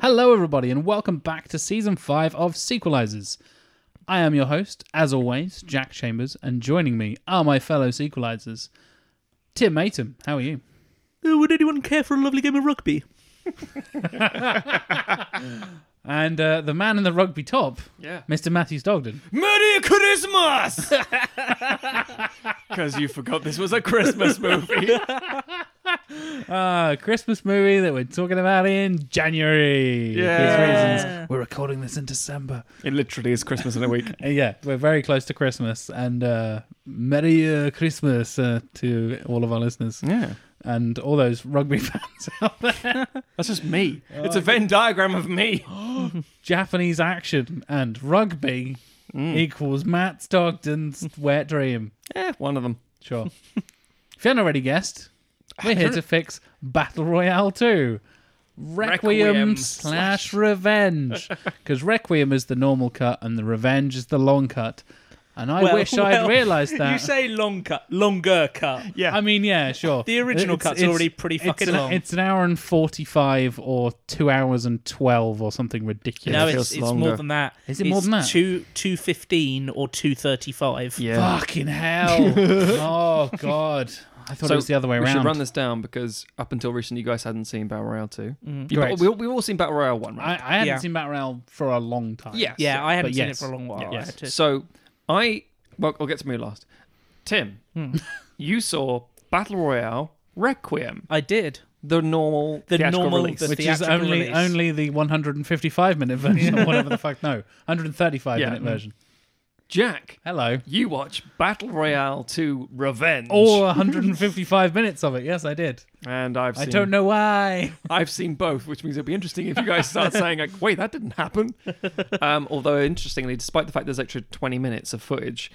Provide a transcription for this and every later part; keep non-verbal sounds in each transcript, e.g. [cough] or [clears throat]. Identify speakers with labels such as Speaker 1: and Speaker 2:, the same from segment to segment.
Speaker 1: Hello, everybody, and welcome back to season five of Sequelizers. I am your host, as always, Jack Chambers, and joining me are my fellow Sequelizers. Tim Matum, how are you?
Speaker 2: Oh, would anyone care for a lovely game of rugby?
Speaker 1: And uh, the man in the rugby top,
Speaker 3: Yeah.
Speaker 1: Mr. Matthews Dogden.
Speaker 3: Merry [laughs] Christmas! Because you forgot this was a Christmas movie.
Speaker 1: Uh, Christmas movie that we're talking about in January. for
Speaker 3: Yeah.
Speaker 1: these reasons. We're recording this in December.
Speaker 3: it literally is Christmas in a week.
Speaker 1: Uh, yeah, we're very close to Christmas, and uh, Merry uh, Christmas uh, to all of our listeners
Speaker 3: Yeah.
Speaker 1: and all those rugby [laughs] fans out there.
Speaker 3: That's just me. it's a
Speaker 1: Oh.
Speaker 3: Venn diagram of me.
Speaker 1: Japanese action and rugby
Speaker 2: Mm.
Speaker 1: equals Matt
Speaker 2: [laughs]
Speaker 1: Stockton's wet dream.
Speaker 3: [gasps] Yeah, one of them.
Speaker 1: Sure. if you haven't already guessed, we're here to fix Battle Royale 2. Requiem,
Speaker 3: Requiem
Speaker 1: slash
Speaker 2: [laughs]
Speaker 1: Revenge. Because Requiem is the normal cut and the Revenge is the long cut. And I
Speaker 2: Well,
Speaker 1: wish
Speaker 2: well,
Speaker 1: I'd realised that.
Speaker 2: [laughs] You say long cut, longer cut.
Speaker 3: Yeah.
Speaker 1: I mean, yeah, sure.
Speaker 2: The original cut's already pretty
Speaker 1: it's
Speaker 2: fucking
Speaker 1: an-
Speaker 2: long.
Speaker 1: It's an hour and 45 or two hours and 12 or something ridiculous.
Speaker 2: No,
Speaker 3: it
Speaker 2: it's,
Speaker 3: feels
Speaker 2: it's
Speaker 3: longer.
Speaker 2: more than that.
Speaker 1: Is it more
Speaker 2: It's
Speaker 1: than that?
Speaker 2: Two two fifteen or two thirty five.
Speaker 1: [laughs]
Speaker 3: yeah.
Speaker 1: Fucking hell. oh, God. I thought it was the other way
Speaker 3: we
Speaker 1: around.
Speaker 3: should run this down because up until recently, you guys hadn't seen Battle Royale 2. You've
Speaker 1: Correct.
Speaker 3: all- we, all- we've all seen Battle Royale 1,
Speaker 1: Mm-hmm. I, I
Speaker 3: right?
Speaker 1: hadn't
Speaker 2: Yeah.
Speaker 1: seen Battle Royale for a long time.
Speaker 3: Yes.
Speaker 2: Yeah, I haven't
Speaker 1: But
Speaker 2: seen
Speaker 1: yes.
Speaker 2: it for a long while. I
Speaker 1: Yes.
Speaker 2: had to-
Speaker 3: So I. Well, I'll get to me last. Tim,
Speaker 1: Hmm.
Speaker 3: you saw Battle Royale Requiem,
Speaker 2: I did.
Speaker 3: the normal.
Speaker 2: The
Speaker 3: theatrical
Speaker 2: normal-
Speaker 3: Release.
Speaker 2: the
Speaker 1: Which is
Speaker 2: theatrical
Speaker 1: only
Speaker 2: release.
Speaker 1: only the 155
Speaker 3: [laughs]
Speaker 1: minute version, or whatever the fuck. No, 135
Speaker 3: Yeah.
Speaker 1: minute version.
Speaker 3: Jack, [laughs]
Speaker 1: Hello.
Speaker 3: you watch Battle Royale 2 Revenge.
Speaker 1: All 155 minutes of it. Yes, I did.
Speaker 3: And I've
Speaker 1: I
Speaker 3: seen,
Speaker 1: don't know why.
Speaker 3: I've seen both, which means it'll be interesting if you guys [laughs] start saying like, "Wait, that didn't happen." Um, although interestingly, despite the fact there's extra 20 minutes of footage,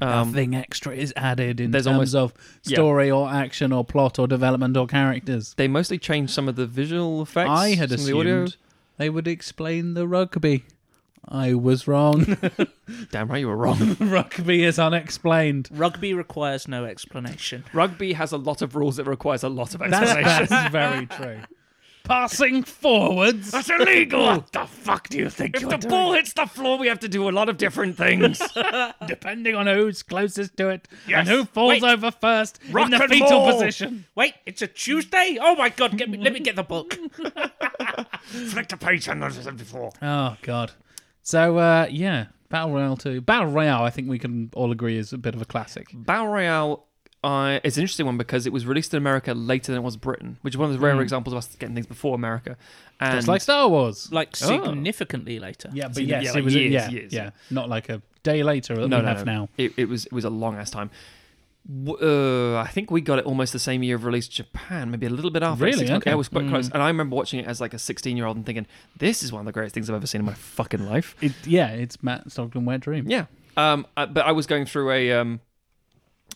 Speaker 3: um,
Speaker 1: Nothing extra is added in
Speaker 3: There's
Speaker 1: terms
Speaker 3: almost-
Speaker 1: of
Speaker 3: yeah.
Speaker 1: story or action or plot or development or characters.
Speaker 3: they mostly changed some of the visual effects.
Speaker 1: I had
Speaker 3: some of the
Speaker 1: assumed
Speaker 3: audio.
Speaker 1: they would explain the rugby. I was wrong. [laughs]
Speaker 3: Damn right, you were [laughs] wrong.
Speaker 1: rugby is unexplained.
Speaker 2: Rugby requires no explanation.
Speaker 3: Rugby has a lot of rules that requires a lot of explanation.
Speaker 1: That's, that's very true. Passing forwards.
Speaker 3: [laughs] That's illegal. What the fuck do you think? If the ball hits the floor, we have to do a lot of different things. [laughs]
Speaker 1: depending on who's closest to it
Speaker 3: Yes.
Speaker 1: and who falls
Speaker 2: Wait.
Speaker 1: over first
Speaker 2: Rock
Speaker 1: in the
Speaker 2: and
Speaker 1: fetal
Speaker 2: roll.
Speaker 1: position.
Speaker 2: Wait, it's a Tuesday? Oh my god, get me, let me get the book.
Speaker 3: Flick the page and as I said before.
Speaker 1: Oh god. So uh, yeah, Battle Royale 2. Battle Royale, I think we can all agree is a bit of a classic.
Speaker 3: Battle Royale uh, is an interesting one because it was released in America later than it was Britain, which is one of the rare examples of us getting things before America. And
Speaker 1: Hmm. It's like Star Wars.
Speaker 2: Like significantly later.
Speaker 1: Oh. yeah, but
Speaker 3: Sig-
Speaker 1: yes,
Speaker 3: yeah,
Speaker 1: it
Speaker 3: like
Speaker 1: was
Speaker 3: years,
Speaker 1: yeah,
Speaker 3: years.
Speaker 1: yeah, not like a day later that
Speaker 3: no,
Speaker 1: we
Speaker 3: no,
Speaker 1: have
Speaker 3: no.
Speaker 1: now.
Speaker 3: It, it was it was a long ass time. W- Uh, I think we got it almost the same year of release in Japan, maybe a little bit after.
Speaker 1: Really?
Speaker 3: Six months-
Speaker 1: Okay. Hmm.
Speaker 3: Yeah, it was quite close. And I remember watching it as like a 16 year old and thinking, this is one of the greatest things I've ever seen in my fucking life.
Speaker 1: It, yeah, it's Matt Stockton Wet Dream.
Speaker 3: Yeah. Um, I, but I was going through a um,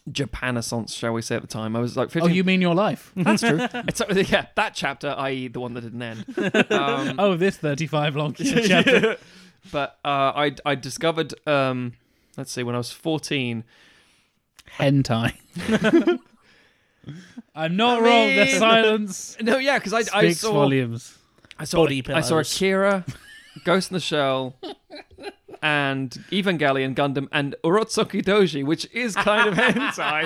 Speaker 3: Japanisance, shall we say, at the time. I was like 15.
Speaker 1: Oh, you mean your [laughs] life?
Speaker 3: That's true. [laughs] it's, yeah, that chapter, i.e., the one that didn't end. Um, [laughs]
Speaker 1: oh, this 35 [laughs] long chapter.
Speaker 3: but uh, I I discovered um, let's see when I was fourteen. [laughs]
Speaker 1: Hentai. I'm not
Speaker 3: I
Speaker 1: wrong. The
Speaker 3: mean-
Speaker 1: silence
Speaker 3: No, yeah, because I
Speaker 1: speaks
Speaker 3: I saw
Speaker 1: volumes.
Speaker 3: I saw
Speaker 2: Body
Speaker 3: I saw
Speaker 2: pillows.
Speaker 3: [laughs] Akira, Ghost in the Shell, and Evangelion, Gundam, and Urotsuki Doji, which is kind of [laughs] hentai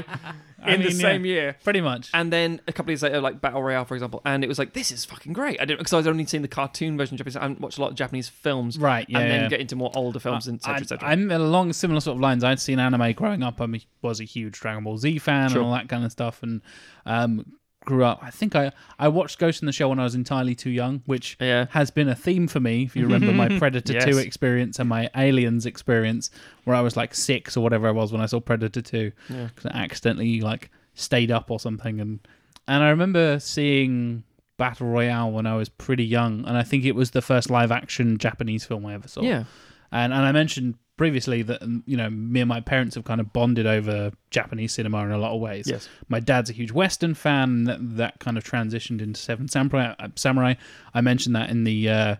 Speaker 3: in
Speaker 1: I
Speaker 3: the
Speaker 1: mean,
Speaker 3: same
Speaker 1: yeah,
Speaker 3: year.
Speaker 1: Pretty much.
Speaker 3: And then a couple of years later, like Battle Royale, for example, and it was like this is fucking great. I didn't because I'd only seen the cartoon version of Japanese. I haven't watched a lot of Japanese films,
Speaker 1: Right, yeah,
Speaker 3: and then
Speaker 1: yeah.
Speaker 3: get into more older films, and etc. etc.
Speaker 1: I, am along similar sort of lines. I'd seen anime growing up. I am was a huge Dragon Ball Z fan
Speaker 3: Sure.
Speaker 1: and all that kind of stuff, and um, grew up. I think I I watched Ghost in the Shell when I was entirely too young, which
Speaker 3: Yeah.
Speaker 1: has been a theme for me. If you remember
Speaker 3: [laughs]
Speaker 1: my Predator
Speaker 3: Yes.
Speaker 1: Two experience and my Aliens experience, where I was like six or whatever I was when I saw Predator Two, because I accidentally like stayed up or something, and and I remember seeing. Battle Royale when I was pretty young, and I think it was the first live action Japanese film I ever saw
Speaker 3: Yeah.
Speaker 1: and and I mentioned previously that um, you know me and my parents have kind of bonded over Japanese cinema in a lot of ways.
Speaker 3: Yes.
Speaker 1: my dad's a huge Western fan. and That, that kind of transitioned into Seven Samurai. uh, Samurai. I mentioned that in the uh,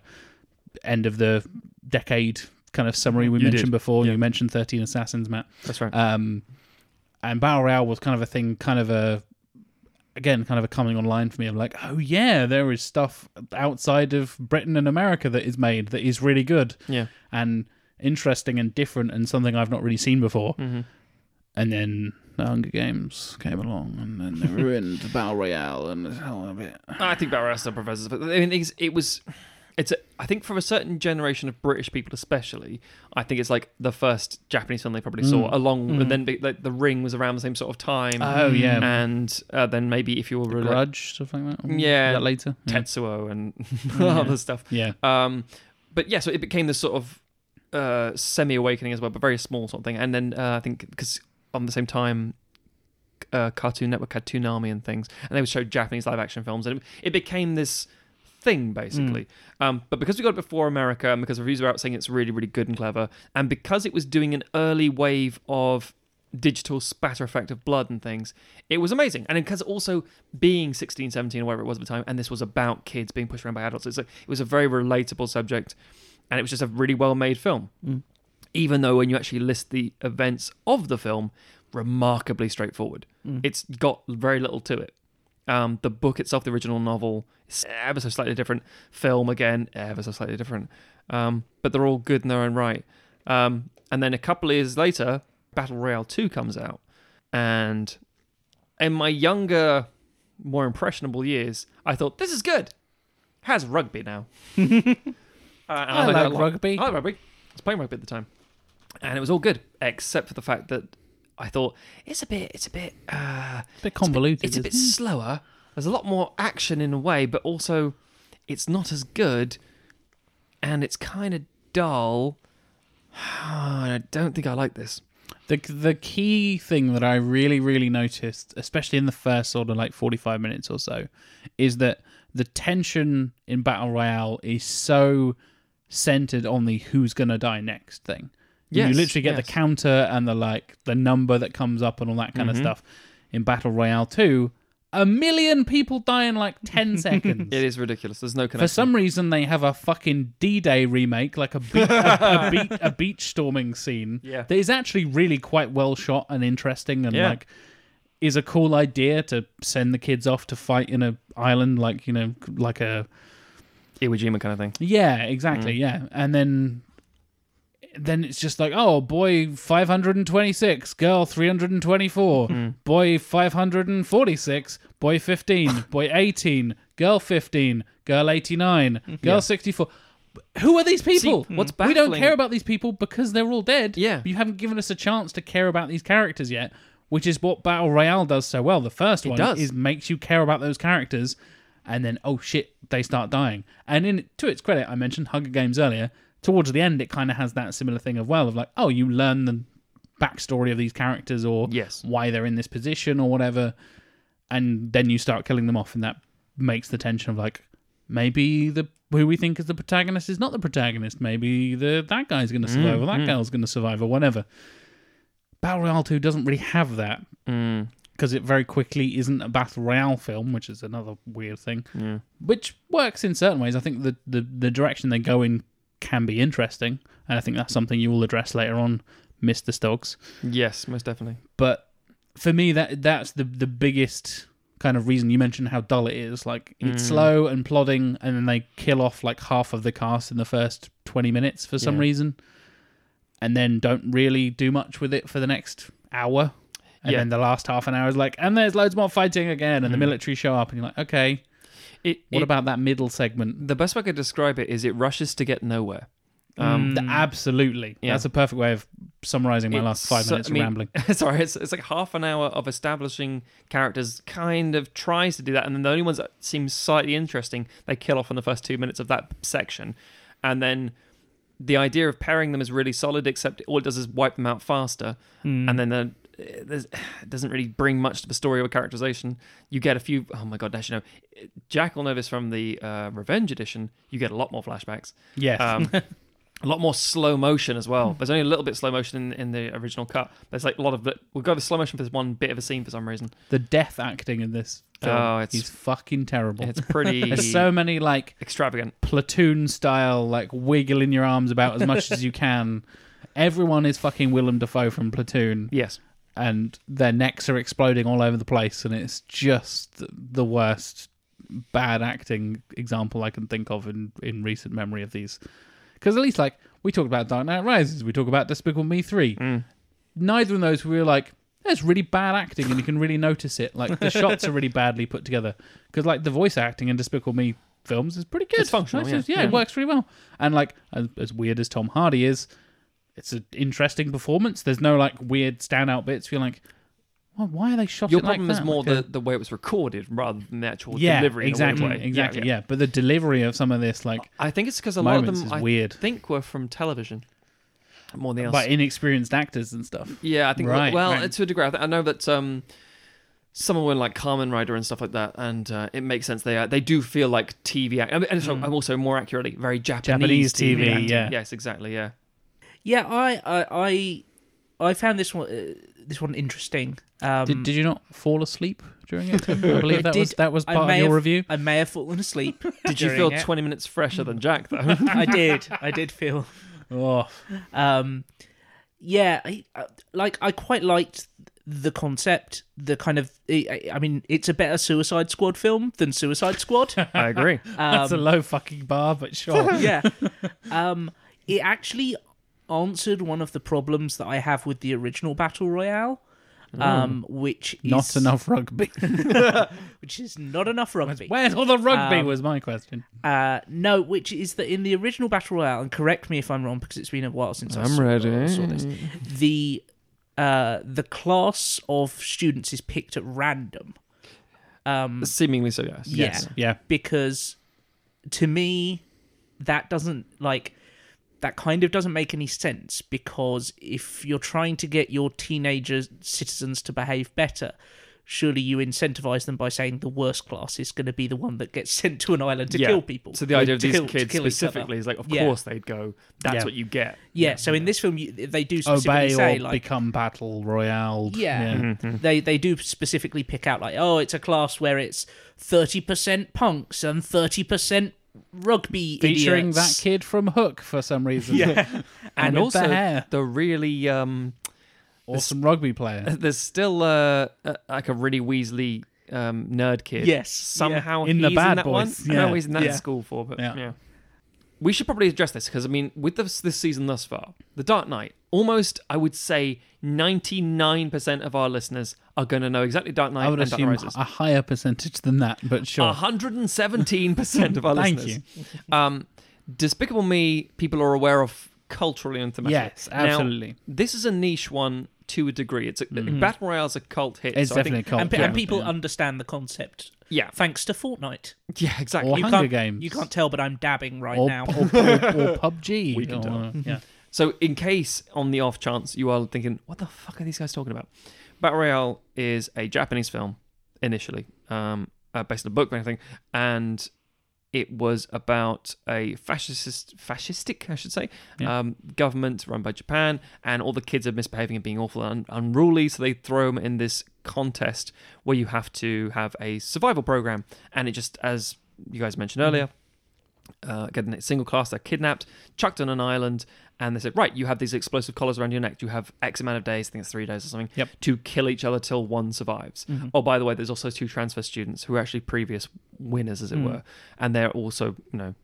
Speaker 1: end of the decade kind of summary we
Speaker 3: You
Speaker 1: mentioned
Speaker 3: did.
Speaker 1: before.
Speaker 3: Yeah.
Speaker 1: You mentioned Thirteen Assassins, Matt.
Speaker 3: That's right.
Speaker 1: Um, and Battle Royale was kind of a thing, kind of a, again, kind of a coming online for me. I'm like, oh yeah, there is stuff outside of Britain and America that is made that is really good
Speaker 3: yeah.
Speaker 1: and interesting and different and something I've not really seen before.
Speaker 3: Mhm.
Speaker 1: And then the Hunger Games came along and then [laughs] they ruined Battle Royale and the hell of it.
Speaker 3: I think about wrestling professors, but I mean, it's, it was. It's. A, I think for a certain generation of British people, especially, I think it's like the first Japanese film they probably saw. Along, with and then be- like the Ring was around the same sort of time.
Speaker 1: Mm. Oh yeah,
Speaker 3: and uh, then maybe if you were really like
Speaker 1: Grudge something like that.
Speaker 3: Yeah.
Speaker 1: that later. Yeah.
Speaker 3: Tetsuo and [laughs] other stuff.
Speaker 1: yeah.
Speaker 3: Um, but yeah, so it became this sort of uh, semi awakening as well, but very small sort of thing. And then uh, I think because on the same time, uh, Cartoon Network had Toonami and things, and they would show Japanese live action films, and it, it became this thing basically.
Speaker 2: Mm.
Speaker 3: Um, but because we got it before America, and because reviews were out saying it's really, really good and clever, and because it was doing an early wave of digital spatter effect of blood and things it was amazing and because also being 16 17 or whatever it was at the time and this was about kids being pushed around by adults it's like, it was a very relatable subject and it was just a really well made film
Speaker 2: Mm.
Speaker 3: even though when you actually list the events of the film remarkably straightforward
Speaker 2: Mm.
Speaker 3: it's got very little to it um, the book itself the original novel is ever so slightly different film again ever so slightly different um, but they're all good in their own right um, and then a couple of years later battle royale 2 comes out and in my younger more impressionable years i thought this is good has rugby
Speaker 1: [laughs]
Speaker 3: now Uh, and
Speaker 1: I
Speaker 3: like that
Speaker 1: like
Speaker 3: a lot.
Speaker 1: rugby.
Speaker 3: I like rugby. I was playing rugby at the time, and it was all good except for the fact that I thought it's a bit, it's a bit, uh,
Speaker 1: It's a bit convoluted.
Speaker 3: it's a bit
Speaker 1: isn't it?
Speaker 3: slower. There's a lot more action in a way, but also it's not as good, and it's kind of dull. [sighs] I don't think I like this.
Speaker 1: The the key thing that I really really noticed, especially in the first sort of like forty five minutes or so, is that the tension in battle royale is so centered on the who's gonna die next thing. you
Speaker 3: Yes,
Speaker 1: literally get
Speaker 3: yes.
Speaker 1: the counter and the like the number that comes up and all that kind
Speaker 3: Mm-hmm.
Speaker 1: of stuff. In battle royale two, a million people die in like
Speaker 3: [laughs]
Speaker 1: ten seconds.
Speaker 3: It is ridiculous. There's no
Speaker 1: For
Speaker 3: connection.
Speaker 1: some reason, they have a fucking D-Day remake, like a be- a,
Speaker 3: [laughs]
Speaker 1: a, beach, a beach storming scene
Speaker 3: Yeah.
Speaker 1: that is actually really quite well shot and interesting, and
Speaker 3: Yeah.
Speaker 1: like is a cool idea to send the kids off to fight in a island, like you know, like a
Speaker 3: Iwo Jima kind of thing.
Speaker 1: yeah, exactly, yeah, and then then it's just like oh boy 526 girl 324 boy 546 boy [laughs] 15 boy 18 girl 15 girl 89 girl 64 who are these people
Speaker 3: See, what's
Speaker 1: mm, we don't
Speaker 3: baffling-
Speaker 1: care about these people because they're all dead
Speaker 3: Yeah.
Speaker 1: you haven't given us a chance to care about these characters yet which is what battle royale does so well the first one
Speaker 3: does.
Speaker 1: is makes you care about those characters and then oh shit they start dying and in to its credit i mentioned hunger games earlier towards the end it kind of has that similar thing of well of like oh you learn the backstory of these characters or
Speaker 3: Yes.
Speaker 1: why they're in this position or whatever and then you start killing them off and that makes the tension of like maybe the who we think is the protagonist is not the protagonist maybe the that guy's
Speaker 3: Mm,
Speaker 1: going to survive or that girl's going to survive or whatever battle royale 2 doesn't really have that
Speaker 3: Mm.
Speaker 1: because it very quickly isn't a battle royale film, which is another weird thing.
Speaker 3: Yeah.
Speaker 1: Which works in certain ways. I think the, the the direction they go in can be interesting, and I think that's something you will address later on, Mister Stokes.
Speaker 3: Yes, most definitely.
Speaker 1: But for me, that that's the the biggest kind of reason you mentioned how dull it is. Like
Speaker 3: Mm.
Speaker 1: it's slow and plodding, and then they kill off like half of the cast in the first twenty minutes for some
Speaker 3: Yeah.
Speaker 1: reason, and then don't really do much with it for the next hour. And
Speaker 3: Yeah.
Speaker 1: then the last half an hour is like, and there's loads more fighting again, and the military show up, and you're like, okay,
Speaker 3: It,
Speaker 1: what
Speaker 3: it-
Speaker 1: about that middle segment?
Speaker 3: the best way I could describe it is it rushes to get nowhere. Um,
Speaker 1: The- absolutely,
Speaker 3: Yeah.
Speaker 1: that's a perfect way of summarizing my last
Speaker 3: It's
Speaker 1: five
Speaker 3: so-
Speaker 1: minutes
Speaker 3: I
Speaker 1: of
Speaker 3: mean, [laughs] um,
Speaker 1: rambling.
Speaker 3: Sorry, it's, it's like half an hour of establishing characters kind of tries to do that, and then the only ones that seem slightly interesting they kill off in the first two minutes of that section, and then the idea of pairing them is really solid, except all it does is wipe them out faster, and then the, eh, there's, [sighs] it doesn't really bring much to the story or characterization. You get a few. Oh my god, Dash, you know,
Speaker 1: [laughs]
Speaker 3: Jack will know this from the uh, Revenge edition. You get a lot more flashbacks.
Speaker 1: Yes,
Speaker 3: Um, a lot more slow motion as well. There's only a little bit slow motion in, in the original cut. There's like a lot of we've got the slow motion for this one bit of a scene for some reason.
Speaker 1: The death acting in this film
Speaker 3: Oh, it's-
Speaker 1: is fucking terrible.
Speaker 3: It's pretty
Speaker 1: [laughs] There's so many like
Speaker 3: extravagant.
Speaker 1: platoon style, like wiggling your arms about as much as you can. [laughs] Everyone is fucking Willem Dafoe from Platoon,
Speaker 3: Yes,
Speaker 1: and their necks are exploding all over the place, and it's just the worst bad acting example I can think of in in recent memory of these. Because at least like we talked about Dark Knight Rises, we talk about Despicable Me three.
Speaker 3: Mm.
Speaker 1: Neither of those we were like. That's really bad acting, and you can really notice it. Like the shots
Speaker 3: [laughs]
Speaker 1: are really badly put together because, like, the voice acting in Despicable Me films is pretty good.
Speaker 3: It's functional,
Speaker 1: That's just-
Speaker 3: yeah.
Speaker 1: yeah, it works really well. And like, as, as weird as Tom Hardy is, it's an interesting performance. There's no like weird standout bits. You're like, well, why are they shot?
Speaker 3: your
Speaker 1: it like
Speaker 3: problem
Speaker 1: that?
Speaker 3: is more
Speaker 1: Like a-
Speaker 3: the, the way it was recorded rather than the actual
Speaker 1: yeah,
Speaker 3: delivery. in a weird
Speaker 1: exactly,
Speaker 3: way. Yeah,
Speaker 1: exactly, yeah. But the delivery of some of this, like,
Speaker 3: I think it's because a lot of
Speaker 1: Moments
Speaker 3: them
Speaker 1: is
Speaker 3: I
Speaker 1: weird.
Speaker 3: think were from television more than else.
Speaker 1: by inexperienced actors and stuff.
Speaker 3: Yeah, I think
Speaker 1: Right,
Speaker 3: well,
Speaker 1: right.
Speaker 3: to a degree. I, th- I know that um, someone went like Carmen Ryder and stuff like that, and uh, it makes sense. They uh, they do feel like TV, act- I mean, and so, I'm also more accurately very Japanese,
Speaker 1: Mm. Japanese TV,
Speaker 3: acting.
Speaker 1: yeah.
Speaker 3: Yes,
Speaker 1: [laughs]
Speaker 3: exactly. Yeah,
Speaker 2: Yeah, I, I, I, I found this one, uh, this one interesting. Um,
Speaker 1: Did, did you not fall asleep during it?
Speaker 3: [laughs]
Speaker 1: Tim? I believe that
Speaker 2: did.
Speaker 1: was that was
Speaker 2: I
Speaker 1: part
Speaker 2: may
Speaker 1: of your
Speaker 2: have-
Speaker 1: review.
Speaker 2: I may have
Speaker 1: [laughs]
Speaker 2: fallen asleep.
Speaker 3: did you
Speaker 2: during
Speaker 3: feel
Speaker 2: it.
Speaker 3: 20 minutes fresher than Jack though?
Speaker 2: I
Speaker 1: [laughs]
Speaker 2: did. I did feel.
Speaker 3: uh,
Speaker 1: Oh,
Speaker 2: Um, yeah, I, I, like I quite liked the concept. The kind of, I, I mean, it's a better Suicide Squad film than
Speaker 1: [laughs]
Speaker 2: Suicide Squad.
Speaker 3: I [laughs] agree.
Speaker 1: that's
Speaker 3: um,
Speaker 1: a low fucking bar, but
Speaker 3: [laughs]
Speaker 1: sure.
Speaker 2: yeah. Um, it actually answered one of the problems that I have with the original Battle Royale, um, which is
Speaker 1: Oh. Not enough
Speaker 3: [laughs]
Speaker 1: rugby.
Speaker 2: which is not enough rugby.
Speaker 1: Where's all the rugby?
Speaker 2: Um,
Speaker 1: was my question.
Speaker 2: Uh, no, which is that in the original Battle Royale, and correct me if I'm wrong because it's been a while since I saw, saw this. The uh, the class of students is picked at random. Um,
Speaker 3: Seemingly so. Yes.
Speaker 2: yeah.
Speaker 1: Mm. Yeah.
Speaker 2: because to me that doesn't like that kind of doesn't make any sense because if you're trying to get your teenager citizens to behave better surely you incentivize them by saying the worst class is going to be the one that gets [laughs] sent to an island to
Speaker 3: Yeah.
Speaker 2: kill people
Speaker 3: So the idea of
Speaker 2: to
Speaker 3: these
Speaker 2: kill- to
Speaker 3: kids
Speaker 2: kill each other.
Speaker 3: specifically is like, of
Speaker 2: Yeah.
Speaker 3: course they'd go. That's
Speaker 1: Yeah.
Speaker 3: what you get.
Speaker 2: yeah so in this film you, they do specifically
Speaker 1: Obey
Speaker 2: say
Speaker 1: or
Speaker 2: like
Speaker 1: become battle royale.
Speaker 2: Yeah. Mm-hmm. they they do specifically pick out like oh it's a class where it's 30% punks and 30% rugby
Speaker 1: Featuring
Speaker 2: idiots.
Speaker 1: that kid from Hook for some reason. [laughs]
Speaker 3: [laughs]
Speaker 1: with
Speaker 3: And
Speaker 1: the
Speaker 3: also
Speaker 1: hair.
Speaker 3: the really um,
Speaker 1: Awesome rugby player.
Speaker 3: [laughs] there's still uh, uh, like a really Weasley um, nerd kid.
Speaker 2: Yes,
Speaker 3: somehow
Speaker 1: yeah. In the
Speaker 3: he's
Speaker 1: Bad
Speaker 3: in that
Speaker 1: Boys,
Speaker 3: One. I know
Speaker 1: yeah.
Speaker 3: he's in that
Speaker 1: Yeah.
Speaker 3: school for, but yeah.
Speaker 1: Yeah.
Speaker 3: We should probably address this because I mean, with this, this season thus far, The Dark Knight, almost I would say 99% of our listeners are going to know exactly Dark Knight
Speaker 1: I would
Speaker 3: and Dark
Speaker 1: assume
Speaker 3: Rises.
Speaker 1: a higher percentage than that, but sure.
Speaker 3: 117% of our
Speaker 1: [laughs] Thank
Speaker 3: listeners. Um, Despicable Me, people are aware of culturally and thematically.
Speaker 1: Yes,
Speaker 3: Now,
Speaker 1: absolutely.
Speaker 3: this is a niche one to a degree. It's a, Battle Royale's a cult hit.
Speaker 1: Mm-hmm. It's
Speaker 3: so I think-
Speaker 1: definitely a cult.
Speaker 2: and, pe-
Speaker 1: yeah.
Speaker 2: and people
Speaker 1: Yeah.
Speaker 2: understand the concept
Speaker 3: yeah, [laughs]
Speaker 2: thanks to Fortnite.
Speaker 3: yeah, exactly.
Speaker 1: Or
Speaker 2: You
Speaker 1: Hunger
Speaker 2: can't,
Speaker 1: Games.
Speaker 2: You can't tell, but I'm dabbing right
Speaker 1: or,
Speaker 2: now.
Speaker 1: or, or,
Speaker 3: [laughs]
Speaker 1: or PUBG.
Speaker 3: We can
Speaker 1: or-
Speaker 3: tell.
Speaker 1: Yeah.
Speaker 3: So, in case on the off chance you are thinking, what the fuck are these guys talking about? Battle Royale is a Japanese film initially, um, uh, based on a book or anything, and it was about a fascist, fascistic, I should say,
Speaker 1: Yeah.
Speaker 3: um, government run by Japan, and all the kids are misbehaving and being awful and un- unruly, so they throw them in this contest where you have to have a survival program, and it just as you guys mentioned earlier, uh, get in a single class, they're kidnapped, chucked on an island, and they said, right, you have these explosive collars around your neck. You have X amount of days, I think it's three days or something,
Speaker 1: Yep. Mm-hmm.
Speaker 3: to kill each other till one survives. Oh, by the way, there's also two transfer students who are actually previous winners,
Speaker 1: Mm.
Speaker 3: as it were, and they're also, you know,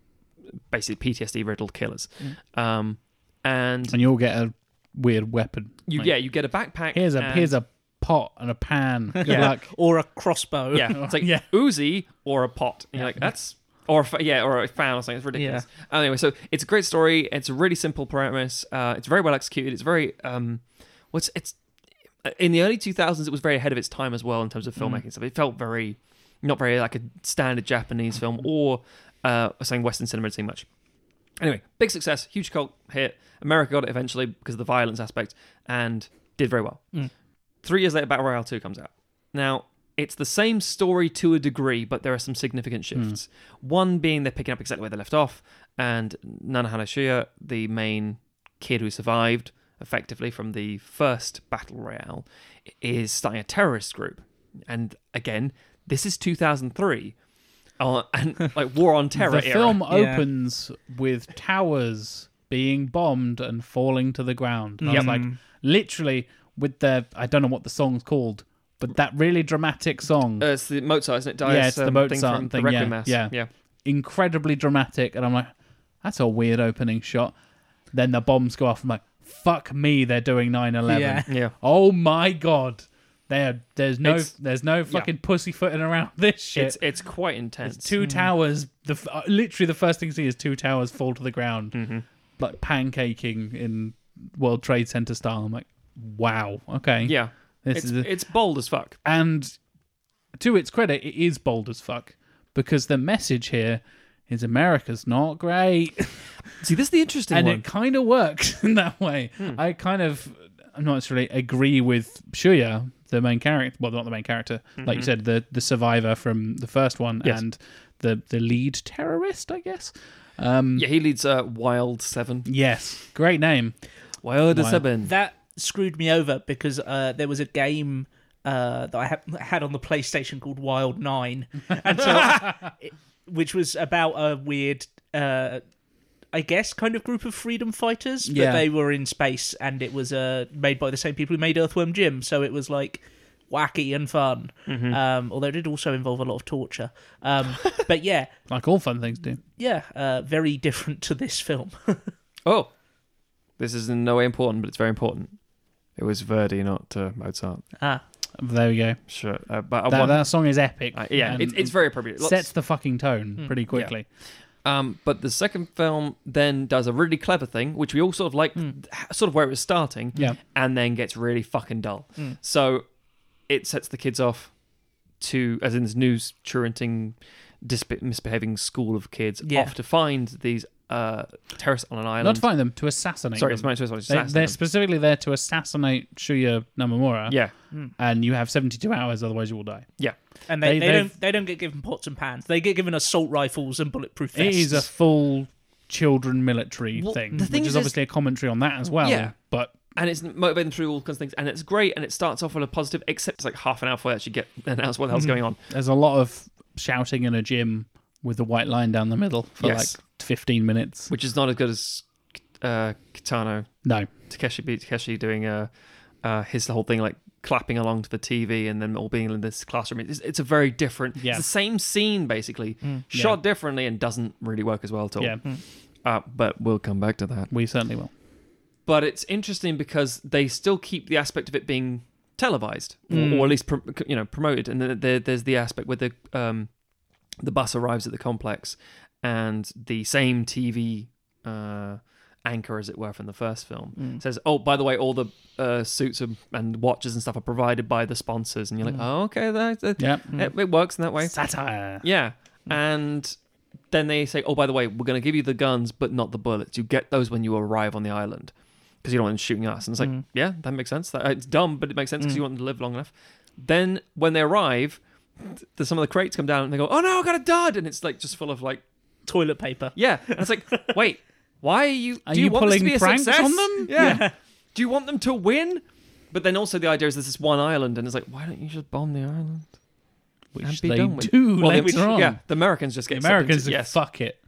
Speaker 3: basically PTSD riddled killers. Um, and
Speaker 1: Mm. And you'll get a weird weapon.
Speaker 3: you,
Speaker 1: Like,
Speaker 3: yeah, you get a backpack.
Speaker 1: Here's a
Speaker 3: and-
Speaker 1: here's a pot and a pan. Good
Speaker 3: Yeah.
Speaker 1: luck.
Speaker 2: or a crossbow. [laughs]
Speaker 3: Yeah, it's like
Speaker 1: Yeah.
Speaker 3: Uzi or a pot. And you're like, that's or a fa- yeah, or a fan or something. It's ridiculous. Anyway, so it's a great story. It's a really simple premise. Uh, it's very well executed. It's very um, what's it's in the early 2000s. It was very ahead of its time as well in terms of filmmaking stuff. It felt very not very like a standard Japanese film or uh, saying Western cinema too much. Anyway, big success, huge cult hit. America got it eventually because of the
Speaker 1: Mm.
Speaker 3: violence aspect and did very well. Three years later, Battle Royale 2 comes out. Now, it's the same story to a degree, but there are some significant
Speaker 1: Mm.
Speaker 3: shifts. One being they're picking up exactly where they left off, and Nana Hanashiya, the main kid who survived effectively from the first battle royale, is starting a terrorist group. And again, this is 2003, uh, [laughs] and like war on terror.
Speaker 1: the
Speaker 3: era.
Speaker 1: film
Speaker 2: Yeah.
Speaker 1: opens with towers being bombed and falling to the ground. And I was
Speaker 3: Yep. Mm.
Speaker 1: like, literally, with the I don't know what the song's called, but that really dramatic song,
Speaker 3: Uh, it's the Mozart, isn't it? Dias,
Speaker 1: Yeah, it's the
Speaker 3: um,
Speaker 1: Mozart
Speaker 3: from
Speaker 1: thing,
Speaker 3: The
Speaker 1: yeah,
Speaker 3: Requiem Mass.
Speaker 1: yeah.
Speaker 3: yeah.
Speaker 1: incredibly dramatic, and I'm like, that's a weird opening shot. Then the bombs go off. I'm like, fuck me, they're doing 9/11.
Speaker 2: Yeah.
Speaker 3: Yeah.
Speaker 1: Oh my god, there there's no
Speaker 3: It's-
Speaker 1: there's no fucking pussyfooting around [laughs] this shit.
Speaker 3: It's it's quite intense.
Speaker 1: two towers. The f- uh, literally the first thing you see is two towers fall to the ground,
Speaker 3: Mm-hmm.
Speaker 1: like pancaking in World Trade Center style. I'm like, wow, okay,
Speaker 3: yeah.
Speaker 1: This
Speaker 3: It's,
Speaker 1: is a-
Speaker 3: it's bold as fuck.
Speaker 1: and to its credit, it is bold as fuck because the message here is America's not
Speaker 3: [laughs]
Speaker 1: great,
Speaker 3: See, this is the interesting
Speaker 1: and
Speaker 3: one. Hmm.
Speaker 1: it kind of works [laughs] in that way. I kind of, I'm not necessarily agree with Shuya, the main character. Well, not the main character, like you said, the the survivor from the first one,
Speaker 3: Mm-hmm. Yes.
Speaker 1: and the the lead terrorist, I guess. Um,
Speaker 3: yeah, he leads uh, Wild Seven.
Speaker 1: Yes, great name.
Speaker 3: Wild,
Speaker 1: Wild.
Speaker 3: Seven.
Speaker 2: that screwed me over because uh, there was a game uh, that I ha- had on the PlayStation called Wild Nine, and so it- which was about a weird, uh, I guess, kind of group of freedom fighters, but
Speaker 1: Yeah.
Speaker 2: they were in space, and it was uh, made by the same people who made Earthworm Jim, so it was like wacky and fun. Um, although it did also involve a lot of torture. Um, but yeah,
Speaker 1: Like all fun things do.
Speaker 2: yeah, uh, very different to this film. [laughs]
Speaker 3: Oh, this is in no way important, but it's very important. It was Verdi, not uh, Mozart.
Speaker 2: ah,
Speaker 1: There we go.
Speaker 3: Sure, uh, but I
Speaker 1: That,
Speaker 3: want,
Speaker 1: that song is epic.
Speaker 3: I- Uh, yeah,
Speaker 1: and
Speaker 3: it's it's very appropriate. Lots- Hmm.
Speaker 1: sets the fucking tone pretty quickly.
Speaker 3: Um, but the second film then does a really clever thing, which we all sort of like,
Speaker 1: Hmm.
Speaker 3: sort of where it was starting,
Speaker 1: Yeah.
Speaker 3: and then gets really fucking dull.
Speaker 1: Mm.
Speaker 3: So it sets the kids off to, as in this new truanting, disp- misbehaving school of kids,
Speaker 2: Yeah.
Speaker 3: off to find these uh, terrorists on an
Speaker 1: Not
Speaker 3: island.
Speaker 1: to find them, to assassinate
Speaker 3: Sorry,
Speaker 1: them.
Speaker 3: it's my sorry, sorry,
Speaker 1: They,
Speaker 3: assassinate
Speaker 1: they're
Speaker 3: them.
Speaker 1: specifically there to assassinate Shuya Namamura,
Speaker 3: Yeah,
Speaker 1: and you have 72 hours, otherwise you will die.
Speaker 3: yeah.
Speaker 2: And
Speaker 1: They-
Speaker 2: they, they,
Speaker 1: they've-
Speaker 2: don't they don't get given pots and pans. They get given assault rifles and bulletproof
Speaker 1: It
Speaker 2: vests.
Speaker 1: is a full children military
Speaker 3: Well,
Speaker 1: thing,
Speaker 3: the thing
Speaker 1: which
Speaker 3: is-
Speaker 1: is obviously a commentary on that as well.
Speaker 3: Yeah.
Speaker 1: But
Speaker 3: and it's motivating through all kinds of things, and it's great, and it starts off on a positive, except it's like half an hour before they actually get [laughs] announced what
Speaker 1: Mm-hmm.
Speaker 3: the hell's going on.
Speaker 1: there's a lot of shouting in a gym with the white line down the middle for
Speaker 3: Yes.
Speaker 1: like 15 minutes.
Speaker 3: which is not as good as uh, Kitano
Speaker 1: No.
Speaker 3: Takeshi beat Takeshi doing uh, uh, his whole thing like clapping along to the TV and then all being in this classroom. It's, it's a very different.
Speaker 1: Yeah. Mm,
Speaker 3: It's the same scene basically, shot differently and doesn't really work as well at all.
Speaker 1: Yeah,
Speaker 3: Uh, but we'll come back to that.
Speaker 1: we certainly will.
Speaker 3: But it's interesting because they still keep the aspect of it being televised or- or, at least prom you know promoted. And then there, there's the aspect where the um, the bus arrives at the complex and the same TV uh, anchor, as it were, from the first film says, "Oh, by the way, all the uh, suits and, and watches and stuff are provided by the sponsors." And you're like, "Oh, okay, that, that-
Speaker 1: Yeah.
Speaker 3: it, it works in that way."
Speaker 1: Satire.
Speaker 3: Yeah, and then they say, "Oh, by the way, we're going to give you the guns, but not the bullets. You get those when you arrive on the island." Because you don't want them shooting us, and it's like, yeah, that makes sense. That uh, it's dumb, but it makes sense because you want them to live long enough. Then when they arrive, th- the, some of the crates come down and they go, "Oh no, I got a dud!" and it's like just full of like
Speaker 2: [laughs] Toilet paper.
Speaker 3: yeah, and it's like, wait, why are you?
Speaker 1: Are
Speaker 3: do
Speaker 1: you
Speaker 3: want this to
Speaker 1: pulling
Speaker 3: be a
Speaker 1: pranks
Speaker 3: success?
Speaker 1: on them?
Speaker 3: Yeah. Do you want them to win? But then also the idea is there's this one island, and it's like, why don't you just bomb the island?
Speaker 1: Which
Speaker 3: And be
Speaker 1: they
Speaker 3: done with-
Speaker 1: do
Speaker 3: Well, they-
Speaker 1: later on.
Speaker 3: Yeah, the Americans just
Speaker 1: The
Speaker 3: get
Speaker 1: Americans
Speaker 3: accepted.
Speaker 1: are
Speaker 3: Yes,
Speaker 1: fuck it.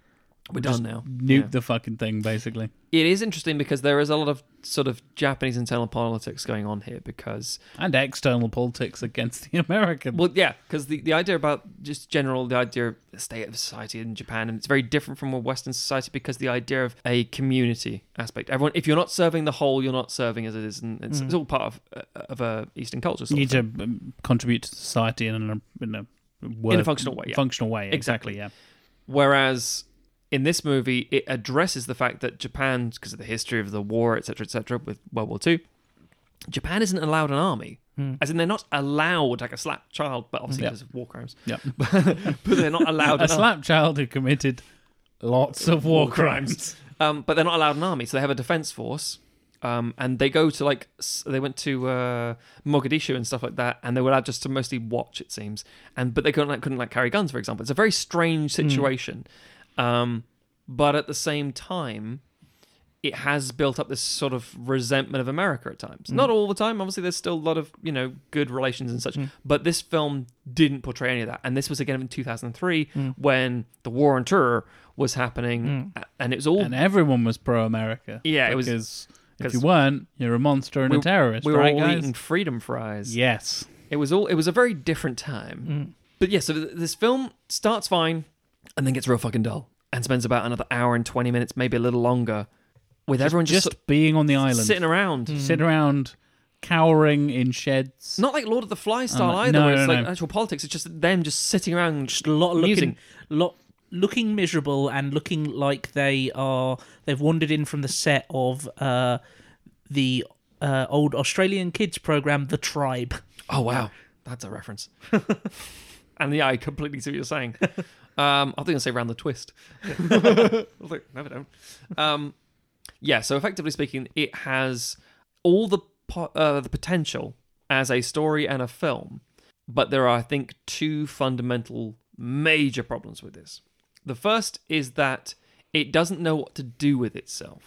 Speaker 3: we're done now.
Speaker 1: Nuke
Speaker 3: Yeah.
Speaker 1: the fucking thing, basically.
Speaker 3: It is interesting because there is a lot of sort of Japanese internal politics going on here because
Speaker 1: And external politics against the [laughs] Americans.
Speaker 3: Well, yeah, because the, the idea about just general the idea of the state of society in Japan, and it's very different from a Western society because the idea of a community aspect. Everyone, if you're not serving the whole, you're not serving as it is, and it's,
Speaker 1: Mm.
Speaker 3: it's all part of uh, of a Eastern culture.
Speaker 1: you
Speaker 3: Sort
Speaker 1: need
Speaker 3: of
Speaker 1: to
Speaker 3: thing.
Speaker 1: um, contribute to society in a, in a, word,
Speaker 3: functional way, yeah.
Speaker 1: Functional way, exactly.
Speaker 3: Exactly.
Speaker 1: Yeah,
Speaker 3: Whereas in this movie, it addresses the fact that Japan, because of the history of the war, etc., etc., with World War Two, Japan isn't allowed an army. As in, they're not allowed like a slap child, but obviously
Speaker 1: Hmm. Yeah.
Speaker 3: because of war crimes.
Speaker 1: Yeah.
Speaker 3: [laughs] but they're not allowed
Speaker 1: a [laughs]
Speaker 3: an army.
Speaker 1: slap child who committed lots of war crimes.
Speaker 3: Um, but they're not allowed an army, so they have a defense force, Um, and they go to like s- they went to uh, Mogadishu and stuff like that, and they were allowed just to mostly watch, it seems. And but they couldn't like couldn't like carry guns, for example. It's a very strange situation, um, but at the same time, it has built up this sort of resentment of America at times. Not all the time, obviously. There's still a lot of you know good relations and such, but this film didn't portray any of that. And this was again in 2003 when the war on terror was happening, a- and it was all
Speaker 1: and everyone was pro-America.
Speaker 3: [laughs] Yeah, it was-
Speaker 1: because if you
Speaker 3: because-
Speaker 1: weren't, you're a monster and a terrorist,
Speaker 3: we were
Speaker 1: right,
Speaker 3: all
Speaker 1: guys?
Speaker 3: eating freedom fries.
Speaker 1: Yes,
Speaker 3: It was all. It was a very different
Speaker 1: Mm.
Speaker 3: time. But yeah, so th- this film starts fine, and then gets real fucking dull, and spends about another hour and twenty minutes, maybe a little longer, with everyone just,
Speaker 1: just Mm. being on the
Speaker 3: so-
Speaker 1: island,
Speaker 3: sitting around. Hmm.
Speaker 1: Sit around, cowering in sheds.
Speaker 3: Not like Lord of the Flies style
Speaker 1: like,
Speaker 3: either.
Speaker 1: no,
Speaker 3: where it's
Speaker 1: Oh no,
Speaker 3: like
Speaker 1: no.
Speaker 3: actual politics. It's just them just sitting around.
Speaker 2: Just a lot of
Speaker 3: Musing.
Speaker 2: looking, lot looking miserable and looking like they are they've wandered in from the set of uh, the uh, old Australian kids program, The Tribe.
Speaker 3: Oh wow, that's a reference. [laughs] and yeah, I completely see what you're [laughs] saying. Um, I think I'll say round the [laughs] twist. I was like, no, I don't. Um, yeah, so effectively speaking, it has all the po- uh, the potential as a story and a film, but there are, I think, two fundamental major problems with this. The first is that it doesn't know what to do with itself.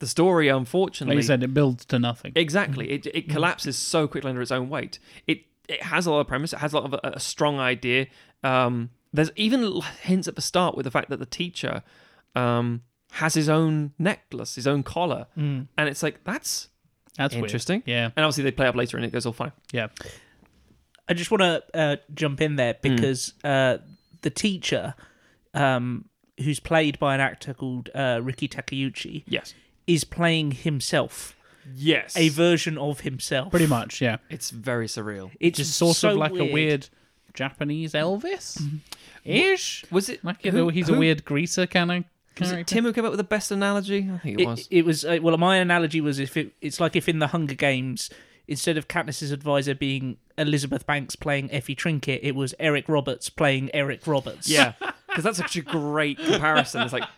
Speaker 3: The story,
Speaker 1: Like
Speaker 3: unfortunately,
Speaker 1: you said, it builds to nothing.
Speaker 3: Exactly. It,
Speaker 1: Mm.
Speaker 3: it collapses so quickly under its own weight. It it has a lot of premise. It has a lot of a, a strong idea. Um, there's even l- hints at the start with the fact that the teacher um, has his own necklace, his own collar, and it's like that's.
Speaker 1: That's weird.
Speaker 3: Interesting.
Speaker 1: Mm. Yeah,
Speaker 3: And obviously they play up later and it goes all fine.
Speaker 1: yeah.
Speaker 2: I just want to uh, jump in there because uh, the teacher, um, who's played by an actor called uh, Ricky Takeuchi,
Speaker 3: Yes.
Speaker 2: is playing himself,
Speaker 3: Yes.
Speaker 2: a version of himself.
Speaker 1: Pretty much. Yeah,
Speaker 3: it's very surreal.
Speaker 2: It's
Speaker 1: just sort
Speaker 2: so
Speaker 1: of like a weird Japanese Elvis ish.
Speaker 3: Was it
Speaker 1: Like you
Speaker 3: Mm-hmm. who-
Speaker 1: know, he's
Speaker 3: who-
Speaker 1: a weird greaser kind of
Speaker 3: Was
Speaker 1: character.
Speaker 3: it Tim who came up with the best analogy? I think it,
Speaker 2: It,
Speaker 3: was.
Speaker 2: it was uh, well. My analogy was if it, it's like if in the Hunger Games, instead of Katniss's advisor being Elizabeth Banks playing Effie Trinket, it was Eric Roberts playing Eric Roberts.
Speaker 3: Yeah,
Speaker 1: [laughs]
Speaker 3: because that's such a great comparison. It's like,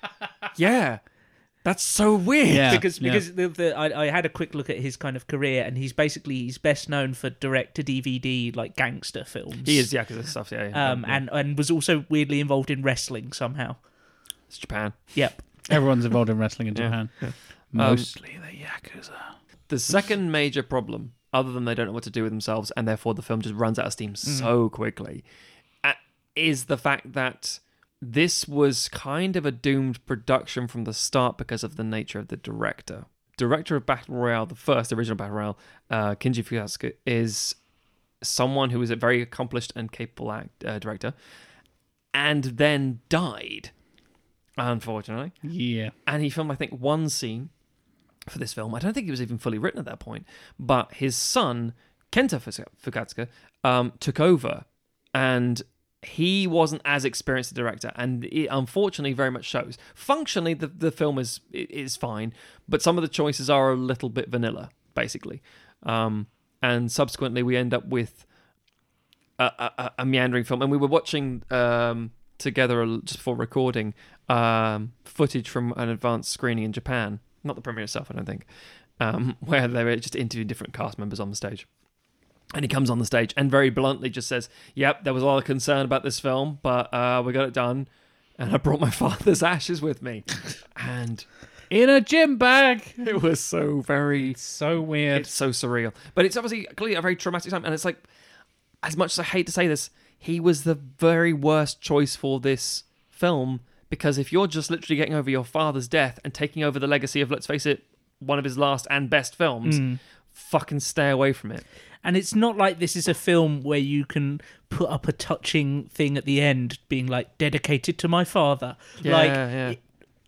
Speaker 3: yeah, that's so weird.
Speaker 1: Yeah.
Speaker 2: [laughs] because because the, the, I, I had a quick look at his kind of career, and he's basically he's best known for direct to DVD like gangster films.
Speaker 3: He is, yeah, because it's stuff, yeah. yeah.
Speaker 2: um, and and was also weirdly involved in wrestling somehow.
Speaker 3: it's Japan.
Speaker 2: Yep.
Speaker 1: Everyone's involved in wrestling in
Speaker 3: Yeah. Um,
Speaker 1: Japan. Mostly the yakuza.
Speaker 3: The second major problem, other than they don't know what to do with themselves, and therefore the film just runs out of steam so quickly, uh, is the fact that this was kind of a doomed production from the start because of the nature of the director. Director of Battle Royale, the first original Battle Royale, uh, Kinji Fuyasuke, is someone who is a very accomplished and capable act, uh, director, and then died, unfortunately
Speaker 1: Yeah.
Speaker 3: and he filmed I think one scene for this film. I don't think it was even fully written at that point, but his son Kenta Fusa- Fukatsuka um, took over, and he wasn't as experienced a director, and it unfortunately very much shows. Functionally, the the film is is fine, but some of the choices are a little bit vanilla, basically, um, and subsequently we end up with a, a, a meandering film, and we were watching um, together a- just before recording um, footage from an advanced screening in Japan, not the premiere itself, I don't think, um, [laughs] where they were just interviewing different cast members on the stage. And he comes on the stage and very bluntly just says, "Yep, there was a lot of concern about this film, but uh, we got it done, and I brought my [laughs] father's ashes with me." and
Speaker 1: In a gym bag.
Speaker 3: it was so very
Speaker 1: So weird.
Speaker 3: it's so surreal. But it's obviously clearly a very traumatic time, and it's like, as much as I hate to say this, he was the very worst choice for this film because if you're just literally getting over your father's death and taking over the legacy of, let's face it, one of his last and best films, fucking stay away from it.
Speaker 2: And it's not like this is a film where you can put up a touching thing at the end, being like dedicated to my father. like
Speaker 3: yeah.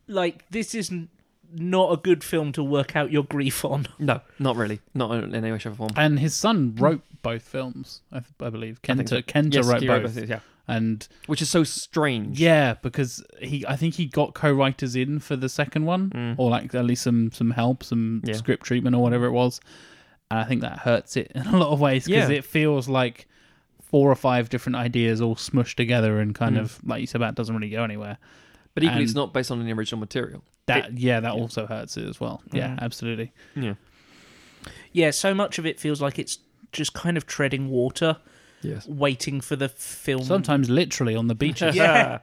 Speaker 2: like this is n- not a good film to work out your grief on. [laughs]
Speaker 3: no, not really, not in any way, shape, or form.
Speaker 1: and his son wrote both films, I, th- I believe.
Speaker 3: I think
Speaker 1: Kenta
Speaker 3: so.
Speaker 1: Kenta
Speaker 3: Yes,
Speaker 1: wrote
Speaker 3: he
Speaker 1: both.
Speaker 3: yeah,
Speaker 1: And
Speaker 3: which is so strange.
Speaker 1: yeah, because he I think he got co-writers in for the second one or like at least some some help, some
Speaker 3: Mm. Yeah.
Speaker 1: script treatment or whatever it was. And I think that hurts it [laughs] in a lot of ways because
Speaker 3: Yeah.
Speaker 1: it feels like four or five different ideas all smushed together and kind
Speaker 3: Mm.
Speaker 1: of like you said that doesn't really go anywhere.
Speaker 3: but equally,
Speaker 1: and-
Speaker 3: it's not based on any original material. Mm.
Speaker 1: That yeah, that also hurts it as well. Yeah, absolutely.
Speaker 3: Yeah,
Speaker 2: yeah, so much of it feels like it's just kind of treading water,
Speaker 3: Yes.
Speaker 2: waiting for the
Speaker 3: Mm.
Speaker 2: film.
Speaker 1: Sometimes literally on the
Speaker 2: [laughs]
Speaker 1: beaches.
Speaker 3: [laughs]
Speaker 2: yeah,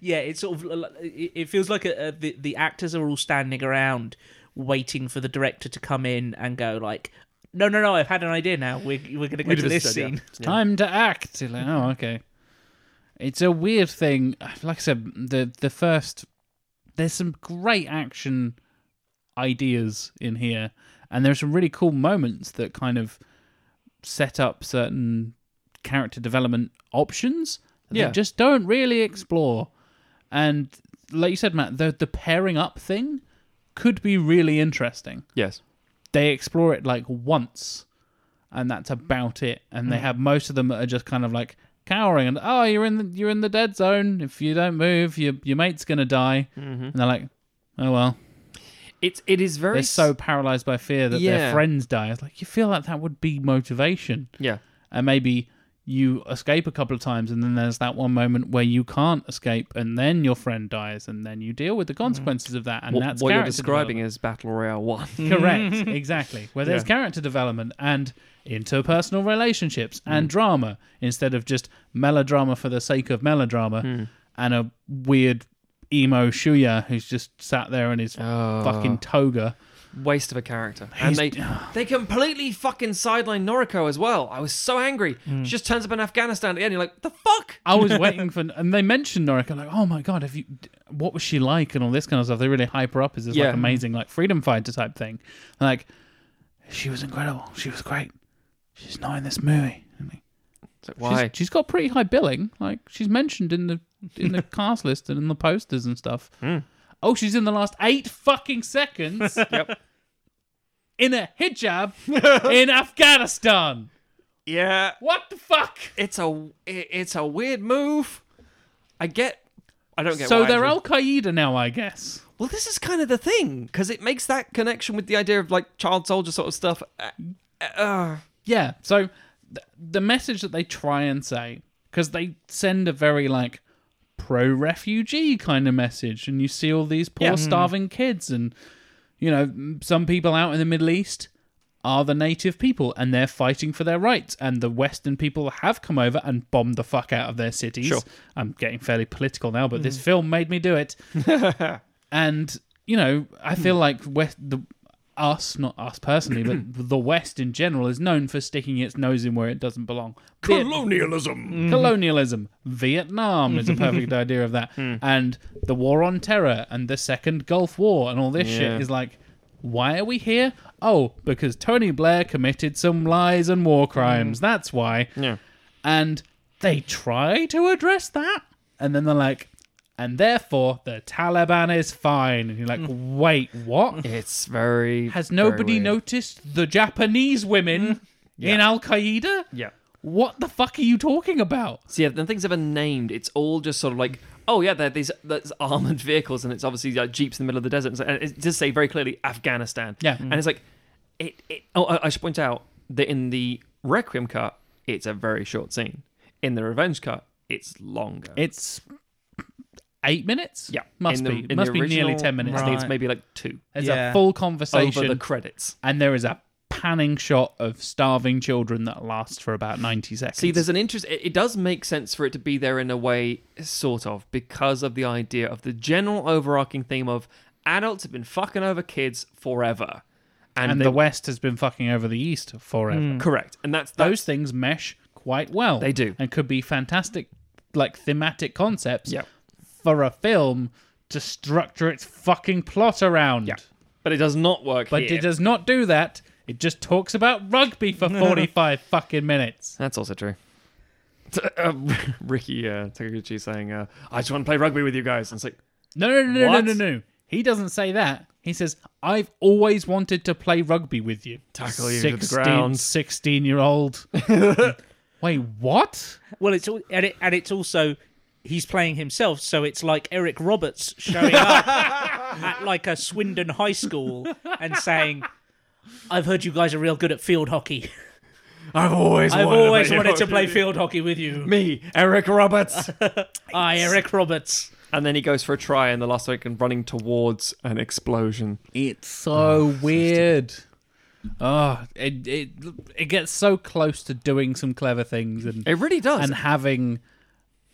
Speaker 2: yeah. It's sort of l- l- it it feels like a, a, the the actors are all standing around waiting for the director to come in and go like, no, no, no, I've had an idea now. We're we're gonna go
Speaker 3: We
Speaker 2: to
Speaker 3: did
Speaker 2: this
Speaker 3: this dead, yeah.
Speaker 2: scene.
Speaker 1: It's time to act. You're like, oh, okay. It's a weird thing. Like I said, the the first there's some great action ideas in here, and there's some really cool moments that kind of set up certain character development options that
Speaker 3: Yeah.
Speaker 1: they just don't really explore. And like you said, Matt, the the pairing up thing could be really interesting
Speaker 3: Yes.
Speaker 1: they explore it like once and that's about it and
Speaker 3: Hmm.
Speaker 1: they have most of them that are just kind of like cowering and oh you're in the you're in the dead zone if you don't move your your mate's gonna die
Speaker 3: Mm-hmm.
Speaker 1: and they're like oh well
Speaker 3: It's it is very
Speaker 1: they're so paralyzed by fear that
Speaker 3: Yeah.
Speaker 1: their friends die it's like you feel like that would be motivation
Speaker 3: yeah.
Speaker 1: and maybe you escape a couple of times and then there's that one moment where you can't escape and then your friend dies and then you deal with the consequences of that and
Speaker 3: Hmm. what
Speaker 1: that's
Speaker 3: what you're
Speaker 1: character development. Mm.
Speaker 3: describing is Battle Royale One. [laughs]
Speaker 1: Correct, exactly. Where there's
Speaker 3: Yeah.
Speaker 1: character development and interpersonal relationships
Speaker 3: Mm.
Speaker 1: and drama instead of just melodrama for the sake of melodrama
Speaker 3: Hmm.
Speaker 1: and a weird emo Shuya who's just sat there in his
Speaker 3: Oh.
Speaker 1: fucking toga.
Speaker 3: waste of a character. And they they completely fucking sideline Noriko as well. I was so angry.
Speaker 1: Mm.
Speaker 3: She just turns up in Afghanistan at the end. You're like, the fuck?
Speaker 1: I
Speaker 3: [laughs]
Speaker 1: was waiting for, and they mentioned Noriko, like, oh my god, have you, what was she like, and all this kind of stuff. They really hype her up as this
Speaker 3: Yeah.
Speaker 1: like amazing like freedom fighter type thing. And, like, she was incredible. She was great. She's not in this movie. And they-
Speaker 3: It's like, why?
Speaker 1: She's- she's got pretty high billing. Like she's mentioned in the in the [laughs] cast list and in the posters and stuff.
Speaker 3: Hmm.
Speaker 1: Oh, she's in the last eight fucking seconds.
Speaker 3: [laughs] Yep.
Speaker 1: In a hijab [laughs] in Afghanistan.
Speaker 3: Yeah,
Speaker 1: What the fuck?
Speaker 3: it's a it- it's a weird move. I get. I don't get.
Speaker 1: So
Speaker 3: why,
Speaker 1: they're
Speaker 3: actually.
Speaker 1: Al Qaeda now, I guess.
Speaker 3: Well, this is kind of the thing because it makes that connection with the idea of like child soldier sort of stuff. Uh, uh,
Speaker 1: Yeah. So th- the message that they try and say, because they send a very like pro refugee kind of message, and you see all these poor
Speaker 3: Yeah. Hmm.
Speaker 1: starving kids, and you know m- some people out in the Middle East are the native people, and they're fighting for their rights, and the Western people have come over and bombed the fuck out of their cities.
Speaker 3: Sure. Hmm.
Speaker 1: I'm getting fairly political now, but this film made me do it and you know i
Speaker 3: Hmm.
Speaker 1: feel like west the us not us personally
Speaker 3: [clears throat]
Speaker 1: but the west in general is known for sticking its nose in where it doesn't belong Viet-
Speaker 3: colonialism.
Speaker 1: colonialism vietnam
Speaker 3: [laughs]
Speaker 1: is a perfect idea of that
Speaker 3: Hmm.
Speaker 1: and the war on terror and the second gulf war and all this
Speaker 3: Yeah.
Speaker 1: shit is like why are we here oh because tony blair committed some lies and war
Speaker 3: Hmm.
Speaker 1: crimes that's why
Speaker 3: Yeah.
Speaker 1: and they try to address that and then they're like and therefore the taliban is fine and you're like wait what
Speaker 3: Mm. It's very.
Speaker 1: has
Speaker 3: very
Speaker 1: nobody
Speaker 3: weird. Mm.
Speaker 1: noticed the japanese women in al-qaeda
Speaker 3: Yeah.
Speaker 1: what the fuck are you talking about
Speaker 3: So yeah, the things ever named, it's all just sort of like, oh yeah, they're these that's [laughs] armored vehicles, and it's obviously like jeeps in the middle of the desert, and it does say very clearly Afghanistan.
Speaker 1: Yeah.
Speaker 3: and it's like, it. it oh, I, I should point out that in the Requiem cut, it's a very short scene. In the Revenge cut, it's longer.
Speaker 1: it's eight minutes
Speaker 3: yeah,
Speaker 1: must
Speaker 3: In the-
Speaker 1: be
Speaker 3: in
Speaker 1: must be
Speaker 3: the
Speaker 1: nearly
Speaker 3: original,
Speaker 1: 10 minutes
Speaker 3: I think
Speaker 1: There's
Speaker 3: it's maybe like two
Speaker 2: Yeah.
Speaker 1: a full
Speaker 3: over
Speaker 1: conversation
Speaker 3: the credits.
Speaker 1: and there is a panning shot of starving children that lasts for about 90 seconds
Speaker 3: See, there's an interest. It, it does make sense for it to be there in a way, sort of, because of the idea of the general overarching theme of adults have been fucking over kids forever, and, Hmm.
Speaker 1: and
Speaker 3: they,
Speaker 1: the West has been fucking over the East forever.
Speaker 3: correct, and that's
Speaker 1: Those things mesh quite well.
Speaker 3: They do.
Speaker 1: and could be fantastic, like thematic concepts
Speaker 3: Yeah.
Speaker 1: for a film to structure its fucking plot around.
Speaker 3: Yeah. But it does not work.
Speaker 1: But
Speaker 3: here.
Speaker 1: it does not do that. It just talks about rugby
Speaker 3: [laughs]
Speaker 1: for forty-five fucking minutes.
Speaker 3: That's also true. [laughs] T- uh, Ricky uh, Takaguchi saying, uh, "I just want to play rugby with you guys," and it's like,
Speaker 1: No, no, no, no,
Speaker 3: What?
Speaker 1: no, no, no. He doesn't say that. He says, "I've always wanted to play rugby with you."
Speaker 3: Tackle you to the ground. [laughs]
Speaker 1: Sixteen-year-old. Wait, what?
Speaker 2: Well, it's all and it and it's also he's playing himself, so it's like Eric Roberts showing
Speaker 3: [laughs]
Speaker 2: up at like a Swindon high school and saying, "I've heard you guys are real good at field hockey.
Speaker 3: "I've always,
Speaker 2: I've
Speaker 3: wanted
Speaker 2: always
Speaker 3: to play
Speaker 2: wanted to
Speaker 3: rugby
Speaker 2: play [laughs]
Speaker 3: with you."
Speaker 2: field hockey with you."
Speaker 3: Me, Eric Roberts.
Speaker 2: I, Eric Roberts.
Speaker 3: [laughs] and then he goes for a try, and the last second running towards an explosion.
Speaker 1: It's so weird. Oh, it it it gets so close to doing some clever things and
Speaker 3: It really does.
Speaker 1: and having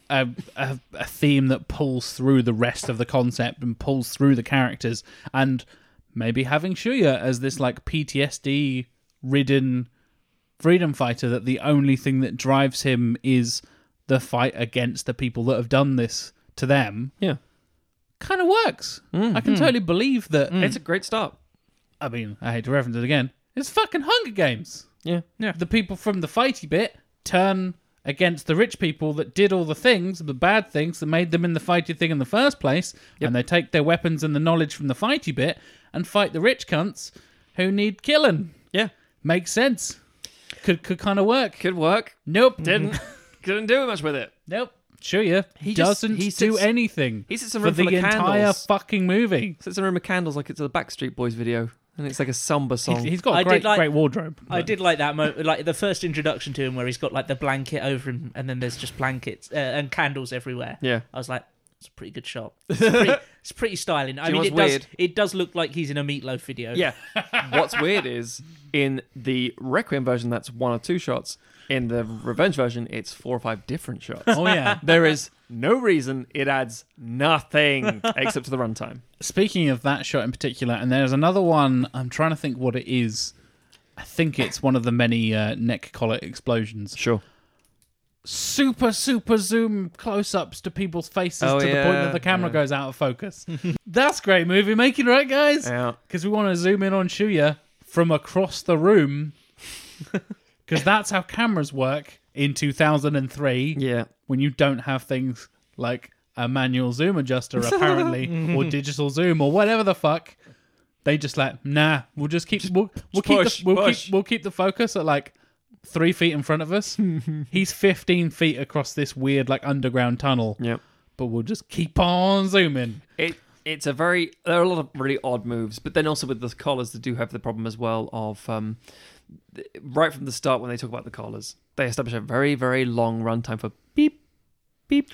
Speaker 1: a, a a theme that pulls through the rest of the concept and pulls through the characters and maybe having Shuya as this like PTSD ridden freedom fighter that the only thing that drives him is the fight against the people that have done this to them
Speaker 3: yeah,
Speaker 1: kind of works.
Speaker 3: Mm,
Speaker 1: I
Speaker 3: hmm.
Speaker 1: can totally believe that
Speaker 3: it's a great start.
Speaker 1: I mean, I hate to reference it again. It's fucking Hunger Games.
Speaker 3: Yeah,
Speaker 1: The people from the fighty bit turn against the rich people that did all the things, the bad things that made them in the fighty thing in the first place, and they take their weapons and the knowledge from the fighty bit and fight the rich cunts who need killing.
Speaker 3: yeah,
Speaker 1: Makes sense. Could could kind of work.
Speaker 3: could work.
Speaker 1: Nope.
Speaker 3: Didn't
Speaker 1: Mm-hmm.
Speaker 3: [laughs] couldn't do much with it.
Speaker 1: Nope. Sure, yeah. He
Speaker 3: just-
Speaker 1: doesn't
Speaker 3: he
Speaker 1: do
Speaker 3: sits-
Speaker 1: anything
Speaker 3: He sits in a
Speaker 1: for
Speaker 3: room
Speaker 1: the
Speaker 3: full of
Speaker 1: entire
Speaker 3: candles.
Speaker 1: fucking movie.
Speaker 3: sits in a room of candles like it's a Backstreet Boys video, and it's like a samba song.
Speaker 1: He's got
Speaker 2: I
Speaker 1: a
Speaker 2: did
Speaker 1: great,
Speaker 2: like-
Speaker 1: great wardrobe.
Speaker 2: I
Speaker 1: but-
Speaker 2: did like that moment, like the first introduction to him, where he's got like the blanket over him, and then there's just blankets uh, and candles everywhere.
Speaker 1: [laughs]
Speaker 3: yeah,
Speaker 2: I was like, it's a pretty good shot.
Speaker 3: [laughs]
Speaker 2: It's pretty, it's pretty styling. I
Speaker 3: you know
Speaker 2: mean, it
Speaker 3: what's
Speaker 2: does,
Speaker 3: weird?
Speaker 2: it does look like he's in a meatloaf video.
Speaker 3: yeah. What's weird is in the Requiem version, that's one or two shots. In the Revenge version, it's four or five different shots.
Speaker 1: [laughs] Oh
Speaker 3: [laughs]
Speaker 1: yeah.
Speaker 3: there is no reason it adds nothing [laughs] except to the runtime.
Speaker 1: Speaking of that shot in particular, and there's another one. I'm trying to think what it is. I think it's one of the many uh, neck collar explosions.
Speaker 3: Sure.
Speaker 1: Super, super zoom close-ups to people's faces
Speaker 3: Oh,
Speaker 1: to the point
Speaker 3: yeah,
Speaker 1: that the camera
Speaker 3: yeah.
Speaker 1: goes out of focus. [laughs] That's great movie making, right, guys?
Speaker 3: Yeah.
Speaker 1: Because we want to zoom in on Shuya from across the room.
Speaker 3: [laughs]
Speaker 1: Because that's how cameras work in 2003
Speaker 3: Yeah.
Speaker 1: when you don't have things like a manual zoom
Speaker 3: [laughs]
Speaker 1: adjuster apparently or digital zoom or whatever the fuck they just like nah we'll just keep we'll, we'll keep
Speaker 3: push,
Speaker 1: the, we'll
Speaker 3: push.
Speaker 1: keep we'll keep the focus at like three feet in front of
Speaker 3: [laughs]
Speaker 1: us he's 15 feet across this weird like underground tunnel
Speaker 3: Yep.
Speaker 1: but we'll just keep on zooming
Speaker 3: It it's a very there are a lot of really odd moves, but then also with the collars, they do have the problem as well of um, th- right from the start when they talk about the collars, they establish a very very long runtime for [laughs] beep beep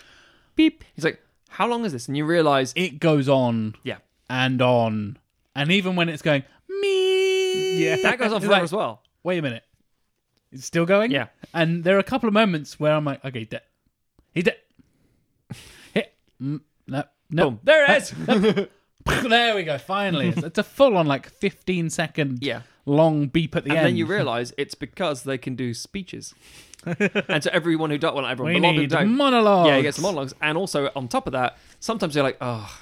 Speaker 3: beep. He's like, how long is this? And you realize,
Speaker 1: it goes on
Speaker 3: [laughs]
Speaker 1: [laughs]
Speaker 3: yeah,
Speaker 1: and on and even when it's going me
Speaker 2: Yeah.
Speaker 3: that goes on
Speaker 1: It's
Speaker 3: forever
Speaker 1: like, [laughs]
Speaker 3: as well.
Speaker 1: wait a minute it's still going
Speaker 3: Yeah.
Speaker 1: and there are a couple of moments where i'm like okay de- he
Speaker 3: [laughs]
Speaker 1: de- he- mm, no no
Speaker 3: Boom, there it is.
Speaker 1: [laughs] there we go finally it's, it's a full-on like 15 second
Speaker 3: Yeah.
Speaker 1: long beep at the
Speaker 3: and
Speaker 1: end
Speaker 3: then you realize it's because they can do
Speaker 1: [laughs]
Speaker 3: speeches, and so everyone who does, well, not everyone,
Speaker 1: we
Speaker 3: but a lot of
Speaker 1: need
Speaker 3: people don't.
Speaker 1: monologues
Speaker 3: Yeah, you get some monologues, and also on top of that, sometimes you're like, oh,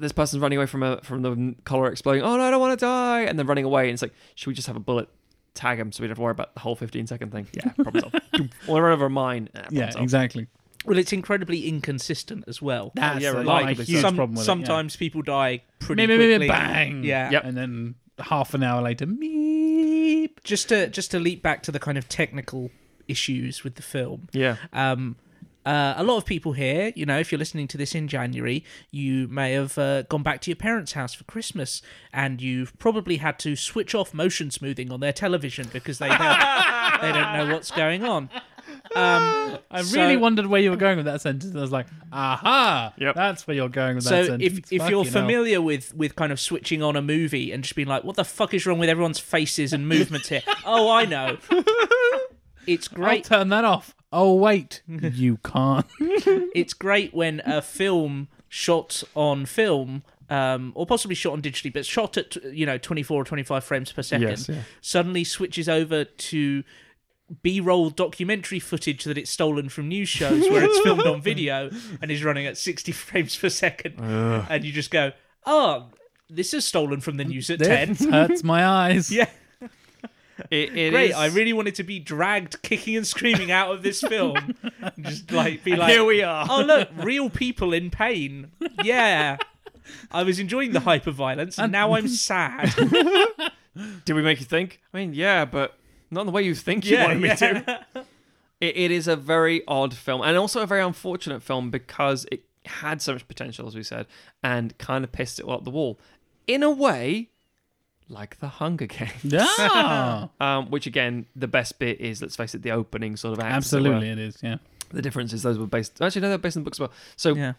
Speaker 3: this person's running away from a from the collar exploding. Oh no, I don't want to die, and then running away. And it's like, should we just have a bullet tag him so we don't have to worry about the whole 15 second thing? Yeah, problem [laughs] solved. or run over a mine. Eh, problem
Speaker 1: yeah
Speaker 3: solved.
Speaker 1: exactly
Speaker 2: Well, it's incredibly inconsistent as well.
Speaker 1: that's
Speaker 3: yeah,
Speaker 1: a-
Speaker 3: reliably
Speaker 1: like,
Speaker 3: so.
Speaker 1: a huge
Speaker 2: Some-
Speaker 1: problem with it, yeah.
Speaker 2: sometimes people die pretty
Speaker 1: Me- me- me- me-
Speaker 2: quickly.
Speaker 1: bang
Speaker 2: Yeah.
Speaker 3: Yep.
Speaker 1: and then half an hour later meep
Speaker 2: Just to just to leap back to the kind of technical issues with the film.
Speaker 3: Yeah,
Speaker 2: Um, uh, a lot of people here, you know, if you're listening to this in January, you may have uh, gone back to your parents' house for Christmas, and you've probably had to switch off motion smoothing on their television because
Speaker 1: [laughs]
Speaker 2: they don't, they don't know what's going on. Um,
Speaker 1: I
Speaker 2: So-
Speaker 1: really wondered where you were going with that sentence. I was like, "Aha!
Speaker 3: Yep.
Speaker 1: That's where you're going with that
Speaker 2: so
Speaker 1: sentence."
Speaker 2: if if you're
Speaker 1: Fucking hell.
Speaker 2: familiar with with kind of switching on a movie and just being like, what the fuck is wrong with everyone's faces and
Speaker 1: [laughs]
Speaker 2: movements here? oh, I know. It's great.
Speaker 1: I'll turn that off. Oh [laughs] wait, you [laughs] can't.
Speaker 2: it's great when a film shot on film um, or possibly shot on digitally but shot at you know 24 or 25 frames per second
Speaker 3: Yes, yeah.
Speaker 2: suddenly switches over to b-roll documentary footage that it's stolen from news shows where it's filmed on
Speaker 3: [laughs]
Speaker 2: video and is running at 60 frames per second and you just go oh this is stolen from the news at
Speaker 1: This
Speaker 2: 10
Speaker 1: hurts my [laughs] eyes.
Speaker 2: yeah
Speaker 3: it, it
Speaker 2: great
Speaker 3: is-
Speaker 2: i really wanted to be dragged kicking and screaming out of this
Speaker 3: [laughs]
Speaker 2: film just like be like
Speaker 3: here we are.
Speaker 2: oh look, real people in pain. Yeah. I was enjoying the hyper violence and now
Speaker 3: [laughs]
Speaker 2: I'm sad.
Speaker 3: Did we make you think? I mean, yeah, but not in the way you think you wanted me to. It, it is a very odd film, and also a very unfortunate film because it had so much potential, as we said, and kind of pissed it all up the wall. In a way, like The
Speaker 1: [laughs]
Speaker 3: Hunger Games, [laughs]
Speaker 1: Ah,
Speaker 3: um, which again, the best bit is, let's face it, the opening sort of act. as it were.
Speaker 1: absolutely, it is. Yeah,
Speaker 3: The difference is those were based. Actually, no, they're based on books as well. So
Speaker 2: Yeah.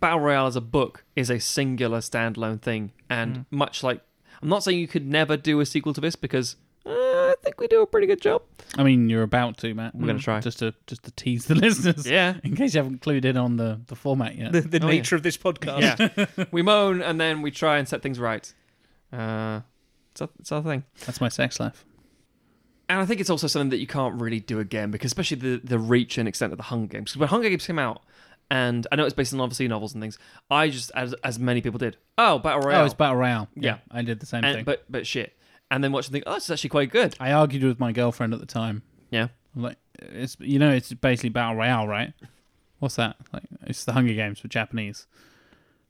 Speaker 3: Battle Royale as a book is a singular standalone thing, and much like I'm not saying you could never do a sequel to this because uh, I think we do a pretty good job.
Speaker 1: I mean, you're about to, Matt.
Speaker 3: We're gonna try.
Speaker 1: just to just to tease the [laughs] listeners.
Speaker 3: Yeah.
Speaker 1: In case you haven't clued in on the, the format yet.
Speaker 2: The, the
Speaker 3: Oh, yeah.
Speaker 2: nature of this podcast.
Speaker 3: Yeah. [laughs] we moan and then we try and set things right. Uh, it's, our, it's our thing.
Speaker 1: That's my sex
Speaker 3: [laughs]
Speaker 1: life.
Speaker 3: And I think it's also something that you can't really do again because, especially the, the reach and extent of the Hunger Games. Because when Hunger Games came out, and I know it's based on obviously novels and things, I just, as, as many people did, oh, Battle Royale.
Speaker 1: Oh, it's battle royale.
Speaker 3: Yeah.
Speaker 1: I did the same
Speaker 3: and,
Speaker 1: thing.
Speaker 3: but, but shit. And then watch and think, oh, this is actually quite good.
Speaker 1: I argued with my girlfriend at the time.
Speaker 3: Yeah.
Speaker 1: I'm like, it's you know, it's basically battle royale, right? What's that? Like, it's the Hunger Games for Japanese.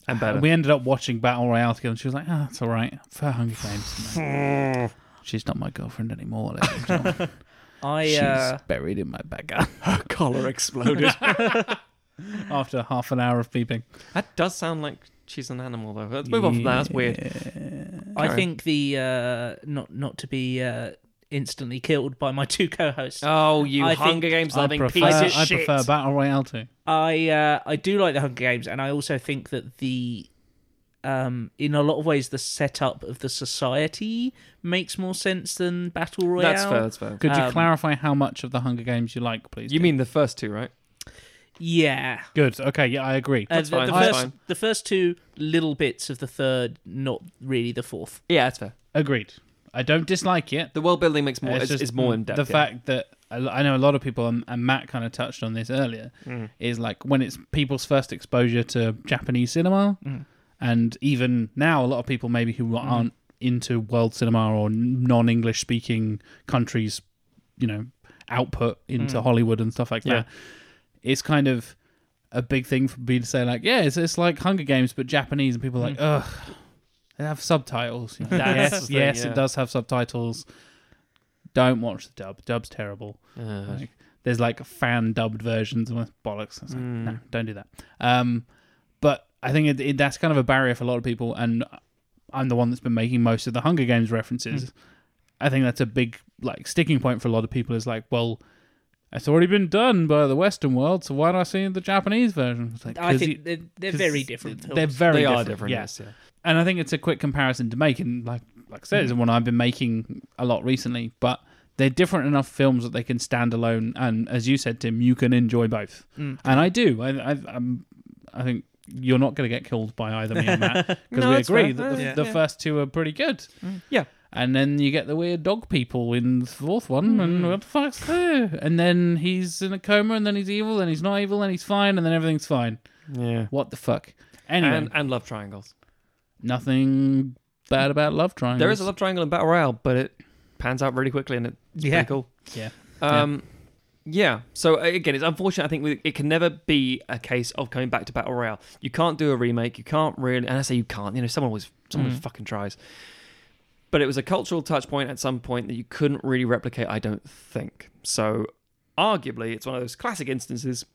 Speaker 3: And better.
Speaker 1: We ended up watching battle royale together, and she was like, "Ah, it's all right for Hunger Games." I'm like, She's not my girlfriend anymore. ladies and gentlemen.
Speaker 2: I
Speaker 1: She's
Speaker 2: uh,
Speaker 1: buried in my backyard
Speaker 3: Her [laughs]
Speaker 1: [laughs]
Speaker 3: collar exploded.
Speaker 1: after half an hour of peeping.
Speaker 3: that does sound like she's an animal, though. Let's move on from that. That's weird.
Speaker 2: I
Speaker 3: Sorry.
Speaker 2: think the uh, not not to be uh, instantly killed by my [laughs] two co-hosts.
Speaker 3: Oh, you
Speaker 2: I think
Speaker 3: Hunger Games
Speaker 1: [laughs]
Speaker 3: loving
Speaker 1: I prefer,
Speaker 3: piece of
Speaker 1: I
Speaker 3: shit.
Speaker 1: prefer battle royale too.
Speaker 2: I uh, I do like the Hunger Games, and I also think that the um, in a lot of ways the setup of the society makes more sense than battle royale.
Speaker 3: That's fair. That's fair.
Speaker 1: Could you
Speaker 2: Um,
Speaker 1: clarify how much of the Hunger Games you like, please?
Speaker 3: You
Speaker 1: Dean?
Speaker 3: mean the first two, right?
Speaker 2: Yeah.
Speaker 1: good? Okay, yeah, I agree.
Speaker 2: Uh, the,
Speaker 3: fine,
Speaker 2: the
Speaker 3: that's
Speaker 2: first,
Speaker 3: fine.
Speaker 2: the first two little bits of the third, not really the fourth.
Speaker 3: Yeah, that's fair.
Speaker 1: Agreed. I don't dislike it.
Speaker 3: The world building makes more is, is more in depth.
Speaker 1: The
Speaker 3: yeah.
Speaker 1: fact that I I know a lot of people, and and Matt kind of touched on this earlier,
Speaker 3: Mm-hmm.
Speaker 1: is like when it's people's first exposure to Japanese cinema,
Speaker 3: Mm-hmm.
Speaker 1: and even now, a lot of people maybe who aren't into world cinema or non English speaking countries, you know, output into Hollywood and stuff like
Speaker 3: Mm. Yeah.
Speaker 1: that. It's kind of a big thing for me to say, like, yeah, it's, it's like Hunger Games, but Japanese, and people are like,
Speaker 3: Mm.
Speaker 1: ugh. They have subtitles. you
Speaker 3: [laughs]
Speaker 1: know.
Speaker 3: That's
Speaker 1: yes,
Speaker 3: the thing,
Speaker 1: yes,
Speaker 3: yeah.
Speaker 1: it does have subtitles. Don't watch the dub. Dub's terrible.
Speaker 3: Uh,
Speaker 1: Like, there's like fan dubbed versions and it's bollocks. It's like, No, don't do that. Um, but I think it, it, that's kind of a barrier for a lot of people, and I'm the one that's been making most of the Hunger Games references. I think that's a big like sticking point for a lot of people. Is like, well, it's already been done by the Western world, so why do I see the Japanese version? It's like,
Speaker 2: I
Speaker 1: 'cause
Speaker 2: think
Speaker 1: you-
Speaker 2: they're, they're
Speaker 1: 'cause
Speaker 2: very different. Films.
Speaker 1: They're very
Speaker 3: they
Speaker 1: different.
Speaker 3: are different.
Speaker 1: yeah.
Speaker 3: Yes. Yeah.
Speaker 1: And I think it's a quick comparison to make, and like like I said, it's one I've been making a lot recently. But they're different enough films that they can stand alone, and as you said, Tim, you can enjoy both,
Speaker 2: Mm.
Speaker 1: and I do. I I, I'm, I think you're not going to get killed by either me and Matt because
Speaker 3: No,
Speaker 1: we
Speaker 3: that's
Speaker 1: agree
Speaker 3: fair.
Speaker 1: that the,
Speaker 3: Yeah.
Speaker 1: the
Speaker 3: Yeah.
Speaker 1: first two are pretty good.
Speaker 3: Yeah.
Speaker 1: And then you get the weird dog people in the fourth one, and what the fuck's there? And then he's in a coma, and then he's evil, and he's not evil, and he's fine, and then everything's fine.
Speaker 3: Yeah.
Speaker 1: What the fuck? Anyway,
Speaker 3: And and love triangles.
Speaker 1: nothing bad about love triangles.
Speaker 3: There is a love triangle in Battle Royale, but it pans out really quickly and it's
Speaker 2: Yeah.
Speaker 3: pretty cool.
Speaker 1: Yeah.
Speaker 3: Um, yeah. So uh, again, it's unfortunate. I think we, it can never be a case of coming back to Battle Royale. You can't do a remake. You can't really, and I say you can't. You know, someone always, someone always fucking tries. But it was a cultural touch point at some point that you couldn't really replicate. I don't think so. Arguably, it's one of those classic instances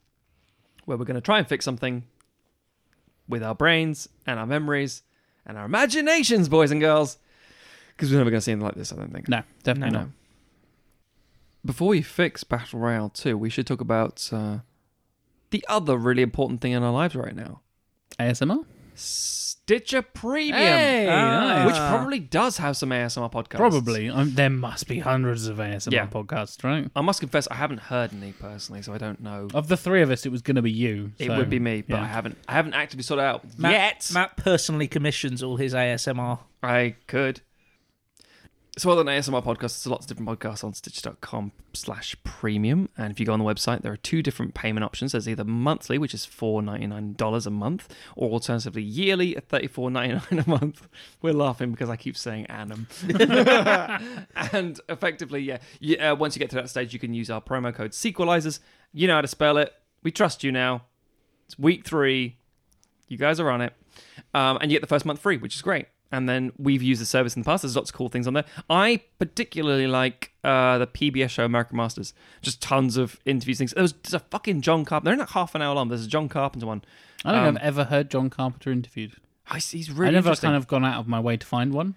Speaker 3: where we're going to try and fix something with our brains and our memories and our imaginations, boys and girls, because we're never going to see anything like this. I don't think.
Speaker 1: No, definitely
Speaker 3: No.
Speaker 1: not.
Speaker 3: Before we fix Battle Royale 2, we should talk about uh, the other really important thing in our lives right now
Speaker 1: ASMR?
Speaker 3: Stitcher Premium. Ah. uh,
Speaker 1: Hey, nice.
Speaker 3: Which probably does have some ASMR podcasts.
Speaker 1: Probably. Um, there must be hundreds of ASMR
Speaker 3: Yeah.
Speaker 1: podcasts, right?
Speaker 3: I must confess, I haven't heard any personally, so I don't know.
Speaker 1: Of the three of us, it was going to be you.
Speaker 3: it
Speaker 1: so-
Speaker 3: would be me, but
Speaker 1: Oh, yeah.
Speaker 3: I haven't. I haven't actively sought it out
Speaker 2: Matt,
Speaker 3: yet.
Speaker 2: Matt personally commissions all his ASMR.
Speaker 3: I could. So other than ASMR podcasts, there's lots of different podcasts on stitch.com slash premium. And if you go on the website, there are two different payment options. There's either monthly, which is $4.99 a month, or alternatively yearly at $34.99 [laughs] a month. We're laughing because I keep saying Annam. and effectively, yeah, you, uh, once you get to that stage, you can use our promo code Sequelizers. You know how to spell it. We trust you now. It's week three. You guys are on it. Um, and you get the first month free, which is great. And then we've used the service in the past. There's lots of cool things on there. I particularly like uh, the PBS show American Masters. Just tons of interviews, things. There was there's a fucking John Carpenter. They're not half an hour long. There's a John Carpenter one.
Speaker 1: I don't
Speaker 3: Um,
Speaker 1: think I've ever heard John Carpenter interviewed.
Speaker 3: Oh, he's, he's really
Speaker 1: I never
Speaker 3: interesting.
Speaker 1: kind of gone out of my way to find one.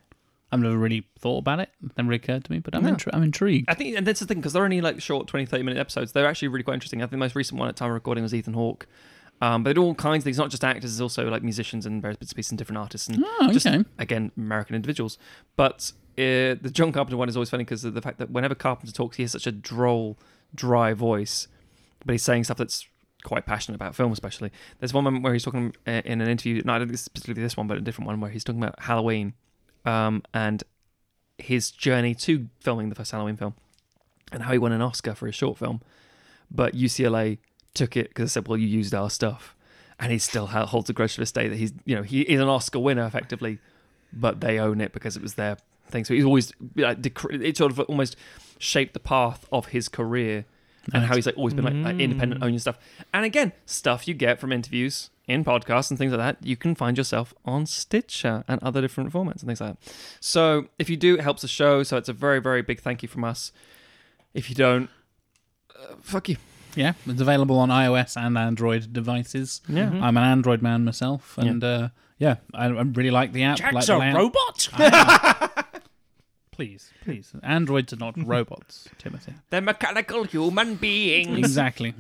Speaker 1: I've never really thought about it. It never occurred to me, but I'm, intri- I'm intrigued.
Speaker 3: I think, and that's the thing, because they're only like short 20, 30 minute episodes. They're actually really quite interesting. I think the most recent one at time of recording was Ethan Hawke. Um, but they do all kinds of things, not just actors, there's also like musicians and various bits and pieces and different artists and
Speaker 1: Oh,
Speaker 3: just
Speaker 1: okay.
Speaker 3: again American individuals. But uh, the John Carpenter one is always funny because of the fact that whenever Carpenter talks, he has such a droll, dry voice, but he's saying stuff that's quite passionate about film, especially. There's one moment where he's talking uh, in an interview. No, I don't think it's specifically this one, but a different one where he's talking about Halloween um, and his journey to filming the first Halloween film and how he won an Oscar for his short film, but UCLA took it because they said, "Well, you used our stuff." And he still ha- holds a grudge to this day that he's, you know, he is an Oscar winner effectively, but they own it because it was their thing. So he's always like decr- it sort of almost shaped the path of his career and
Speaker 1: Nice.
Speaker 3: how he's like always been like, like, independent
Speaker 2: Mm.
Speaker 3: owning stuff. And again, stuff you get from interviews in podcasts and things like that, you can find yourself on Stitcher and other different formats and things like that. So if you do, it helps the show. So it's a very very big thank you from us. If you don't, uh, fuck you.
Speaker 1: Yeah, it's available on iOS and Android devices.
Speaker 3: Yeah. Mm-hmm.
Speaker 2: Mhm.
Speaker 1: I'm an Android man myself,
Speaker 3: Yeah.
Speaker 1: and uh, yeah, I, I really like the app. like
Speaker 2: Jack's
Speaker 1: the
Speaker 2: a
Speaker 1: layout.
Speaker 2: robot.
Speaker 1: Please, please, androids
Speaker 3: [laughs]
Speaker 1: are not robots, Timothy.
Speaker 3: They're mechanical human beings.
Speaker 1: exactly.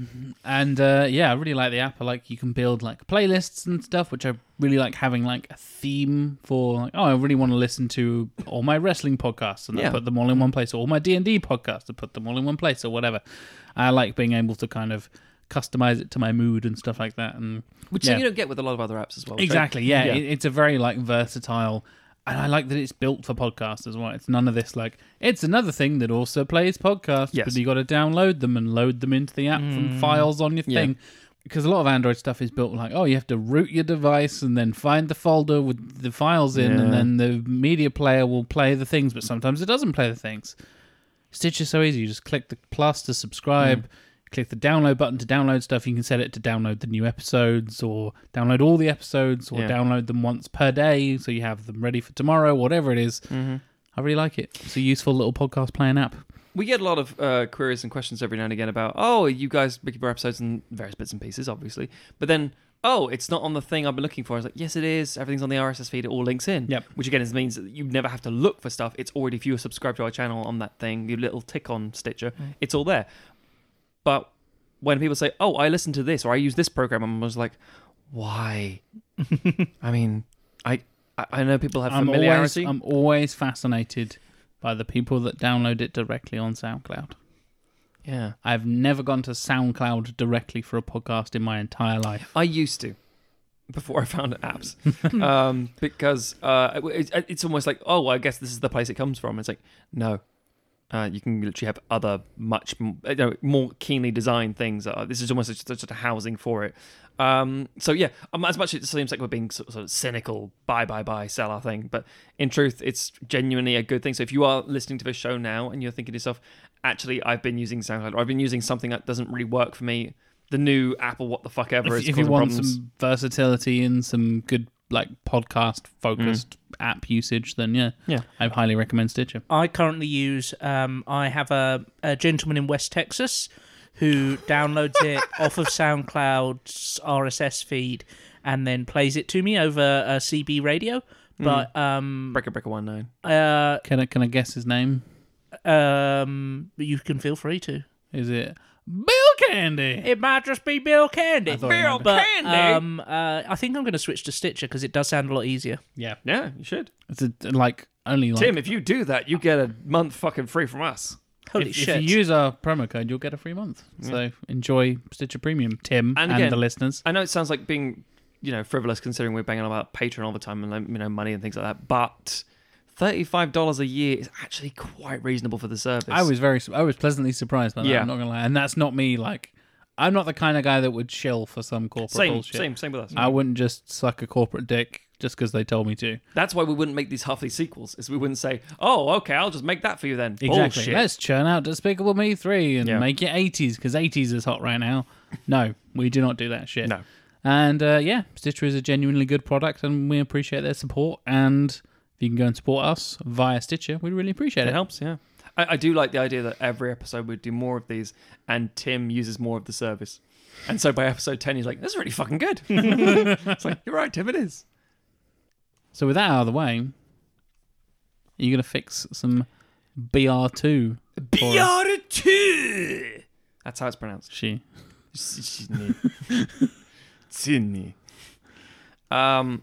Speaker 1: And uh, yeah, I really like the app. I like you can build like playlists and stuff, which I really like having like a theme for. Like, oh, I really want to listen to all my wrestling podcasts, and I
Speaker 3: Yeah.
Speaker 1: put them all in one place. Or all my D and D podcasts, I put them all in one place, or whatever. I like being able to kind of customize it to my mood and stuff like that. And
Speaker 3: Which
Speaker 1: yeah.
Speaker 3: you don't get with a lot of other apps as well. which I-
Speaker 1: Exactly. Yeah,
Speaker 3: Yeah.
Speaker 1: It, it's a very like versatile, and I like that it's built for podcasts as well. It's none of this like it's another thing that also plays podcasts,
Speaker 3: Yes. Mm.
Speaker 1: but you got to download them and load them into the app from files on your
Speaker 3: Yeah.
Speaker 1: thing. Because a lot of Android stuff is built like, oh, you have to root your device and then find the folder with the files in, and
Speaker 3: Yeah.
Speaker 1: then the media player will play the things, but sometimes it doesn't play the things. Stitch is so easy. You just click the plus to subscribe,
Speaker 3: Mm.
Speaker 1: click the download button to download stuff. You can set it to download the new episodes or download all the episodes or
Speaker 3: Yeah.
Speaker 1: download them once per day so you have them ready for tomorrow, whatever it is.
Speaker 3: Mm-hmm.
Speaker 1: I really like it. It's a useful little podcast playing app.
Speaker 3: We get a lot of uh, queries and questions every now and again about, oh, you guys make your episodes in various bits and pieces, obviously. But then, oh, it's not on the thing I've been looking for. I was like, yes, it is. Everything's on the RSS feed. It all links in.
Speaker 1: Yep.
Speaker 3: Which again is, means that you never have to look for stuff. It's already, if you subscribe to our channel on that thing, your little tick on Stitcher, it's all there. But when people say, oh, I listened to this or I use this program, I'm always like,
Speaker 1: [laughs]
Speaker 3: why? I mean, I, I I know people have
Speaker 1: I'm always, um,
Speaker 3: familiarity.
Speaker 1: I'm always fascinated by the people that download it directly on SoundCloud.
Speaker 3: yeah.
Speaker 1: I've never gone to SoundCloud directly for a podcast in my entire life.
Speaker 3: I used to before I found
Speaker 1: [laughs]
Speaker 3: apps um, because uh, it, it- it's almost like, oh, I guess this is the place it comes from. It's like, no. Uh, you can literally have other much m- uh, you know, more keenly designed things. That are, this is almost just a, a housing for it. Um, so yeah, um, as much as it seems like we're being sort, sort of cynical, buy, buy, buy, sell our thing, but in truth, it's genuinely a good thing. So if you are listening to this show now and you're thinking to yourself, actually, I've been using SoundCloud, or I've been using something that doesn't really work for me, the new Apple, what the fuck ever is
Speaker 1: if, if you
Speaker 3: causing
Speaker 1: want
Speaker 3: problems.
Speaker 1: some versatility and some good like podcast focused app usage, then yeah,
Speaker 3: Yeah.
Speaker 1: I highly recommend Stitcher.
Speaker 2: [laughs] I currently use. Um, I have a, a gentleman in West Texas who downloads [laughs] it off of SoundCloud's RSS feed and then plays it to me over a CB radio. But um,
Speaker 3: Breaker Breaker One Nine.
Speaker 2: uh,
Speaker 1: Can I can I guess his name?
Speaker 2: um, you can feel free to.
Speaker 1: Is it Bill Candy?
Speaker 2: It might just be Bill Candy.
Speaker 1: I thought I remembered.
Speaker 2: but,
Speaker 3: Candy?
Speaker 2: Um, uh, I think I'm going to switch to Stitcher because it does sound a lot easier.
Speaker 1: Yeah,
Speaker 3: Yeah, you should.
Speaker 1: it's a, like only like
Speaker 3: Tim, if you do that, you get a month fucking free from us.
Speaker 2: Holy
Speaker 1: if, if
Speaker 2: shit!
Speaker 1: you use our promo code, you'll get a free month. So enjoy Stitcher Premium, Tim, and,
Speaker 3: And again-
Speaker 1: the listeners.
Speaker 3: I know it sounds like being, you know, frivolous considering we're banging on about Patreon all the time and like, you know money and things like that, but thirty-five dollars a year is actually quite reasonable for the service.
Speaker 1: I was very, su- I was pleasantly surprised by that.
Speaker 3: Yeah.
Speaker 1: I'm not gonna lie, and that's not me. Like, I'm not the kind of guy that would chill for some corporate
Speaker 3: same,
Speaker 1: bullshit.
Speaker 3: same, same with us.
Speaker 1: I wouldn't just suck a corporate dick just because they told me to.
Speaker 3: That's why we wouldn't make these half these sequels. Is we wouldn't say, oh, okay, I'll just make that for you then.
Speaker 1: Exactly.
Speaker 3: Bullshit.
Speaker 1: Let's churn out Despicable Me 3 and
Speaker 3: Yeah.
Speaker 1: make it 80s because 80s is hot right now. No, we do not do that shit.
Speaker 3: No.
Speaker 1: And uh, yeah, Stitcher is a genuinely good product and we appreciate their support. And if you can go and support us via Stitcher, we'd really appreciate
Speaker 3: It
Speaker 1: it.
Speaker 3: helps, yeah. I, I do like the idea that every episode we do more of these, and Tim uses more of the service. And so by episode 10, he's like, this is really fucking [laughs] good. it's like, you're right, Tim, it is.
Speaker 1: So with that out of the way, are you going to fix some BR2? for us?
Speaker 3: BR2! That's how it's pronounced.
Speaker 1: She.
Speaker 3: [laughs] It's- it's- it's- Sydney. Um,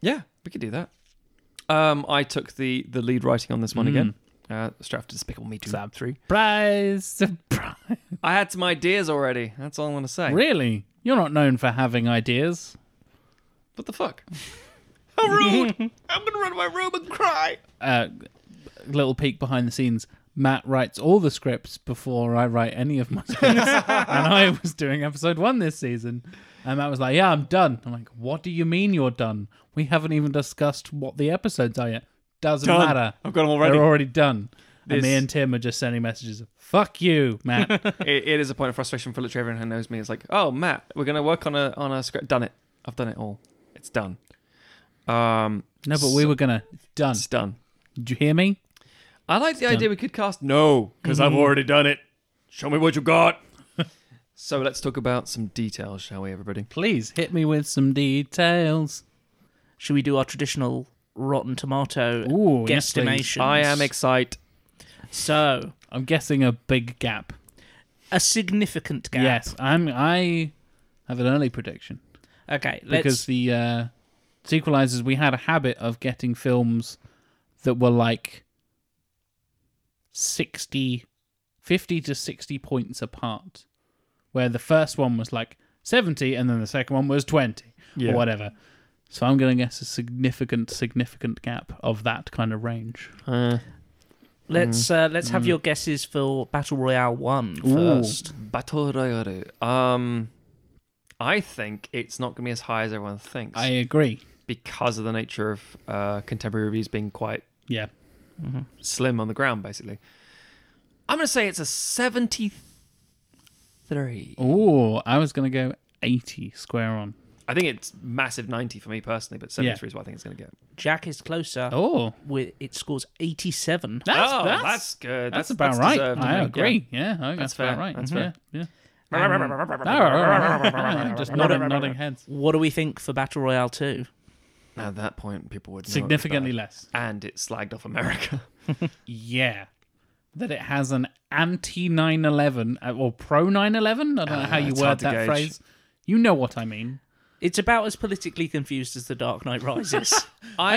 Speaker 3: yeah, we could do that. Um, I took the the lead writing on this one again. Uh, straight after Despicable Me Two,
Speaker 1: Sad.
Speaker 3: Three.
Speaker 1: Surprise! Surprise!
Speaker 3: I had some ideas already. That's all I want to say.
Speaker 1: Really? You're not known for having ideas.
Speaker 3: What the fuck? How rude! I'm gonna run to my room and cry.
Speaker 1: Uh, little peek behind the scenes. Matt writes all the scripts before I write any of my
Speaker 3: [laughs]
Speaker 1: scripts, and I was doing episode one this season. And Matt was like, "Yeah, I'm done." I'm like, "What do you mean you're done? We haven't even discussed what the episodes are yet. Doesn't
Speaker 3: Done.
Speaker 1: matter.
Speaker 3: I've got 'em already.
Speaker 1: They're already done." And
Speaker 3: This-
Speaker 1: me and Tim are just sending messages. Of, Fuck you,
Speaker 3: [laughs]
Speaker 1: Matt.
Speaker 3: it, it is a point of frustration for literally everyone who knows me. It's like, oh, Matt, we're gonna work on a on a script. Done it. I've done it all. It's done. Um,
Speaker 1: no, but we were gonna done.
Speaker 3: it's done.
Speaker 1: Did you hear me?
Speaker 3: I like the idea we could cast no because I've already done it. Show me what you got. [laughs] so let's talk about some details, shall we, everybody?
Speaker 1: Please hit me with some details.
Speaker 2: Should we do our traditional Rotten Tomato
Speaker 1: Ooh, yes, please.
Speaker 2: guesstimation?
Speaker 3: I am excited.
Speaker 2: so
Speaker 1: I'm guessing a big gap.
Speaker 2: a significant gap.
Speaker 1: Yes, I'm. I have an early prediction
Speaker 2: Okay. Let's.
Speaker 1: because the uh, sequelizers we had a habit of getting films that were like 60, 50 to sixty points apart, where the first one was like seventy and then the second one was twenty
Speaker 3: Yeah.
Speaker 1: or whatever. So I'm going to guess a significant, significant gap of that kind of range.
Speaker 3: Uh,
Speaker 2: Let's uh, let's have your guesses for Battle Royale One
Speaker 1: Mm. Ooh.
Speaker 2: first.
Speaker 3: Battle Royale. Um, I think it's not gonna be as high as everyone thinks
Speaker 1: I agree.
Speaker 3: because of the nature of uh, contemporary reviews being quite
Speaker 1: Yeah,
Speaker 3: slim on the ground, basically. I'm going to say it's a 73.
Speaker 1: Oh, I was going to go 80 square on.
Speaker 3: I think it's massive 90 for me personally, but 73 is what I think it's going to get.
Speaker 2: Jack is closer.
Speaker 1: Oh,
Speaker 2: With it scores eighty-seven.
Speaker 1: that's,
Speaker 3: oh,
Speaker 1: that's,
Speaker 3: that's, good.
Speaker 1: that's about right.
Speaker 3: deserved,
Speaker 1: I
Speaker 3: think.
Speaker 1: agree. Yeah, I think
Speaker 3: That's
Speaker 1: that's, about
Speaker 3: fair.
Speaker 1: right.
Speaker 3: That's
Speaker 1: That's yeah.
Speaker 3: fair.
Speaker 1: yeah.
Speaker 3: Yeah.
Speaker 1: [laughs] Just nodding, [laughs] nodding heads.
Speaker 2: Um, What do we think for Battle Royale Two?
Speaker 3: At that point, people would know it was
Speaker 1: Significantly
Speaker 3: bad.
Speaker 1: less.
Speaker 3: And it slagged off America.
Speaker 1: Yeah. That it has an anti 9 11 or pro 9 11. I don't know how you
Speaker 3: it's hard
Speaker 1: word
Speaker 3: to
Speaker 1: that
Speaker 3: gauge.
Speaker 1: phrase. You know what I mean.
Speaker 2: It's about as politically confused as The Dark Knight Rises.
Speaker 3: I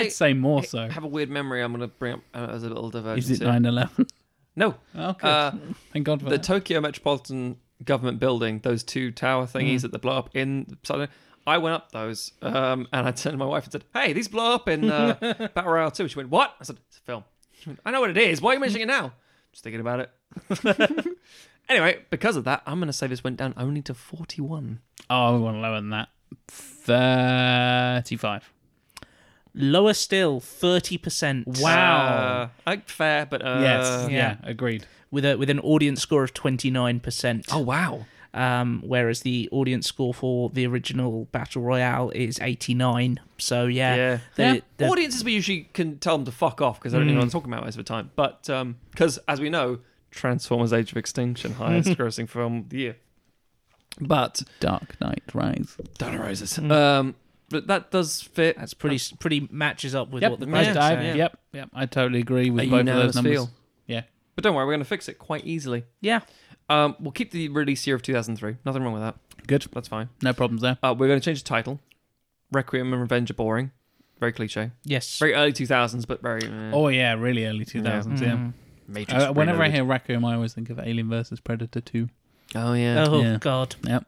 Speaker 1: [laughs] I'd say more so.
Speaker 3: have a weird memory I'm going to bring up uh, as a little divergence.
Speaker 1: Is it
Speaker 3: here.
Speaker 1: 9 11?
Speaker 3: No.
Speaker 1: Oh, good.
Speaker 3: Uh,
Speaker 1: Thank God for
Speaker 3: the
Speaker 1: that.
Speaker 3: Tokyo Metropolitan Government Building, those two tower
Speaker 1: Mm.
Speaker 3: thingies that they blow up in. Southern- I went up those, um, and I turned to my wife and said, "Hey, these blow up
Speaker 1: [laughs]
Speaker 3: in uh, Battle Royale 2. She went, "What?" I said, "It's a film." She went, "I know what it is. Why are you mentioning it now?" Just thinking about it. [laughs] anyway, because of that, I'm going to say this went down only to 41.
Speaker 1: oh, I want lower than that. 35.
Speaker 2: Lower still, thirty percent.
Speaker 1: Wow.
Speaker 3: Uh, I- fair, but uh,
Speaker 1: yes.
Speaker 2: yeah.
Speaker 1: yeah, agreed.
Speaker 2: With a with an audience score of twenty-nine percent.
Speaker 3: Oh wow.
Speaker 2: Um, whereas the audience score for the original Battle Royale is eighty-nine. So yeah.
Speaker 3: Yeah.
Speaker 2: the-
Speaker 1: Yeah.
Speaker 2: the-
Speaker 3: Audiences, we usually can tell them to fuck off because I don't even know what
Speaker 1: Mm.
Speaker 3: I'm talking about most of the time. But because, as we know, Transformers: Age
Speaker 1: [laughs]
Speaker 3: of Extinction, highest grossing film of the year. But
Speaker 1: Dark Knight Rise.
Speaker 3: Donna Roses.
Speaker 1: Mm.
Speaker 3: Um, but that does fit.
Speaker 2: that's pretty pretty matches up with
Speaker 1: Yep,
Speaker 2: what the
Speaker 1: I,
Speaker 3: yeah,
Speaker 2: critics
Speaker 1: I-
Speaker 2: say.
Speaker 3: yeah.
Speaker 1: yep, yep. I totally agree with
Speaker 3: A
Speaker 1: both of
Speaker 3: unanimous
Speaker 1: those numbers.
Speaker 3: feel.
Speaker 1: Yeah,
Speaker 3: But don't worry, we're going to fix it quite easily.
Speaker 2: Yeah.
Speaker 3: Um, we'll keep the release year of 2003. Nothing wrong with that.
Speaker 1: good.
Speaker 3: That's fine.
Speaker 1: No problems there.
Speaker 3: Uh, we're going to change the title. Requiem and Revenge are boring. Very cliche.
Speaker 2: Yes.
Speaker 3: Very early 2000s, but very. eh.
Speaker 1: Oh yeah, Mm. really early two thousands. Yeah.
Speaker 2: Mm.
Speaker 3: Matrix
Speaker 1: Uh, whenever I
Speaker 3: Reloaded.
Speaker 1: hear Requiem, I always think of Alien versus Predator two.
Speaker 3: Oh yeah.
Speaker 2: Oh
Speaker 1: Yeah.
Speaker 2: God!
Speaker 1: Yep.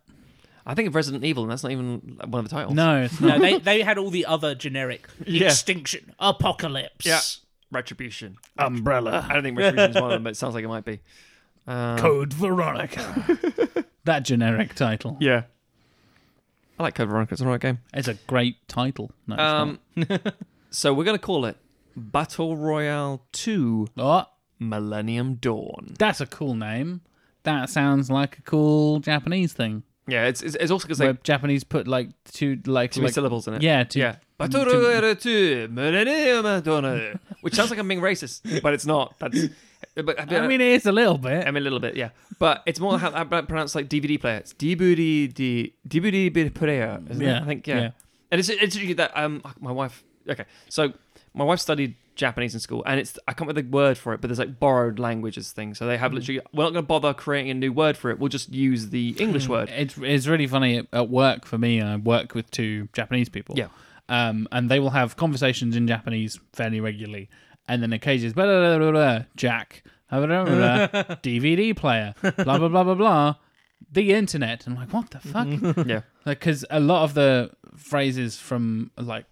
Speaker 3: I think of Resident Evil, and that's not even one of the titles.
Speaker 1: No, it's
Speaker 2: No,
Speaker 1: not.
Speaker 2: they they had all the other generic
Speaker 3: Yeah.
Speaker 2: extinction, apocalypse.
Speaker 3: Yeah. Retribution.
Speaker 1: Umbrella
Speaker 3: I don't think Retribution is one of them, but it sounds like it might be. Um,
Speaker 1: Code Veronica. [laughs] that generic title.
Speaker 3: Yeah. I like Code Veronica. It's an alright game.
Speaker 1: It's a great title. No, it's
Speaker 3: Um, so we're gonna call it Battle Royale Two:
Speaker 1: not. Oh,
Speaker 3: Millennium Dawn.
Speaker 1: that's a cool name. That sounds like a cool Japanese thing.
Speaker 3: Yeah, it's it's, it's also because
Speaker 1: where
Speaker 3: like
Speaker 1: Japanese put like two like,
Speaker 3: too many
Speaker 1: like-
Speaker 3: syllables in it.
Speaker 1: Yeah, two,
Speaker 3: yeah. Battle
Speaker 1: to-
Speaker 3: Royale Two: Millennium Dawn, which sounds like I'm being racist, but it's not. That's but
Speaker 1: I mean, it is a little bit.
Speaker 3: I mean, a little bit, yeah. But it's more how I pronounce like DVD player. It's DVD d- DVD bit player. Isn't it?
Speaker 1: Yeah,
Speaker 3: I think yeah.
Speaker 1: yeah.
Speaker 3: oh, And it's it's really that um my wife. Okay, so my wife studied Japanese in school, and it's I can't remember the word for it, but there's like borrowed languages thing. So they
Speaker 1: Mm.
Speaker 3: have literally we're not going to bother creating a new word for it. We'll just use the
Speaker 1: [laughs]
Speaker 3: English word.
Speaker 1: It's it's really funny at, at work for me. I work with two Japanese people.
Speaker 3: Yeah.
Speaker 1: Um, and they will have conversations in Japanese fairly regularly, and then occasionally, blah, blah, blah, blah, blah, Jack, blah, blah, blah, blah,
Speaker 3: [laughs]
Speaker 1: DVD player, blah blah blah blah blah, the internet. And I'm like, what the fuck?
Speaker 3: Yeah,
Speaker 1: because a lot of the phrases from like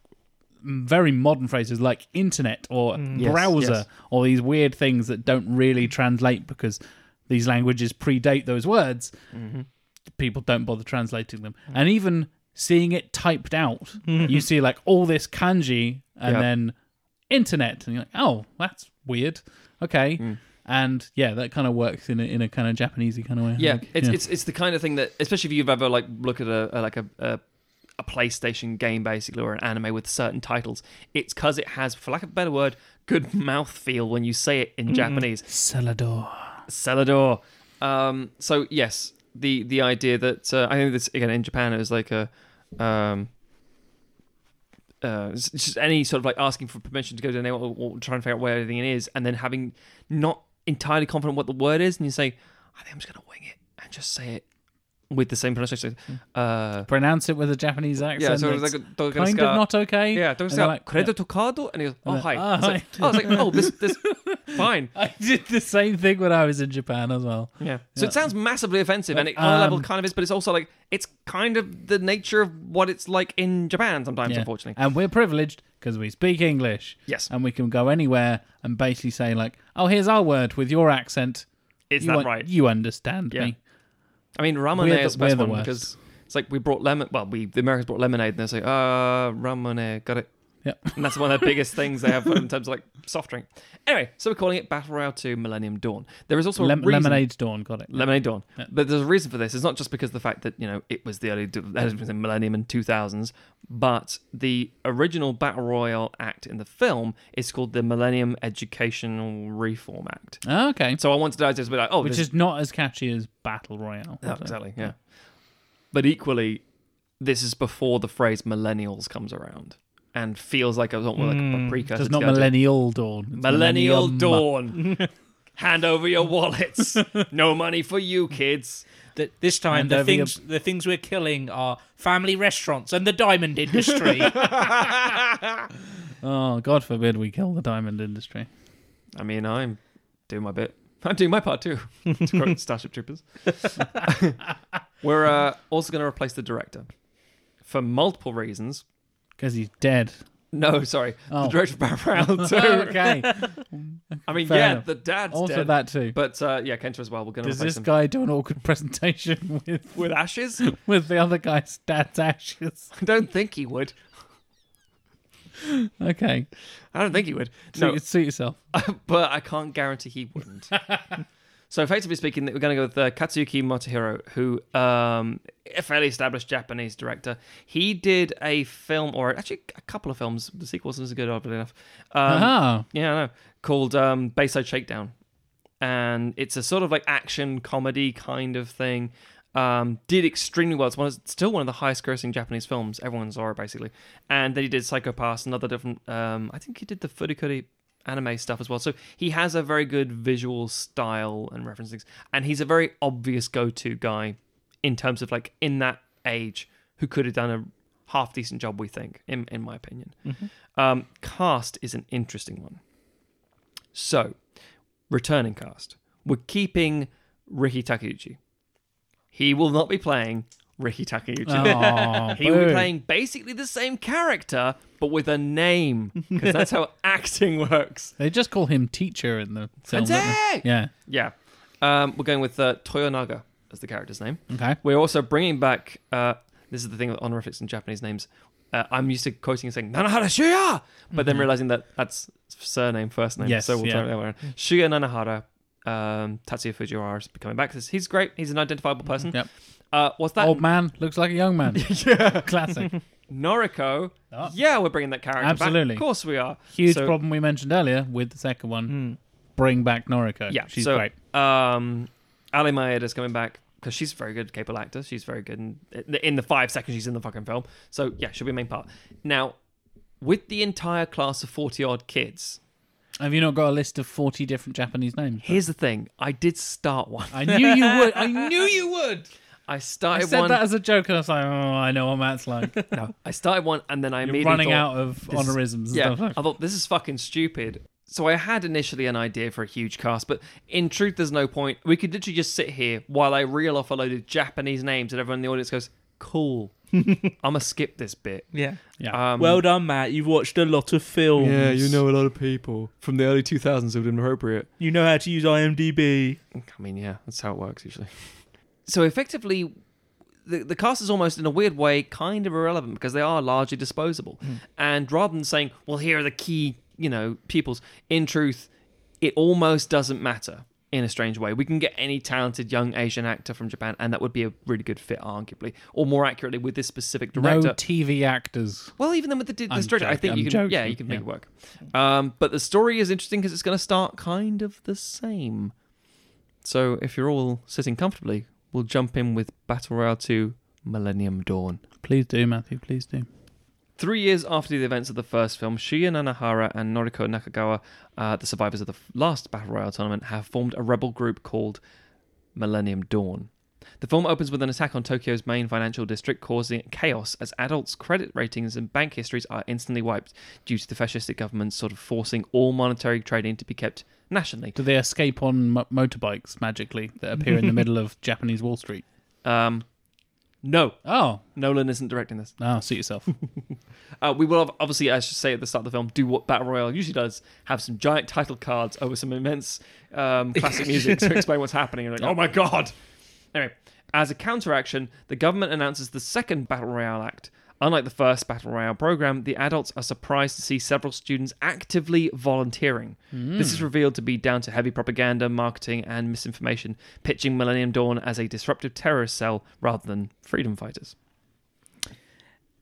Speaker 1: very modern phrases like internet or
Speaker 3: Mm. Yes,
Speaker 1: browser
Speaker 3: yes.
Speaker 1: or these weird things that don't really translate because these languages predate those words
Speaker 3: Mm-hmm.
Speaker 1: people don't bother translating them
Speaker 3: Mm.
Speaker 1: and even seeing it typed out
Speaker 3: Mm-hmm.
Speaker 1: you see like all this kanji and
Speaker 3: Yeah.
Speaker 1: then internet and you're like oh that's weird okay
Speaker 3: Mm.
Speaker 1: and yeah that kind of works in a, in a kind of japanesey kind of way I
Speaker 3: yeah.
Speaker 1: think.
Speaker 3: It's it's it's the kind of thing that, especially if you've ever like look at a, a like a. a a PlayStation game, basically, or an anime with certain titles. It's because it has, for lack of a better word, good [laughs] mouth feel when you say it in Japanese.
Speaker 1: Celador.
Speaker 3: Celador. Um, so yes, the the idea that uh, I think this again in Japan it was like a um, uh, it's just any sort of like asking for permission to go to anyone or, or trying to figure out where everything is, and then having not entirely confident what the word is, and you say, I think I'm just gonna wing it and just say it with the same pronunciation.
Speaker 1: Hmm.
Speaker 3: Uh,
Speaker 1: pronounce it with a Japanese accent.
Speaker 3: yeah, so it was
Speaker 1: that's
Speaker 3: like a-
Speaker 1: kind of not okay.
Speaker 3: yeah, don't
Speaker 1: And
Speaker 3: say
Speaker 1: they're
Speaker 3: like,
Speaker 1: yeah.
Speaker 3: credit card, and he goes, oh
Speaker 1: And
Speaker 3: hi.
Speaker 1: they're,
Speaker 3: I was like,
Speaker 1: "Ah,
Speaker 3: oh, it's like, oh, this this fine.
Speaker 1: [laughs] I did the same thing when I was in Japan as
Speaker 3: [laughs]
Speaker 1: well.
Speaker 3: Yeah. So
Speaker 1: Yeah.
Speaker 3: it sounds massively offensive, and it,
Speaker 1: But,
Speaker 3: on a level
Speaker 1: um,
Speaker 3: kind of is, but it's also like it's kind of the nature of what it's like in Japan sometimes,
Speaker 1: Yeah. Uh,
Speaker 3: unfortunately.
Speaker 1: And we're privileged because we speak English.
Speaker 3: Yes.
Speaker 1: And we can go anywhere and basically say like, "Oh, here's our word with your accent."
Speaker 3: It's
Speaker 1: you
Speaker 3: not
Speaker 1: un-
Speaker 3: right.
Speaker 1: You understand
Speaker 3: Yeah.
Speaker 1: me?
Speaker 3: I mean, ramen
Speaker 1: We're the-
Speaker 3: is the
Speaker 1: we're
Speaker 3: best
Speaker 1: the
Speaker 3: one
Speaker 1: worst.
Speaker 3: because it's like we brought lemon. Well, we the Americans brought lemonade, and they say, "Uh, ramen, got it."
Speaker 1: Yep.
Speaker 3: And that's one of the biggest things they have in terms of like soft drink. Anyway, so we're calling it Battle Royale 2 Millennium Dawn. There is also a
Speaker 1: [laughs] Lem-
Speaker 3: reason-
Speaker 1: lemonade dawn. Got it.
Speaker 3: Lemonade Dawn.
Speaker 1: Yeah.
Speaker 3: But there's a reason for this. It's not just because of the fact that, you know, it was the early d- that was in millennium and 2000s, but the original Battle Royale Act in the film is called the Millennium Educational Reform Act.
Speaker 1: Ah, okay.
Speaker 3: So I wanted to just be like, oh,
Speaker 1: Which
Speaker 3: this
Speaker 1: is not as catchy as battle royale.
Speaker 3: Oh, exactly, yeah. But equally, this is before the phrase millennials comes around and feels like a, like a precursor.
Speaker 1: Hmm. It's
Speaker 3: to
Speaker 1: not
Speaker 3: the idea-
Speaker 1: millennial dawn. It's
Speaker 3: Millennial
Speaker 1: millennium.
Speaker 3: Dawn.
Speaker 1: [laughs]
Speaker 3: Hand over your wallets. no money for you, kids.
Speaker 2: Th- this time,
Speaker 1: And
Speaker 2: the
Speaker 1: over your-
Speaker 2: things the things we're killing are family restaurants and the diamond industry.
Speaker 1: Oh, God forbid we kill the diamond industry.
Speaker 3: I mean, I'm doing my bit. [laughs] I'm doing my part too. to
Speaker 1: [laughs]
Speaker 3: quote Starship Troopers. [laughs] We're uh, also going to replace the director for multiple reasons.
Speaker 1: Because he's
Speaker 3: [laughs]
Speaker 1: dead.
Speaker 3: No, sorry,
Speaker 1: Oh.
Speaker 3: the director
Speaker 1: [laughs]
Speaker 3: of Battleground too. [laughs]
Speaker 1: okay.
Speaker 3: I mean,
Speaker 1: Fair
Speaker 3: yeah,
Speaker 1: enough.
Speaker 3: the dad's
Speaker 1: also
Speaker 3: dead.
Speaker 1: that too.
Speaker 3: But uh, yeah, Kenta as well. We're going to
Speaker 1: Does
Speaker 3: replace
Speaker 1: this
Speaker 3: him
Speaker 1: guy do an awkward [laughs] presentation with
Speaker 3: with ashes. [laughs]
Speaker 1: with the other guy's dad's ashes? [laughs]
Speaker 3: I don't think he would.
Speaker 1: Okay,
Speaker 3: I don't think he would.
Speaker 1: suit,
Speaker 3: No,
Speaker 1: suit yourself.
Speaker 3: but I can't guarantee he wouldn't. so effectively speaking, we're going to go with uh, Katsuki Motohiro, who um, a fairly established Japanese director. He did a film, or actually a couple of films. The sequel wasn't as good, oddly enough. Um, [laughs]
Speaker 1: Ah,
Speaker 3: Yeah, I know. Called um, Bayside Shakedown, and it's a sort of like action comedy kind of thing. Um, did extremely well. It's one of, still one of the highest grossing Japanese films. Everyone's aura basically. And then he did Psychopaths and other different. Um, I think he did the Furikuri anime stuff as well. So he has a very good visual style and reference things. And he's a very obvious go-to guy in terms of like in that age who could have done a half decent job. We think, in in my opinion. Um, cast is an interesting one. So, returning cast. We're keeping Ricky Takeuchi. He will not be playing Ricky Takeuchi.
Speaker 1: oh,
Speaker 3: [laughs] he will be
Speaker 1: boo.
Speaker 3: playing basically the same character, but with a name, because that's
Speaker 1: [laughs]
Speaker 3: how acting works.
Speaker 1: They just call him teacher in the film. don't they?
Speaker 3: Attack!
Speaker 1: Yeah.
Speaker 3: Yeah. Um, we're going with uh, Toyonaga as the character's name.
Speaker 1: Okay.
Speaker 3: We're also bringing back. Uh, this is the thing with honorifics and Japanese names. Uh, I'm used to quoting and saying Nanahara Shuya, but then realizing that that's surname, first name.
Speaker 1: Mm-hmm. Yes,
Speaker 3: so we'll
Speaker 1: yeah.
Speaker 3: turn it that way around. Shuya Nanahara, um, Tatsuya Fujiwara is coming back. 'cause He's great. He's an identifiable person.
Speaker 1: Mm-hmm. Yep. Oh.
Speaker 3: Uh, what's that?
Speaker 1: Old man looks like a young
Speaker 3: [laughs]
Speaker 1: man. yeah. Classic.
Speaker 3: Noriko.
Speaker 1: Oh.
Speaker 3: Yeah, we're bringing that character back.
Speaker 1: Absolutely.
Speaker 3: Of course we are.
Speaker 1: Huge
Speaker 3: So- Hmm.
Speaker 1: problem we mentioned earlier with the second one. Bring back Noriko.
Speaker 3: Yeah,
Speaker 1: she's
Speaker 3: so,
Speaker 1: great.
Speaker 3: Um, Ali Maeda's coming back because she's a very good, capable actor. She's very good in, in the five seconds she's in the fucking film. So yeah, she'll be the main part. Now, with the entire class of forty odd kids,
Speaker 1: Have you not got a list of forty different Japanese names?
Speaker 3: Here's the thing: I did start one.
Speaker 1: I knew you would. I
Speaker 3: [laughs]
Speaker 1: knew you would.
Speaker 3: I
Speaker 1: I
Speaker 3: started
Speaker 1: said
Speaker 3: one.
Speaker 1: that as a joke, and I was like, "Oh, I know what Matt's like."
Speaker 3: [laughs] no, I started one, and then I
Speaker 1: You're
Speaker 3: immediately
Speaker 1: running
Speaker 3: thought,
Speaker 1: out of
Speaker 3: this-
Speaker 1: honorisms. And
Speaker 3: Yeah,
Speaker 1: stuff.
Speaker 3: I thought this is fucking stupid. So I had initially an idea for a huge cast, but in truth, there's no point. We could literally just sit here while I reel off a load of Japanese names, and everyone in the audience goes, [laughs] "Cool, I'm gonna skip this bit."
Speaker 2: Yeah.
Speaker 1: Yeah.
Speaker 3: Um,
Speaker 2: well done, Matt. You've watched a lot of films.
Speaker 3: a lot of people from the early 2000s who would inappropriate.
Speaker 2: You know how to use IMDb.
Speaker 3: I mean, yeah, that's how it works usually. [laughs] So effectively, the, the cast is almost in a weird way kind of irrelevant because they are largely disposable. And rather than saying, well, here are the key, you know, peoples, in truth, it almost doesn't matter in a strange way. We can get any talented young Asian actor from Japan, and that would be a really good fit, arguably, or more accurately with this specific
Speaker 1: no
Speaker 3: director.
Speaker 1: TV actors.
Speaker 3: Well, even then with the, the
Speaker 1: I'm
Speaker 3: story, I
Speaker 1: joking,
Speaker 3: think you
Speaker 1: I'm
Speaker 3: can, yeah,
Speaker 1: joking,
Speaker 3: you can make
Speaker 1: yeah.
Speaker 3: it work. Um, but the story is interesting because it's going to start kind of the same. So if you're all sitting comfortably, we'll jump in with Battle Royale 2 Millennium Dawn.
Speaker 1: Please do, Matthew. Please do.
Speaker 3: Three years after the events of the first film, Shion Nanahara and Noriko Nakagawa, uh, the survivors of the f- last Battle Royale tournament, have formed a rebel group called Millennium Dawn. The film opens with an attack on Tokyo's main financial district, causing chaos as adults' credit ratings and bank histories are instantly wiped due to the fascistic government sort of forcing all monetary trading to be kept nationally.
Speaker 1: Do they escape on mo- motorbikes magically that appear in the middle [laughs] of Japanese Wall Street?
Speaker 3: Um, no,
Speaker 1: Oh,
Speaker 3: Nolan isn't directing this.
Speaker 1: oh, suit yourself. [laughs]
Speaker 3: Uh, we will have, obviously, I should say at the start of the film, do what Battle Royale usually does: have some giant title cards over some immense um, classic music [laughs] to explain what's happening. And like, oh my god! Anyway, as a counteraction, the government announces the second Battle Royale Act. Unlike the first Battle Royale program, the adults are surprised to see several students actively volunteering. This is revealed to be down to heavy propaganda, marketing, and misinformation, pitching Millennium Dawn as a disruptive terrorist cell rather than freedom fighters.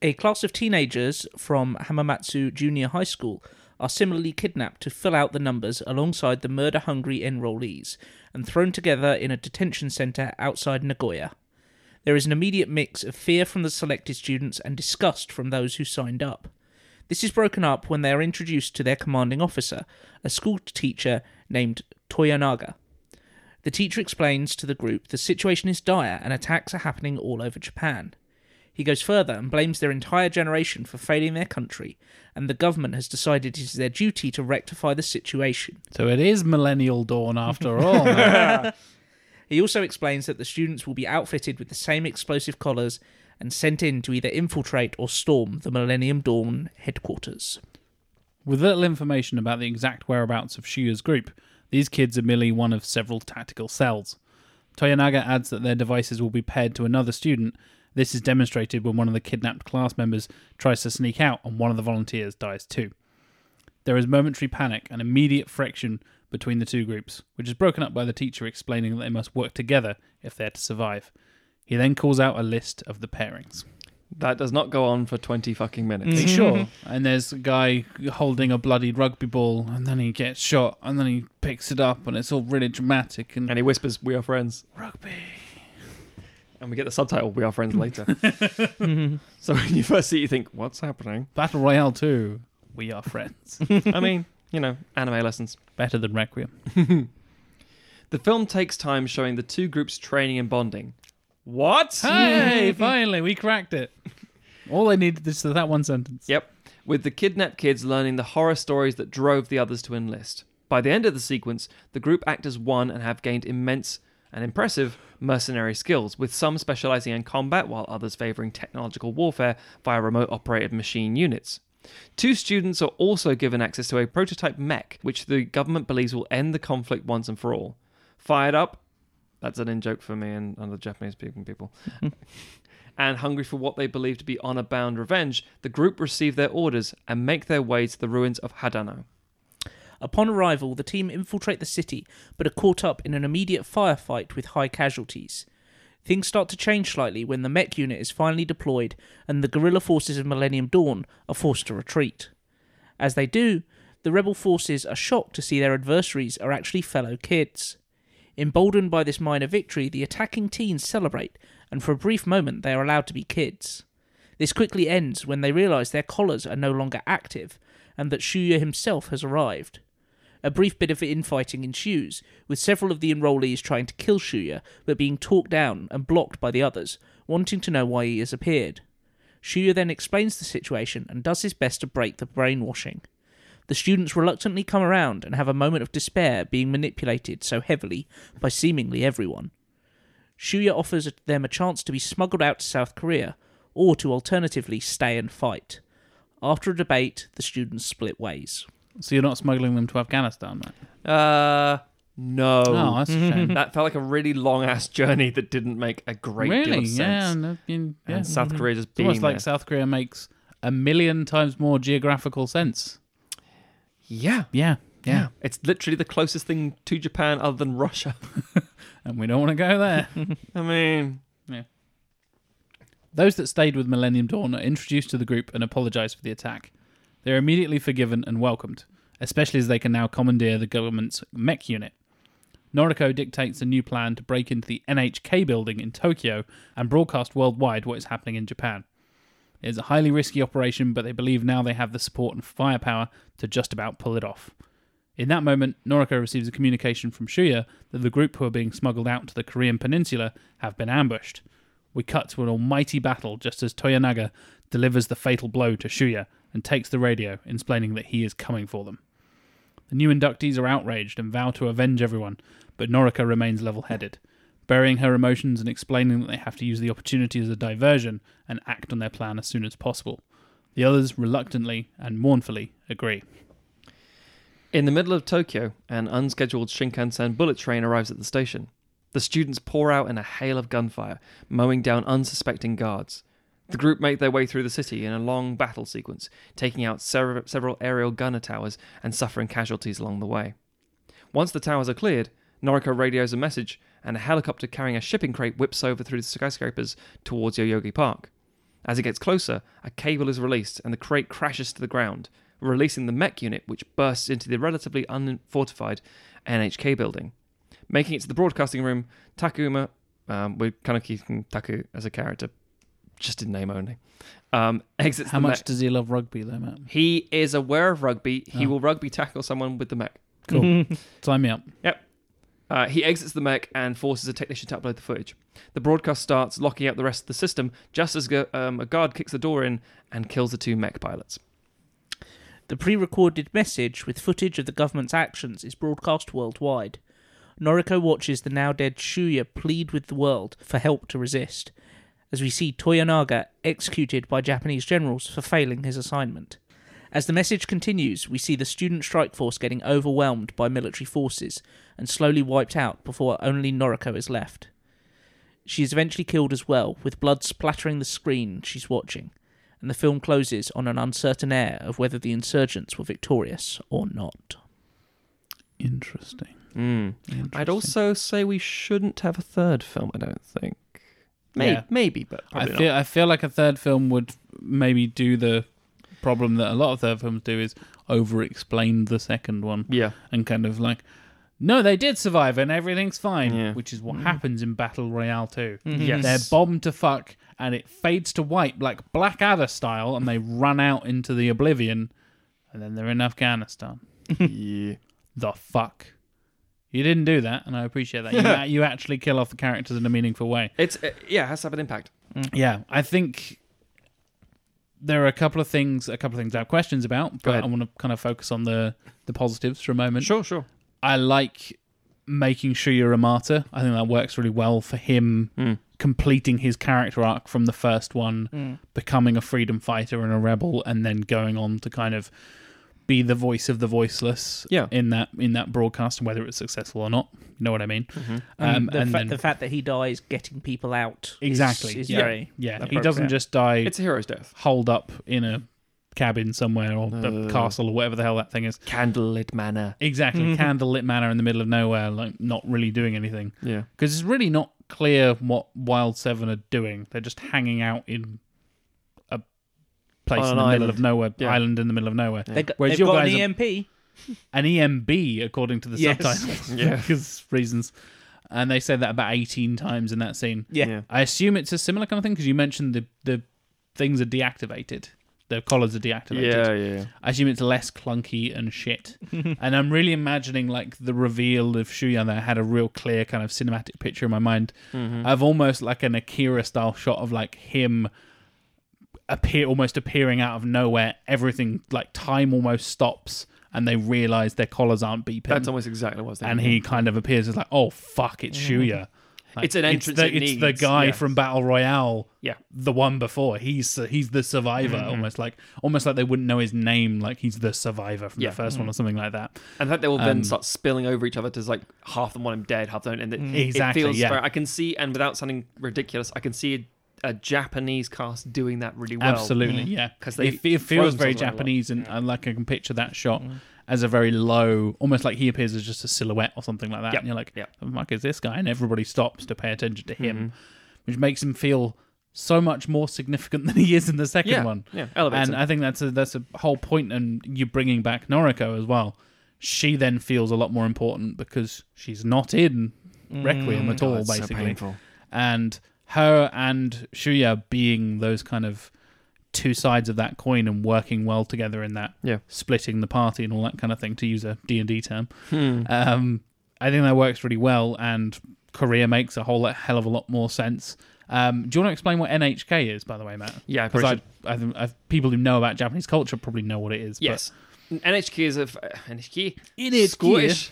Speaker 2: A class of teenagers from Hamamatsu Junior High School are similarly kidnapped to fill out the numbers alongside the murder hungry enrollees and thrown together in a detention centre outside Nagoya. There is an immediate mix of fear from the selected students and disgust from those who signed up. This is broken up when they are introduced to their commanding officer, a school teacher named Toyonaga. The teacher explains to the group the situation is dire and attacks are happening all over Japan. He goes further and blames their entire generation for failing their country, and the government has decided it is their duty to rectify the situation.
Speaker 1: so it is millennial dawn after [laughs] all. man.
Speaker 2: He also explains that the students will be outfitted with the same explosive collars and sent in to either infiltrate or storm the Millennium Dawn headquarters.
Speaker 1: With little information about the exact whereabouts of Shia's group, these kids are merely one of several tactical cells. Toyonaga adds that their devices will be paired to another student. This is demonstrated when one of the kidnapped class members tries to sneak out and one of the volunteers dies too. There is momentary panic and immediate friction between the two groups, which is broken up by the teacher explaining that they must work together if they are to survive. He then calls out a list of the pairings.
Speaker 3: That does not go on for twenty fucking minutes.
Speaker 1: Are
Speaker 3: [laughs]
Speaker 1: you sure?
Speaker 3: mm-hmm.
Speaker 1: And there's a guy holding a bloody rugby ball, and then he gets shot, and then he picks it up, and it's all really dramatic. And
Speaker 3: And he whispers, "We are friends."
Speaker 1: rugby.
Speaker 3: And we get the subtitle, "We are friends" later. so when you first see, it, you think, "What's happening?"
Speaker 1: Battle Royale 2, we are
Speaker 3: [laughs]
Speaker 1: friends.
Speaker 3: I mean, you know, anime lessons.
Speaker 1: Better than Requiem.
Speaker 3: The film takes time showing the two groups training and bonding. What? [laughs]
Speaker 1: Hey, finally, we cracked it. All I needed is that one sentence.
Speaker 3: Yep. With the kidnapped kids learning the horror stories that drove the others to enlist. By the end of the sequence, the group act as one and have gained immense and impressive mercenary skills, with some specializing in combat while others favoring technological warfare via remote operated machine units. Two students are also given access to a prototype mech, which the government believes will end the conflict once and for all. Fired up, that's an in joke for me and other Japanese speaking people and hungry for what they believe to be honor bound revenge, the group receive their orders and make their way to the ruins of Hadano.
Speaker 2: Upon arrival, the team infiltrate the city but are caught up in an immediate firefight with high casualties. Things start to change slightly when the mech unit is finally deployed and the guerrilla forces of Millennium Dawn are forced to retreat. As they do, the rebel forces are shocked to see their adversaries are actually fellow kids. Emboldened by this minor victory, the attacking teens celebrate, and for a brief moment they are allowed to be kids. This quickly ends when they realise their collars are no longer active, and that Shuya himself has arrived. A brief bit of infighting ensues, with several of the enrollees trying to kill Shuya, but being talked down and blocked by the others, wanting to know why he has appeared. Shuya then explains the situation and does his best to break the brainwashing. The students reluctantly come around and have a moment of despair being manipulated so heavily by seemingly everyone. Shuya offers them a chance to be smuggled out to South Korea, or to alternatively stay and fight. After a debate, the students split ways.
Speaker 1: So you're not smuggling them to Afghanistan, Matt?
Speaker 3: Uh, no.
Speaker 1: Oh, that's a shame.
Speaker 3: that felt like a really long ass journey that didn't make a [laughs] great deal
Speaker 1: really?
Speaker 3: of
Speaker 1: yeah.
Speaker 3: sense.
Speaker 1: and, uh, in- yeah.
Speaker 3: And South Korea just
Speaker 1: It's
Speaker 3: being
Speaker 1: almost like
Speaker 3: there.
Speaker 1: South Korea makes a million times more geographical sense.
Speaker 3: yeah,
Speaker 1: Yeah,
Speaker 3: yeah. It's literally the closest thing to Japan other than Russia. [laughs]
Speaker 1: And we don't want to go there.
Speaker 3: I mean,
Speaker 1: Those that stayed with Millennium Dawn are introduced to the group and apologize for the attack. They are immediately forgiven and welcomed, especially as they can now commandeer the government's mech unit. Noriko dictates a new plan to break into the NHK building in Tokyo and broadcast worldwide what is happening in Japan. It is a highly risky operation, but they believe now they have the support and firepower to just about pull it off. In that moment, Noriko receives a communication from Shuya that the group who are being smuggled out to the Korean peninsula have been ambushed. We cut to an almighty battle just as Toyonaga delivers the fatal blow to Shuya and takes the radio, explaining that he is coming for them. The new inductees are outraged and vow to avenge everyone, but Noriko remains level headed, burying her emotions and explaining that they have to use the opportunity as a diversion and act on their plan as soon as possible. The others reluctantly and mournfully agree.
Speaker 3: in the middle of Tokyo, an unscheduled Shinkansen bullet train arrives at the station. The students pour out in a hail of gunfire, mowing down unsuspecting guards. The group make their way through the city in a long battle sequence, taking out sever- several aerial gunner towers and suffering casualties along the way. Once the towers are cleared, Noriko radios a message, and a helicopter carrying a shipping crate whips over through the skyscrapers towards Yoyogi Park. As it gets closer, a cable is released and the crate crashes to the ground, releasing the mech unit, which bursts into the relatively unfortified NHK building. Making it to the broadcasting room, Takuma, um, we're kind of keeping Taku as a character, just in name only, um, [laughs] exits
Speaker 1: How
Speaker 3: the
Speaker 1: much
Speaker 3: mech.
Speaker 1: does he love rugby, though, Matt?
Speaker 3: He is aware of rugby. He
Speaker 1: Oh.
Speaker 3: will rugby tackle someone with the mech.
Speaker 1: [laughs] Cool. Sign me up.
Speaker 3: Uh, he exits the mech and forces a technician to upload the footage. The broadcast starts, locking out the rest of the system, just as gu- um, a guard kicks the door in and kills the two mech pilots.
Speaker 2: The pre recorded message with footage of the government's actions is broadcast worldwide. Noriko watches the now dead Shuya plead with the world for help to resist, as we see Toyonaga executed by Japanese generals for failing his assignment. As the message continues, we see the student strike force getting overwhelmed by military forces and slowly wiped out before only Noriko is left. She is eventually killed as well, with blood splattering the screen she's watching, and the film closes on an uncertain air of whether the insurgents were victorious or not.
Speaker 1: Interesting.
Speaker 3: Mm.
Speaker 1: Interesting.
Speaker 3: I'd also say we shouldn't have a third film, I don't think. Maybe,
Speaker 1: Yeah.
Speaker 3: maybe but
Speaker 1: I
Speaker 3: probably
Speaker 1: feel I feel like a third film would maybe do the problem that a lot of third films do is over explain the second one
Speaker 3: not. Yeah.
Speaker 1: and kind of like no they did survive and everything's fine
Speaker 3: Yeah. Mm-hmm.
Speaker 1: which is what happens in battle royale 2
Speaker 3: Yes.
Speaker 1: they're bombed to fuck and it fades to white like blackadder style and they run out into the oblivion and then they're in afghanistan
Speaker 3: [laughs] yeah.
Speaker 1: the fuck you didn't do that and i appreciate
Speaker 3: [laughs]
Speaker 1: that you, you actually kill off the characters in a meaningful way
Speaker 3: It's, uh, yeah, it has to have an impact.
Speaker 1: yeah, I think there are a couple of things, a couple of things I have questions about, but
Speaker 3: ahead.
Speaker 1: I want to kind of focus on the the positives for a moment.
Speaker 3: Sure, sure.
Speaker 1: I like making Shuya a martyr. I think that works really well for him
Speaker 3: Mm.
Speaker 1: completing his character arc from the first one,
Speaker 2: Um,
Speaker 1: becoming a freedom fighter and a rebel, and then going on to kind of be the voice of the voiceless
Speaker 3: Yeah.
Speaker 1: in that in that broadcast, whether it's successful or not. You know what I mean?
Speaker 3: Mm-hmm.
Speaker 2: Um, the, fa- the fact that he dies getting people out is-
Speaker 1: exactly,
Speaker 2: is,
Speaker 1: yeah,
Speaker 2: very
Speaker 1: yeah. He
Speaker 2: appropriate.
Speaker 1: doesn't just die.
Speaker 3: It's a hero's death.
Speaker 1: holed up in a cabin somewhere or a
Speaker 3: Uh.
Speaker 1: castle or whatever the hell that thing is.
Speaker 3: Candlelit manner.
Speaker 1: Exactly,
Speaker 3: Mm-hmm.
Speaker 1: candlelit manor in the middle of nowhere, like not really doing anything
Speaker 3: Yeah.
Speaker 1: because it's really not clear what Wild Seven are doing. They're just hanging out in a place in
Speaker 3: On
Speaker 1: the
Speaker 3: an
Speaker 1: middle
Speaker 3: island.
Speaker 1: of nowhere,
Speaker 3: Yeah.
Speaker 1: island in the middle of nowhere.
Speaker 2: They got,
Speaker 1: Whereas
Speaker 2: they've
Speaker 1: your
Speaker 2: got an E
Speaker 1: guys are-
Speaker 2: EMP.
Speaker 1: An EMB, according to the
Speaker 2: Yes.
Speaker 1: subtitles, [laughs]
Speaker 3: [laughs] Yeah.
Speaker 1: because reasons. And they said that about eighteen times in that scene.
Speaker 2: Yeah.
Speaker 1: I assume it's a similar kind of thing because you mentioned the the things are deactivated. their collars are deactivated.
Speaker 3: yeah.
Speaker 1: I assume it's less clunky and
Speaker 3: [laughs]
Speaker 1: shit. and I'm really imagining like the reveal of Shuyan that I had a real clear kind of cinematic picture in my mind.
Speaker 3: Mm-hmm.
Speaker 1: I've almost like an Akira style shot of like him appear almost appearing out of nowhere. Everything like time almost stops and they realize their collars aren't beeping.
Speaker 3: That's almost exactly what I was thinking.
Speaker 1: and he kind of appears as like, oh fuck, it's Shuya. Like,
Speaker 3: Mm-hmm. It's an entrance
Speaker 1: the,
Speaker 3: it
Speaker 1: it's the
Speaker 3: needs,
Speaker 1: guy
Speaker 3: yes.
Speaker 1: from Battle Royale
Speaker 3: yeah.
Speaker 1: the one before. He's he's the survivor,
Speaker 3: Mm-hmm.
Speaker 1: almost like almost like they wouldn't know his name, like he's the survivor from
Speaker 3: Yeah. Mm-hmm.
Speaker 1: the 1st one or something like that.
Speaker 3: And I think they will then
Speaker 1: Um,
Speaker 3: start spilling over each other to like half them want him dead, half them, and it,
Speaker 1: Exactly,
Speaker 3: it feels
Speaker 1: yeah.
Speaker 3: very- I can see, and without sounding ridiculous, I can see a, a Japanese cast doing that really well. mm-hmm.
Speaker 1: Absolutely, yeah. Because
Speaker 3: 'Cause they
Speaker 1: it, fe- it
Speaker 3: throw
Speaker 1: feels very
Speaker 3: themselves around a lot.
Speaker 1: Japanese, and, and like I can picture that shot
Speaker 3: Mm-hmm.
Speaker 1: as a very low, almost like he appears as just a silhouette or something like that.
Speaker 3: Yep,
Speaker 1: And you're like,
Speaker 3: yep. Mm-hmm.
Speaker 1: "Who the fuck is this guy?" And everybody stops to pay attention to him, which makes him feel so much more significant [laughs] than he is in the second
Speaker 3: Yeah,
Speaker 1: one.
Speaker 3: yeah, elevates
Speaker 1: and um,
Speaker 3: him.
Speaker 1: I think that's a that's a whole point, and you bringing back Noriko as well. She then feels a lot more important because she's not in
Speaker 2: Mm. Oh
Speaker 1: Requiem at all, basically and her and Shuya being those kind of two sides of that coin and working well together in that
Speaker 3: Yeah.
Speaker 1: splitting the party and all that kind of thing to use a D&D term
Speaker 3: Hmm.
Speaker 1: um, I think that works really well and Korea makes a whole lot- hell of a lot more sense um, do you want to explain what NHK is by the way Matt
Speaker 3: Yeah, I
Speaker 1: because I,
Speaker 3: probably
Speaker 1: I, think- I, people who know about Japanese culture probably know what it is
Speaker 3: Yes. NHK is a f- uh, NHK.
Speaker 1: NHK.
Speaker 3: Scottish.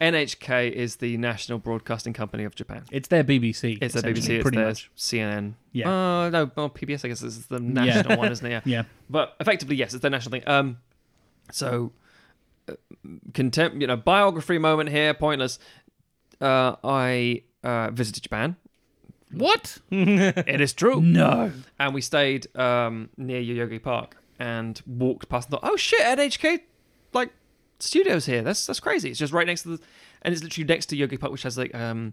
Speaker 3: NHK is the national broadcasting company of Japan.
Speaker 1: but it's their BBC
Speaker 3: It's their
Speaker 1: essentially,
Speaker 3: BBC. It's
Speaker 1: pretty
Speaker 3: their
Speaker 1: much
Speaker 3: CNN.
Speaker 1: Yeah.
Speaker 3: Uh, no, well, PBS. I guess is the national one, isn't it? Yeah.
Speaker 1: yeah
Speaker 3: But effectively, yes, it's the national thing. Um, so uh, contempt, you know, biography moment here. Pointless. Uh, I uh, visited Japan.
Speaker 1: what
Speaker 3: it is true.
Speaker 1: no
Speaker 3: And we stayed um, near Yoyogi Park and walked past and thought, oh shit, NHK like studios here. That's that's crazy. It's just right next to the, and it's literally next to Yogi Park, which has like um,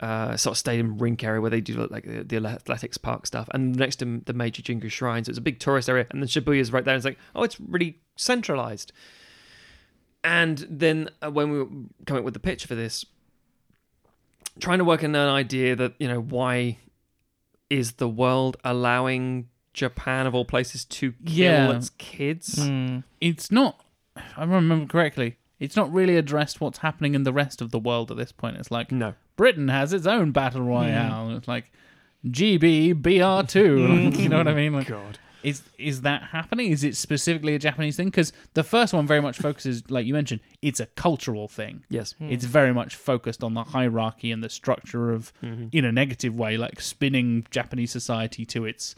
Speaker 3: uh, sort of stadium rink area where they do like the, the athletics park stuff, and next to the Meiji Jingu Shrine. So it's a big tourist area, and then Shibuya's right there. And it's like, oh, it's really centralized. And then uh, when we were coming up with the picture for this, trying to work in an idea that you know why is the world allowing Japan of all places to kill
Speaker 1: Yeah.
Speaker 3: its kids?
Speaker 2: Mm.
Speaker 1: it's not if I remember correctly, it's not really addressed what's happening in the rest of the world at this point. It's like
Speaker 3: No.
Speaker 1: Britain has its own battle royale. It's like GB [laughs] BR2.
Speaker 3: Mm.
Speaker 1: like, you know what I mean? Like,
Speaker 3: God.
Speaker 1: Is is that happening? Is it specifically a Japanese thing? Because the first one very much focuses, like you mentioned, it's a cultural thing.
Speaker 3: Yes.
Speaker 1: It's very much focused on the hierarchy and the structure of,
Speaker 3: Mm-hmm.
Speaker 1: in a negative way, like spinning Japanese society to its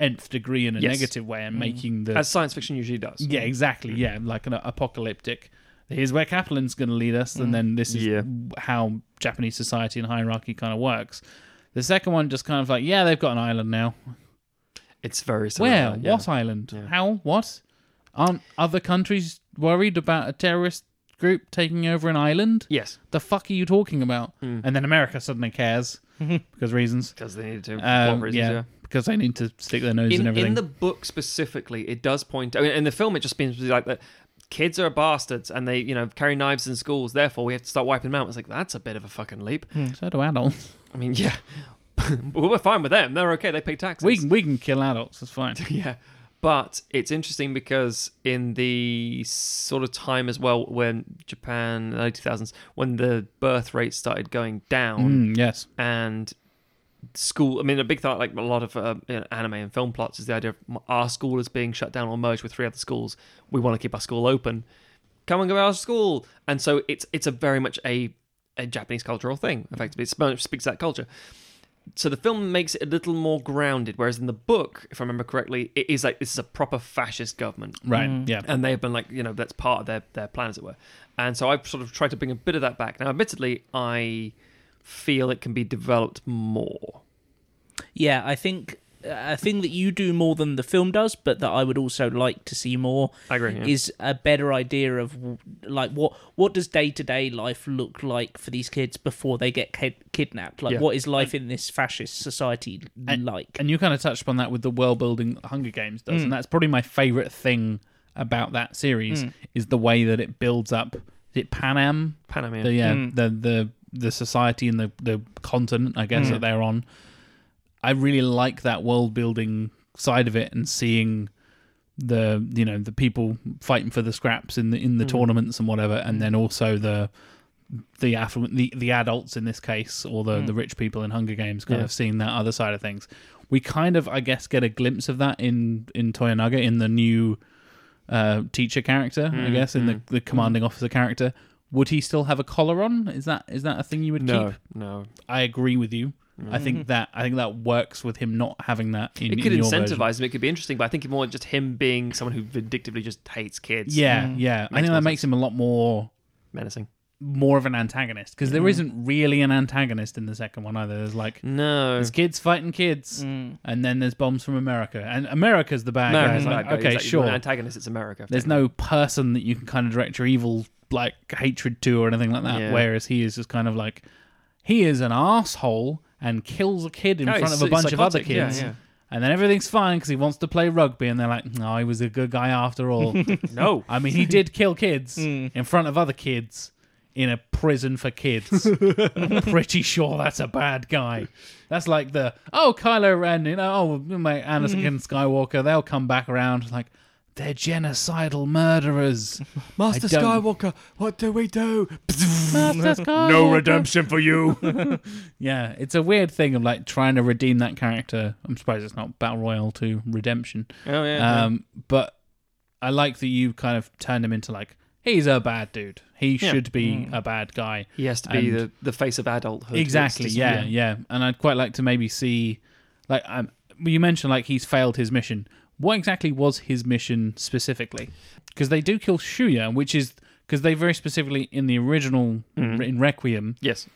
Speaker 1: nth degree in a
Speaker 3: Yes. Mm-hmm.
Speaker 1: negative way and making the
Speaker 3: As science fiction usually does.
Speaker 1: yeah, exactly. Yeah, like an apocalyptic. Here's where Kaplan's going to lead us, and then this is
Speaker 3: Mm. Yeah.
Speaker 1: how Japanese society and hierarchy kind of works. The second one just kind of like, yeah, they've got an island now.
Speaker 3: It's very similar.
Speaker 1: Where?
Speaker 3: yeah.
Speaker 1: What island?
Speaker 3: Yeah.
Speaker 1: How? What? Aren't other countries worried about a terrorist group taking over an island?
Speaker 3: Yes.
Speaker 1: The fuck are you talking about? And then America suddenly [laughs] cares because reasons.
Speaker 3: Because they needed to.
Speaker 1: Um,
Speaker 3: for
Speaker 1: yeah, because they need to stick their nose in,
Speaker 3: In,
Speaker 1: everything.
Speaker 3: in the book specifically, it does point. I mean, in the film, it just seems to be like that. Kids are bastards, and they, you know, carry knives in schools. Therefore, we have to start wiping them out. It's like that's a bit of a fucking leap.
Speaker 1: so do adults.
Speaker 3: I mean, yeah, [laughs] but we're fine with them. They're okay. They pay taxes.
Speaker 1: We can we can kill adults. It's [laughs] fine.
Speaker 3: [laughs] yeah. But it's interesting because in the sort of time as well when Japan early two thousands, when the birth rate started going down,
Speaker 1: Mm, yes.
Speaker 3: and school i mean a big thought like a lot of uh, you know, anime and film plots is the idea of m- our school is being shut down or merged with three other schools we want to keep our school open come and go to our school and so it's it's a very much a, a japanese cultural thing effectively it sp- speaks to that culture so the film makes it a little more grounded whereas in the book if i remember correctly it is like this is a proper fascist government
Speaker 1: Right. Yeah.
Speaker 3: and they've been like you know that's part of their their plan as it were and so i've sort of tried to bring a bit of that back now admittedly i feel it can be developed more
Speaker 2: Yeah, I think a thing that you do more than the film does, but that I would also like to see more.
Speaker 3: I agree, yeah.
Speaker 2: Is a better idea of like what what does day to day life look like for these kids before they get kid- kidnapped? Like
Speaker 3: Yeah.
Speaker 2: what is life in this fascist society like?
Speaker 1: And you kind of touched upon that with the world building that Hunger Games does, and that's probably my favorite thing about that series is the way that it builds up. Is it Pan Am?
Speaker 3: Panamera.
Speaker 1: The yeah, the the the society and the the continent, I guess that they're on. I really like that world building side of it and seeing the you know the people fighting for the scraps in the in the
Speaker 3: Mm.
Speaker 1: tournaments and whatever, and then also the the affluent the, the adults in this case or the,
Speaker 2: Mm.
Speaker 1: the rich people in Hunger Games kind
Speaker 3: Yeah.
Speaker 1: of seeing that other side of things. We kind of I guess get a glimpse of that in in Toyonaga in the new uh, teacher character, I
Speaker 3: Mm,
Speaker 1: guess, in the,
Speaker 3: mm.
Speaker 1: the commanding officer character. Would he still have a collar on? Is that is that a thing you would
Speaker 3: No,
Speaker 1: keep?
Speaker 3: no.
Speaker 1: I agree with you. I think
Speaker 2: Mhm.
Speaker 1: that I think that works with him not having that in,
Speaker 3: It could
Speaker 1: in your
Speaker 3: incentivize
Speaker 1: version.
Speaker 3: him. It could be interesting, but I think more just him being someone who vindictively just hates kids.
Speaker 1: Yeah,
Speaker 2: Mm.
Speaker 1: yeah. I
Speaker 3: Makes
Speaker 1: think
Speaker 3: more
Speaker 1: that makes him a lot more
Speaker 3: menacing.
Speaker 1: more of an antagonist because
Speaker 3: Mm-hmm.
Speaker 1: there isn't really an antagonist in the second one either. There's like
Speaker 3: No,
Speaker 1: there's kids fighting kids,
Speaker 2: Mm.
Speaker 1: and then there's bombs from America, and America's the bad guy. It's
Speaker 3: America's
Speaker 1: like,
Speaker 3: bad guy.
Speaker 1: okay,
Speaker 3: Exactly. You're
Speaker 1: sure.
Speaker 3: An antagonist, it's America.
Speaker 1: there's no person that you can kind of direct your evil like hatred to or anything like that.
Speaker 3: Yeah.
Speaker 1: Whereas he is just kind of like he is an asshole and kills a kid in
Speaker 3: No,
Speaker 1: front
Speaker 3: it's-
Speaker 1: of a
Speaker 3: it's
Speaker 1: bunch of other
Speaker 3: psychotic. Yeah,
Speaker 1: kids,
Speaker 3: yeah.
Speaker 1: and then everything's fine because he wants to play rugby, and they're like, no, he was a good guy after
Speaker 3: [laughs]
Speaker 1: all. [laughs]
Speaker 3: no. Oh,
Speaker 1: I mean, he did kill kids in front of other kids in a prison for kids. I'm pretty sure that's a bad guy. That's like the oh Kylo Ren, you know, oh my Anakin Skywalker. They'll come back around like they're genocidal murderers.
Speaker 3: Master
Speaker 1: I don't-
Speaker 3: what do we do?
Speaker 1: no
Speaker 3: [laughs]
Speaker 4: for you.
Speaker 1: Yeah, it's a weird thing of like trying to redeem that character. I'm surprised it's not Battle Royale to redemption.
Speaker 3: Oh yeah.
Speaker 1: Um, but I like that you kind of turned him into like he's a bad dude. He
Speaker 3: Yeah.
Speaker 1: should be a bad guy.
Speaker 3: he has to be
Speaker 1: and-
Speaker 3: the, the face of adulthood.
Speaker 1: Exactly.
Speaker 3: It's just-
Speaker 1: yeah, yeah, And I'd quite like to maybe see, like, um, you mentioned like he's failed his mission. What exactly was his mission specifically? Because they do kill Shuya, which is because they very specifically in the original
Speaker 3: Mm-hmm.
Speaker 1: in Requiem,
Speaker 3: Yes.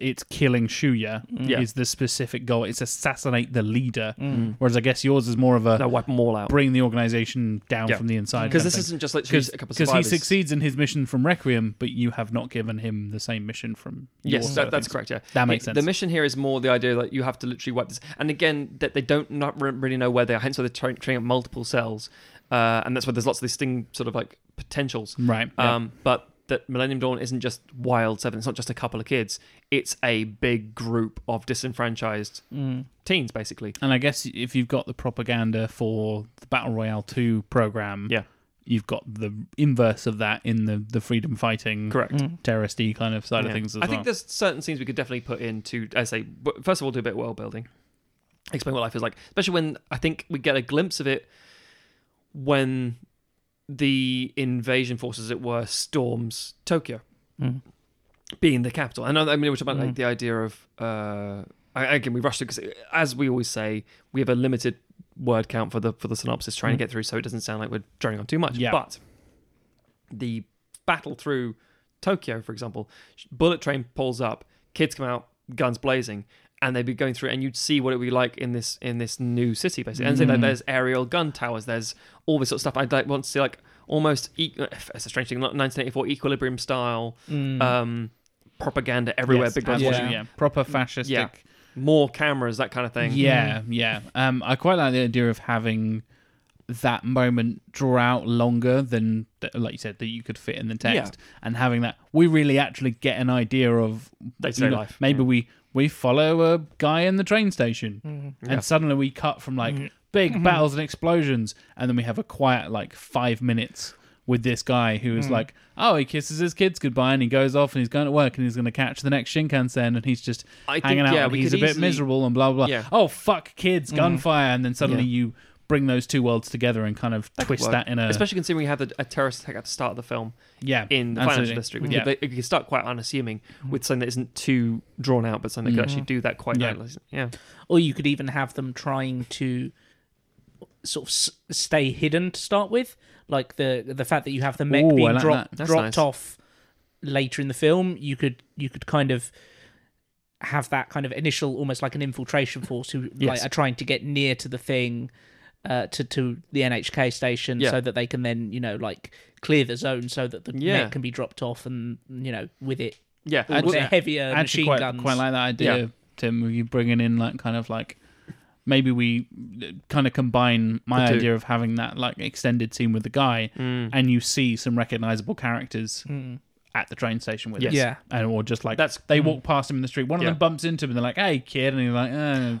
Speaker 1: it's killing Shuya
Speaker 3: Yeah. Mm-hmm.
Speaker 1: is the specific goal. It's assassinate the leader. Whereas I guess yours is more of a
Speaker 3: No, wipe them all out.
Speaker 1: bring the organization down
Speaker 3: Yeah.
Speaker 1: from the inside.
Speaker 3: Because
Speaker 1: kind of
Speaker 3: this
Speaker 1: thing.
Speaker 3: isn't just literally a couple of
Speaker 1: because he
Speaker 3: survivors.
Speaker 1: succeeds in his mission from Requiem, but you have not given him the same mission from your
Speaker 3: Yes,
Speaker 1: side
Speaker 3: that,
Speaker 1: of
Speaker 3: that's
Speaker 1: things.
Speaker 3: correct. Yeah,
Speaker 1: That makes
Speaker 3: The-
Speaker 1: sense.
Speaker 3: The mission here is more the idea that you have to literally wipe this, and again, that they don't not re- really know where they are. Hence, why they're trying, training up multiple cells, uh, and that's why there's lots of these thing sort of like potentials.
Speaker 1: Right. Mm, yeah.
Speaker 3: Um, but that Millennium Dawn isn't just Wild Seven. It's not just a couple of kids. It's a big group of disenfranchised
Speaker 2: Mm.
Speaker 3: teens, basically.
Speaker 1: And I guess if you've got the propaganda for the Battle Royale 2 program,
Speaker 3: Yeah.
Speaker 1: you've got the inverse of that in the, the freedom fighting,
Speaker 3: Correct.
Speaker 1: terroristy kind of side
Speaker 3: Yeah.
Speaker 1: of things as
Speaker 3: I
Speaker 1: well.
Speaker 3: think there's certain scenes we could definitely put in to, I say, w- first of all, do a bit of world building, explain what life is like, especially when I think we get a glimpse of it when the invasion forces, as it were, storms Tokyo,
Speaker 2: Mm.
Speaker 3: being the capital. And I I mean, we're talking about
Speaker 2: Mm.
Speaker 3: like the idea of, uh, I, again, we rushed it because, as we always say, we have a limited word count for the for the synopsis trying
Speaker 2: Mm.
Speaker 3: to get through, so it doesn't sound like we're droning on too much.
Speaker 1: Yeah.
Speaker 3: But the battle through Tokyo, for example, bullet train pulls up, kids come out, guns blazing, and they'd be going through, and you'd see what it would be like in this in this new city, basically. And so, like,
Speaker 1: Mm.
Speaker 3: there's aerial gun towers, there's all this sort of stuff. I'd like want to see like almost e- [sighs] it's a strange thing, not 1984 equilibrium style
Speaker 2: Mm.
Speaker 3: um, propaganda everywhere.
Speaker 1: Yes,
Speaker 3: big guys
Speaker 1: absolutely,
Speaker 3: watching,
Speaker 1: yeah. Proper fascistic.
Speaker 3: Yeah. more cameras, that kind of thing.
Speaker 1: Yeah, yeah. Um, I quite like the idea of having that moment draw out longer than, th- like you said, that you could fit in the text, and having that we really actually get an idea of
Speaker 3: Day-to-day
Speaker 1: you know,
Speaker 3: life,
Speaker 1: Maybe
Speaker 3: yeah.
Speaker 1: we we follow a guy in the train station,
Speaker 3: Yeah.
Speaker 1: and suddenly we cut from like big battles and explosions, and then we have a quiet like five minutes. With this guy who is like, oh, he kisses his kids goodbye and he goes off and he's going to work and he's going to catch the next Shinkansen and he's just
Speaker 3: I think,
Speaker 1: hanging out
Speaker 3: yeah,
Speaker 1: and
Speaker 3: we
Speaker 1: he's a
Speaker 3: could
Speaker 1: bit
Speaker 3: easily-
Speaker 1: miserable miserable and blah blah. blah.
Speaker 3: Yeah.
Speaker 1: Oh fuck, kids, gunfire, and then suddenly
Speaker 3: Yeah.
Speaker 1: you bring those two worlds together and kind of twist
Speaker 3: Work.
Speaker 1: that in a
Speaker 3: especially considering we have a, a terrorist attack at the start of the film.
Speaker 1: yeah
Speaker 3: in the
Speaker 1: absolutely.
Speaker 3: financial district. We
Speaker 1: Yeah. Mm.
Speaker 3: could, we could start quite unassuming with something that isn't too drawn out, but something that could actually do that quite
Speaker 1: Yeah.
Speaker 3: nicely. Yeah.
Speaker 2: Or you could even have them trying to sort of s- stay hidden to start with, like the the fact that you have the mech
Speaker 1: Ooh, I
Speaker 2: being
Speaker 1: like
Speaker 2: dropped
Speaker 1: that.
Speaker 3: That's
Speaker 2: dropped
Speaker 3: nice.
Speaker 2: off later in the film. You could you could kind of have that kind of initial almost like an infiltration force who
Speaker 3: Yes.
Speaker 2: like are trying to get near to the thing. Uh, to to the NHK station
Speaker 3: Yeah.
Speaker 2: so that they can then you know like clear the zone so that the
Speaker 3: Yeah.
Speaker 2: mech can be dropped off and you know with it
Speaker 3: Yeah.
Speaker 2: all
Speaker 1: Well,
Speaker 2: their heavier
Speaker 1: actually
Speaker 2: machine
Speaker 1: quite,
Speaker 2: guns
Speaker 1: quite like that idea,
Speaker 3: Yeah.
Speaker 1: Tim. Were you bringing in like kind of like maybe we kind of combine my
Speaker 3: The two.
Speaker 1: idea of having that like extended scene with the guy,
Speaker 3: Mm.
Speaker 1: and you see some recognizable characters at the train station with
Speaker 3: Yes.
Speaker 1: us.
Speaker 2: Mm. Yeah. mm.
Speaker 1: And or just like
Speaker 3: That's-
Speaker 1: they walk past him in the street. One
Speaker 3: Yeah.
Speaker 1: of them bumps into him and they're like, "Hey, kid," and he's like, "Oh, fuck
Speaker 2: And- uh,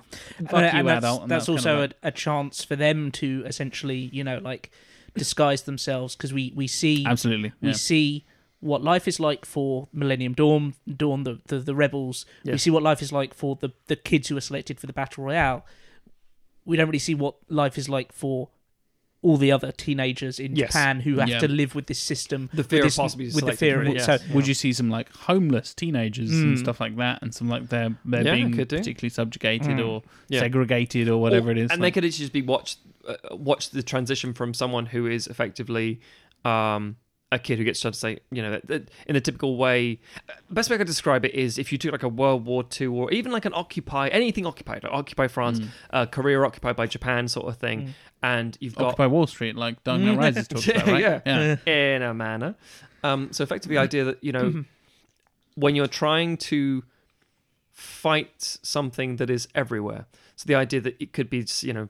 Speaker 1: you,
Speaker 2: and that's,
Speaker 1: adult." And
Speaker 2: that's
Speaker 1: kind of
Speaker 2: also
Speaker 1: like-
Speaker 2: a, a chance for them to essentially, you know, like disguise themselves because we we see
Speaker 1: absolutely.
Speaker 2: we
Speaker 1: Yeah.
Speaker 2: see what life is like for Millennium Dawn, Dawn the the, the rebels.
Speaker 3: Yeah.
Speaker 2: We see what life is like for the the kids who are selected for the battle royale. We don't really see what life is like for all the other teenagers in
Speaker 3: Yes.
Speaker 2: Japan who have
Speaker 1: Yeah.
Speaker 2: to live with this system,
Speaker 3: The fear
Speaker 2: with
Speaker 3: of
Speaker 2: this,
Speaker 3: possibly
Speaker 2: with the
Speaker 3: selected
Speaker 2: fear of
Speaker 3: for it,
Speaker 2: what-
Speaker 3: yes.
Speaker 2: so
Speaker 1: Would you see some like homeless teenagers and
Speaker 2: Mm.
Speaker 1: stuff like that, and some like they're they're
Speaker 3: Yeah,
Speaker 1: being
Speaker 3: could do.
Speaker 1: particularly subjugated
Speaker 2: Mm.
Speaker 1: or
Speaker 3: Yeah.
Speaker 1: segregated or whatever
Speaker 3: Or-
Speaker 1: it is?
Speaker 3: And
Speaker 1: like-
Speaker 3: they could actually just be watched uh, watch the transition from someone who is effectively um, a kid who gets to say, you know, that- that- in the typical way. uh, Best way I could describe it is if you took like a World War II or even like an Occupy, anything occupied, like Occupy
Speaker 1: mm.
Speaker 3: France, uh, Korea occupied by Japan sort of thing, and you've got
Speaker 1: Occupy Wall Street, like Dark Knight Rises talks about, right?
Speaker 3: Yeah, [laughs] yeah. in a manner. Um, so effectively, the idea that you
Speaker 1: Mm-hmm.
Speaker 3: know, when you're trying to fight something that is everywhere, so the idea that it could be you know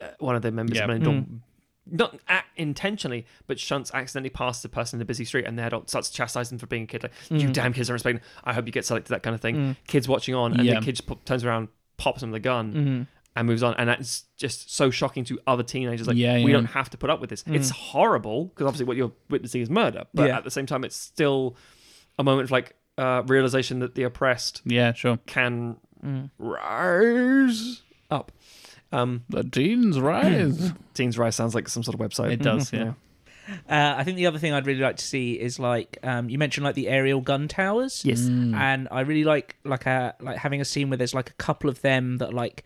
Speaker 3: uh, one of the members
Speaker 1: Yeah. Mm.
Speaker 3: of
Speaker 2: Mm-hmm.
Speaker 3: Millennium Dawn Not a- intentionally, but shunts accidentally past the person in a busy street, and the adult starts chastising them for being a kid. Like,
Speaker 1: Mm.
Speaker 3: you damn kids are respecting. I hope you get selected. That kind of thing. Kids watching on, and
Speaker 1: Yeah. Mm.
Speaker 3: the kid just pop, turns around, pops him the gun,
Speaker 2: Mm-hmm.
Speaker 3: and moves on. And that's just so shocking to other teenagers. Like,
Speaker 1: Yeah,
Speaker 3: we
Speaker 1: yeah. Mm.
Speaker 3: don't have to put up with this. It's horrible because obviously what you're witnessing is murder, but
Speaker 2: Yeah.
Speaker 3: at the same time, it's still a moment of like uh, realization that the oppressed
Speaker 1: Yeah, sure.
Speaker 3: can
Speaker 1: Mm.
Speaker 3: rise up. Um,
Speaker 1: The teens
Speaker 3: [laughs]
Speaker 1: rise.
Speaker 3: Teens Rise sounds like some sort of website.
Speaker 1: it does, yeah.
Speaker 2: Uh, I think the other thing I'd really like to see is like um, you mentioned like the aerial gun towers.
Speaker 3: Yes.
Speaker 2: and I really like like a like having a scene where there's like a couple of them that are, like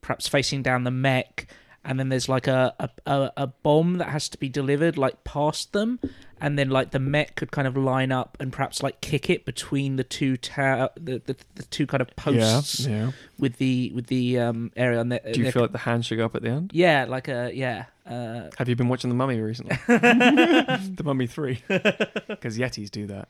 Speaker 2: perhaps facing down the mech, and then there's like a a, a a bomb that has to be delivered like past them, and then like the mech could kind of line up and perhaps like kick it between the two tower the, the the two kind of posts
Speaker 3: yeah.
Speaker 2: with the with the um area and the,
Speaker 3: Do you
Speaker 2: they're-
Speaker 3: feel like the hand should go up at the end?
Speaker 2: yeah like a yeah uh
Speaker 3: Have you been watching The Mummy
Speaker 1: [laughs]
Speaker 3: recently? the Mummy 3. Because Yetis do
Speaker 1: [laughs]
Speaker 3: that.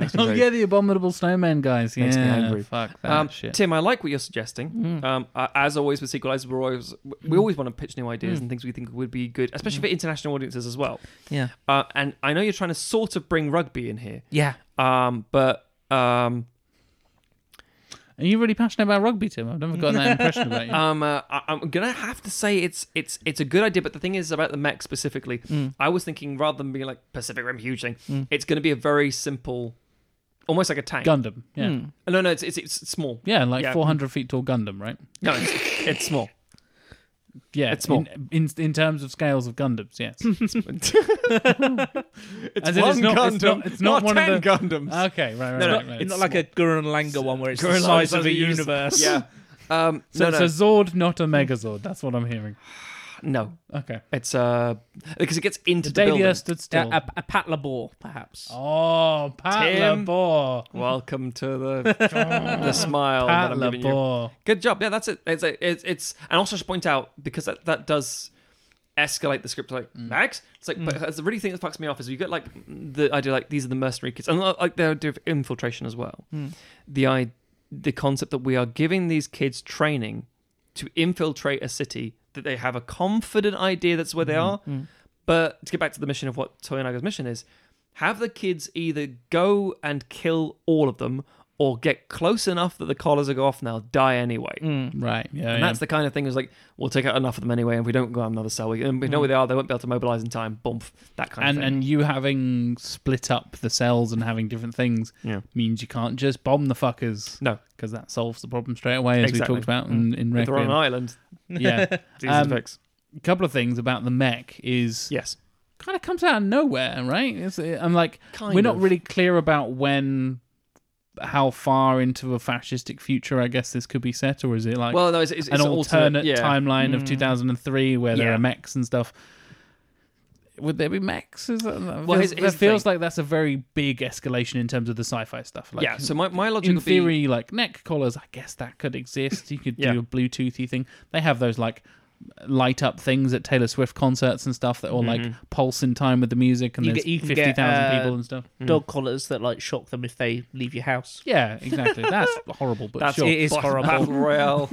Speaker 3: Makes me
Speaker 1: Oh
Speaker 3: very-
Speaker 1: yeah, the abominable snowman guys.
Speaker 3: Makes me
Speaker 1: Yeah,
Speaker 3: angry.
Speaker 1: fuck that
Speaker 3: Um,
Speaker 1: shit.
Speaker 3: Tim, I like what you're suggesting.
Speaker 1: Mm.
Speaker 3: Um, uh, as always with sequelizers, we're always, we always want to pitch new
Speaker 1: Mm.
Speaker 3: ideas and things we think would be good, especially for international audiences as well.
Speaker 2: yeah
Speaker 3: Uh, and I know you're trying to sort of bring rugby in here,
Speaker 2: yeah
Speaker 3: um, but um,
Speaker 1: Are you really passionate about rugby, Tim? I've never gotten
Speaker 3: [laughs]
Speaker 1: that impression about you.
Speaker 3: um, uh, I- I'm gonna have to say it's it's it's a good idea. But the thing is about the mech specifically,
Speaker 1: Mm.
Speaker 3: I was thinking rather than being like Pacific Rim huge thing, it's going to be a very simple, almost like a tank.
Speaker 1: Gundam, yeah,
Speaker 3: No, no, it's it's, it's small.
Speaker 1: yeah, like
Speaker 3: hmm. Yeah.
Speaker 1: 400 feet tall Gundam, right?
Speaker 3: No, it's, it's small.
Speaker 1: Yeah,
Speaker 3: It's small.
Speaker 1: in, in in terms of scales of Gundams.
Speaker 3: [laughs]
Speaker 1: Yes.
Speaker 3: it's [laughs]
Speaker 1: As in it's not- it's not- it's not one of the-
Speaker 3: Gundams.
Speaker 1: okay, right, right,
Speaker 3: no,
Speaker 1: right. right.
Speaker 2: it's not like a Gurren Langer one where it's the
Speaker 3: Gurren
Speaker 2: size
Speaker 3: Lagann
Speaker 2: of a
Speaker 3: universe.
Speaker 2: universe
Speaker 3: yeah. Um,
Speaker 1: so
Speaker 3: no, no,
Speaker 1: it's a Zord, not a Megazord. That's what I'm hearing.
Speaker 3: no.
Speaker 1: Okay.
Speaker 3: It's uh because it gets into
Speaker 1: The
Speaker 3: the,
Speaker 1: day the
Speaker 3: building.
Speaker 1: Earth stood still.
Speaker 2: Yeah, a, a Pat Labor perhaps
Speaker 1: oh, Pat
Speaker 3: Tim.
Speaker 1: Labor.
Speaker 3: Welcome to the [laughs] the smile that
Speaker 1: Pat
Speaker 3: I'm giving you.
Speaker 1: Labor.
Speaker 3: Good job. Yeah, that's it. It's a, it's, it's and also should point out because that, that does escalate the script like Max. It's like but that's the really thing that fucks me off is you get like the idea like these are the mercenary kids and like the idea of infiltration as well. The I the concept that we are giving these kids training to infiltrate a city that they have a confident idea that's where they are. But to get back to the mission of what Toyonaga's mission is, have the kids either go and kill all of them or get close enough that the collars will go off and they'll die anyway.
Speaker 2: Mm.
Speaker 3: [laughs]
Speaker 1: Right. Yeah.
Speaker 3: And
Speaker 1: yeah.
Speaker 3: that's the kind of thing is like, we'll take out enough of them anyway, and if we don't go out another cell, we, and we know where they are, they won't be able to mobilize in time, bump, that kind
Speaker 1: Hmm. and
Speaker 3: of thing.
Speaker 1: and you having split up the cells and having different things
Speaker 3: Yeah.
Speaker 1: means you can't just bomb the fuckers
Speaker 3: no,
Speaker 1: because that solves the problem straight away as
Speaker 3: Exactly. Mm.
Speaker 1: we talked about in, in
Speaker 3: if they're on an
Speaker 1: Requiem.
Speaker 3: island,
Speaker 1: Yeah,
Speaker 3: it's easy to
Speaker 1: Um,
Speaker 3: fix.
Speaker 1: a couple of things about the mech is
Speaker 3: Yes.
Speaker 1: kind of comes out of nowhere, right? It's, I'm like,
Speaker 3: Kind
Speaker 1: we're not
Speaker 3: of.
Speaker 1: really clear about when, how far into a fascistic future I guess this could be set, or is it like
Speaker 3: Well, no, it's, it's,
Speaker 1: an
Speaker 3: it's
Speaker 1: alternate,
Speaker 3: yeah.
Speaker 1: timeline of 2003 where there
Speaker 3: Yeah.
Speaker 1: are mechs and stuff. Would there be mechs? Is that, that
Speaker 3: Well,
Speaker 1: feels,
Speaker 3: here's- here's
Speaker 1: that
Speaker 3: the
Speaker 1: feels
Speaker 3: thing.
Speaker 1: like that's a very big escalation in terms of the sci-fi stuff. Like,
Speaker 3: yeah, so my, my logic
Speaker 1: in
Speaker 3: would be-
Speaker 1: theory, like neck collars, I guess that could exist. You could
Speaker 3: Yeah.
Speaker 1: do a Bluetoothy thing. They have those like light up things at Taylor Swift concerts and stuff that will
Speaker 3: Mm-hmm.
Speaker 1: like pulse in time with the music, and
Speaker 2: You
Speaker 1: there's
Speaker 2: get- you can
Speaker 1: fifty
Speaker 2: get,
Speaker 1: thousand
Speaker 2: uh,
Speaker 1: people and stuff.
Speaker 2: [laughs] dog collars that like shock them if they leave your house.
Speaker 1: Yeah, exactly. That's
Speaker 3: [laughs]
Speaker 1: horrible, but
Speaker 3: that's
Speaker 1: sure.
Speaker 2: it is
Speaker 3: Battle-
Speaker 2: horrible.
Speaker 3: Battle
Speaker 1: [laughs]
Speaker 3: Royale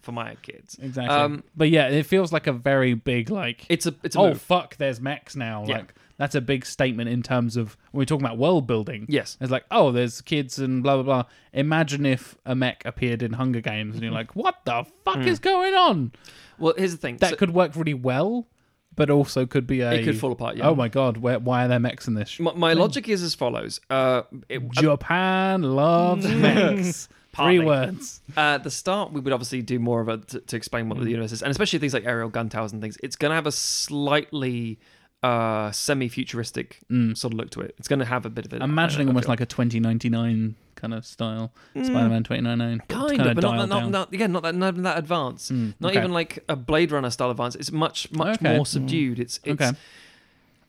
Speaker 3: for my kids.
Speaker 1: Exactly.
Speaker 3: Um,
Speaker 1: but yeah, it feels like a very big like.
Speaker 3: It's a it's a
Speaker 1: oh
Speaker 3: move.
Speaker 1: fuck, there's mechs now.
Speaker 3: Yeah.
Speaker 1: Like that's a big statement in terms of when we're talking about world building.
Speaker 3: Yes.
Speaker 1: It's like, oh, there's kids and blah blah blah. Imagine if a mech appeared in Hunger Games, and you're
Speaker 3: Mm-hmm.
Speaker 1: like, what the fuck is going on?
Speaker 3: Well, here's the thing.
Speaker 1: That
Speaker 3: Mm. So
Speaker 1: could work really well, but also could be a.
Speaker 3: it could fall apart. Yeah.
Speaker 1: Oh my god, where, why are there mechs in this? sh-
Speaker 3: my, my logic is as follows. Uh, it,
Speaker 1: Japan
Speaker 3: [laughs]
Speaker 1: loves mechs. Three
Speaker 3: Partly. [laughs]
Speaker 1: words.
Speaker 3: at the start, we would obviously do more of a to, to explain
Speaker 1: Hmm.
Speaker 3: what the universe is, and especially things like aerial gun towers and things. It's going to have a slightly uh, semi-futuristic sort of look to it. It's going to have a bit of uh, it.
Speaker 1: I'm Hmm. imagining almost like a 2099 kind of style Spider-Man 2099.
Speaker 3: kind
Speaker 1: kinda
Speaker 3: of, Mm. but
Speaker 1: dialed
Speaker 3: not, not,
Speaker 1: down. Hmm,
Speaker 3: not again, not that not even that advanced. not
Speaker 1: okay.
Speaker 3: even like a Blade Runner style advance. It's much much
Speaker 1: Okay. Hmm.
Speaker 3: more subdued. It's it's Mm.
Speaker 1: Okay.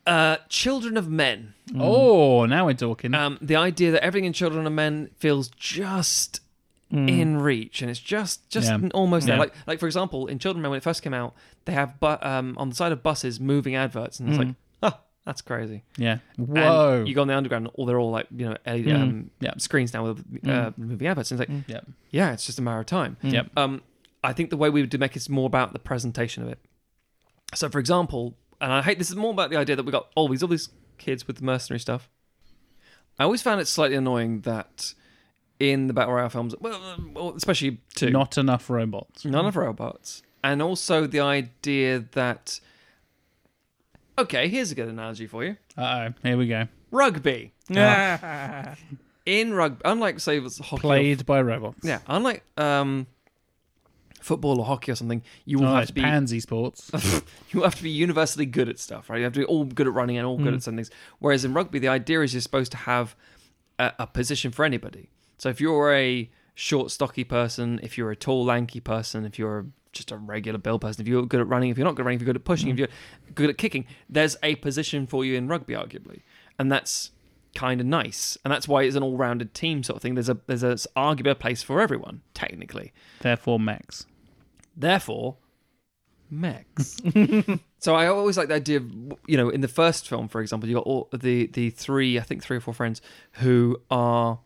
Speaker 3: uh, Children of Men.
Speaker 1: Oh, now we're talking.
Speaker 3: Um, the idea that everything in Children of Men feels just in reach, and it's just just
Speaker 1: Mm. Yeah.
Speaker 3: almost there.
Speaker 1: Yeah.
Speaker 3: Like like for example, in Children of Men when it first came out, they have but um, on the side of buses moving adverts, and it's like, oh, that's crazy.
Speaker 1: yeah.
Speaker 3: And
Speaker 1: Mm. Whoa. Mm.
Speaker 3: you go on the underground, and all they're all like you know LED, um,
Speaker 1: Yeah. Mm.
Speaker 3: screens now with uh, moving adverts. And it's like,
Speaker 1: Yep.
Speaker 3: yeah, it's just a matter of time.
Speaker 1: Yep.
Speaker 3: Um, I think the way we would do make it's more about the presentation of it. So, for example, and I hate this is more about the idea that we got all these all these kids with mercenary stuff. I always found it slightly annoying that in the battle royale films, well, well, especially two,
Speaker 1: Not enough robots.
Speaker 3: none of robots, and also the idea that okay, here's a good analogy for you:
Speaker 1: Uh oh. Here we go.
Speaker 3: rugby.
Speaker 2: Yeah.
Speaker 3: In rugby, unlike say it was hockey, or-
Speaker 1: Played by robots.
Speaker 3: yeah, unlike um, football or hockey or something, you will
Speaker 1: Oh,
Speaker 3: have
Speaker 1: it's
Speaker 3: to be
Speaker 1: pansy [laughs] sports.
Speaker 3: [laughs] you have to be universally good at stuff, right? You have to be all good at running and all good at some things. Whereas in rugby, the idea is you're supposed to have a, a position for anybody. So if you're a short, stocky person, if you're a tall, lanky person, if you're just a regular bill person, if you're good at running, if you're not good at running, if you're good at pushing, if you're good at kicking, there's a position for you in rugby, arguably, and that's kind of nice. And that's why it's an all-rounded team sort of thing. There's a there's a s- arguably a place for everyone technically.
Speaker 1: Therefore, mechs.
Speaker 3: Therefore,
Speaker 1: [laughs]
Speaker 3: mechs. so I always like the idea of, you know, in the first film, for example, you got all the the three, I think three or four friends who are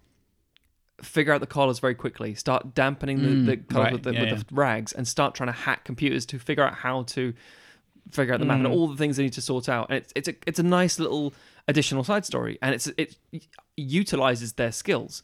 Speaker 3: figure out the collars very quickly, start dampening
Speaker 1: Mm,
Speaker 3: the, the collars
Speaker 1: right,
Speaker 3: with, the,
Speaker 1: yeah,
Speaker 3: with the rags, and start trying to hack computers to figure out how to figure out the map
Speaker 1: Mm.
Speaker 3: and all the things they need to sort out. And it's it's a it's a nice little additional side story, and it's it utilizes their skills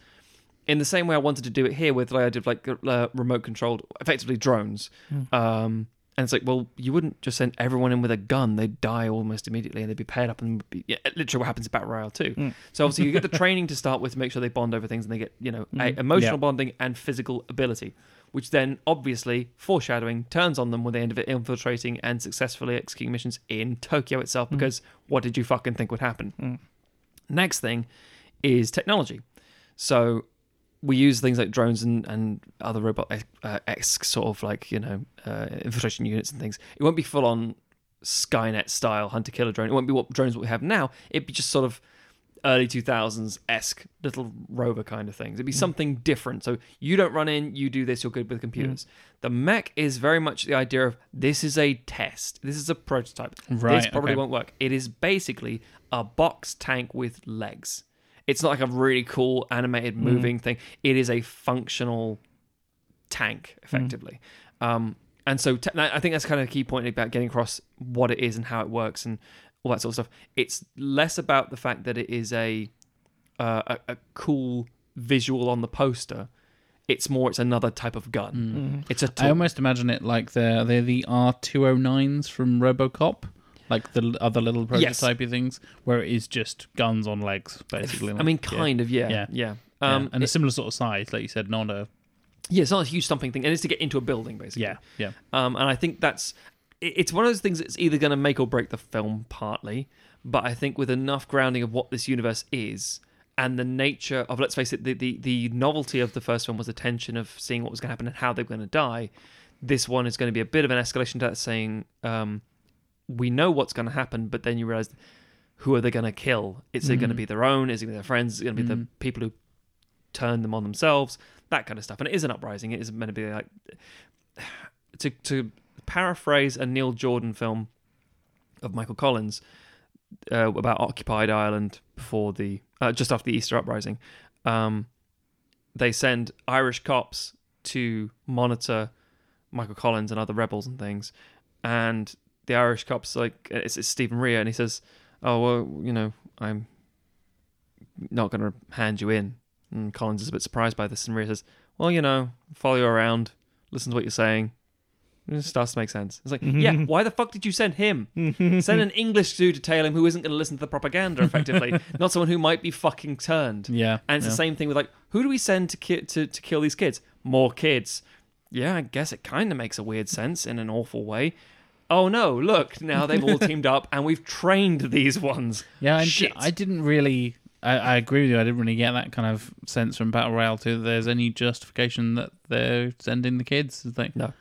Speaker 3: in the same way I wanted to do it here with the idea of like uh, remote controlled, effectively drones. Um, and it's like, well, you wouldn't just send everyone in with a gun; they'd die almost immediately, and they'd be paired up, and be, yeah, literally what happens at Battle Royale too. So obviously, you get the training to start with to make sure they bond over things, and they get you know a, emotional
Speaker 1: Yeah.
Speaker 3: bonding and physical ability, which then obviously foreshadowing turns on them when they end up infiltrating and successfully executing missions in Tokyo itself. Because what did you fucking think would happen? Next thing is technology. So we use things like drones and, and other robot uh, esque sort of like you know uh, infiltration units and things. It won't be full on Skynet style hunter killer drone. It won't be what drones what we have now. It'd be just sort of early two thousands esque little rover kind of things. It'd be
Speaker 1: Mm.
Speaker 3: something different. So you don't run in, you do this. You're good with computers.
Speaker 1: Mm.
Speaker 3: The mech is very much the idea of this is a test. This is a prototype.
Speaker 1: Right,
Speaker 3: This probably
Speaker 1: okay.
Speaker 3: won't work. It is basically a box tank with legs. It's not like a really cool animated
Speaker 1: Mm.
Speaker 3: moving thing. It is a functional tank,
Speaker 1: Hmm.
Speaker 3: effectively. Um, and so te- I think that's kind of a key point about getting across what it is and how it works and all that sort of stuff. It's less about the fact that it is a uh, a, a cool visual on the poster. It's more it's another type of gun. It's a
Speaker 1: Hmm. I
Speaker 3: tool.
Speaker 1: almost imagine it like they're they're the R two oh nines from RoboCop, like the l- other little
Speaker 3: Yes.
Speaker 1: prototypey things where it is just guns on legs, basically.
Speaker 3: I mean, kind of, yeah,
Speaker 1: Yeah.
Speaker 3: yeah.
Speaker 1: Yeah.
Speaker 3: Um,
Speaker 1: and a similar sort of size, like you said, not a
Speaker 3: yeah, it's not a huge stomping thing. It is to get into a building, basically.
Speaker 1: yeah,
Speaker 3: [laughs]
Speaker 1: yeah.
Speaker 3: Um, and I think that's it- it's one of those things that's either going to make or break the film partly, but I think with enough grounding of what this universe is and the nature of let's face it the the, the novelty of the first one was the tension of seeing what was going to happen and how they were going to die. This one is going to be a bit of an escalation to that saying um, we know what's going to happen, but then you realize who are they going to kill? Is it going to be their own? Is it going to be their friends? Is it going to be the people who turn them on themselves? That kind of stuff. And it is an uprising. It is meant to be like [sighs] to to paraphrase a Neil Jordan film of Michael Collins uh, about occupied Ireland before the uh, just after the Easter uprising. Um, they send Irish cops to monitor Michael Collins and other rebels and things, and the Irish cops like it's, it's Stephen Rea, and he says, "Oh, oh well, you know, I'm not going to hand you in. And Collins is a bit surprised by this, and Maria says, well, you know, follow you around, listen to what you're saying. And It starts to make sense.
Speaker 2: [laughs]
Speaker 3: It's like, yeah, why the fuck did you send him? send an English dude to tail him who isn't going to listen to the
Speaker 2: [laughs]
Speaker 3: propaganda effectively, not someone who might be fucking turned.
Speaker 1: Yeah.
Speaker 3: And it's the same thing with like, who do we send to ki- to to kill these kids? More kids. Yeah, I guess it kind of makes a weird sense in an awful way. Oh no! Look, now
Speaker 2: [laughs]
Speaker 3: they've all teamed up, and we've trained these ones.
Speaker 1: Yeah, and
Speaker 3: Shit.
Speaker 1: I didn't really. I, I agree with you. I didn't really get that kind of sense from Battle Royale too. That there's any justification that they're sending the kids. It's like
Speaker 3: No.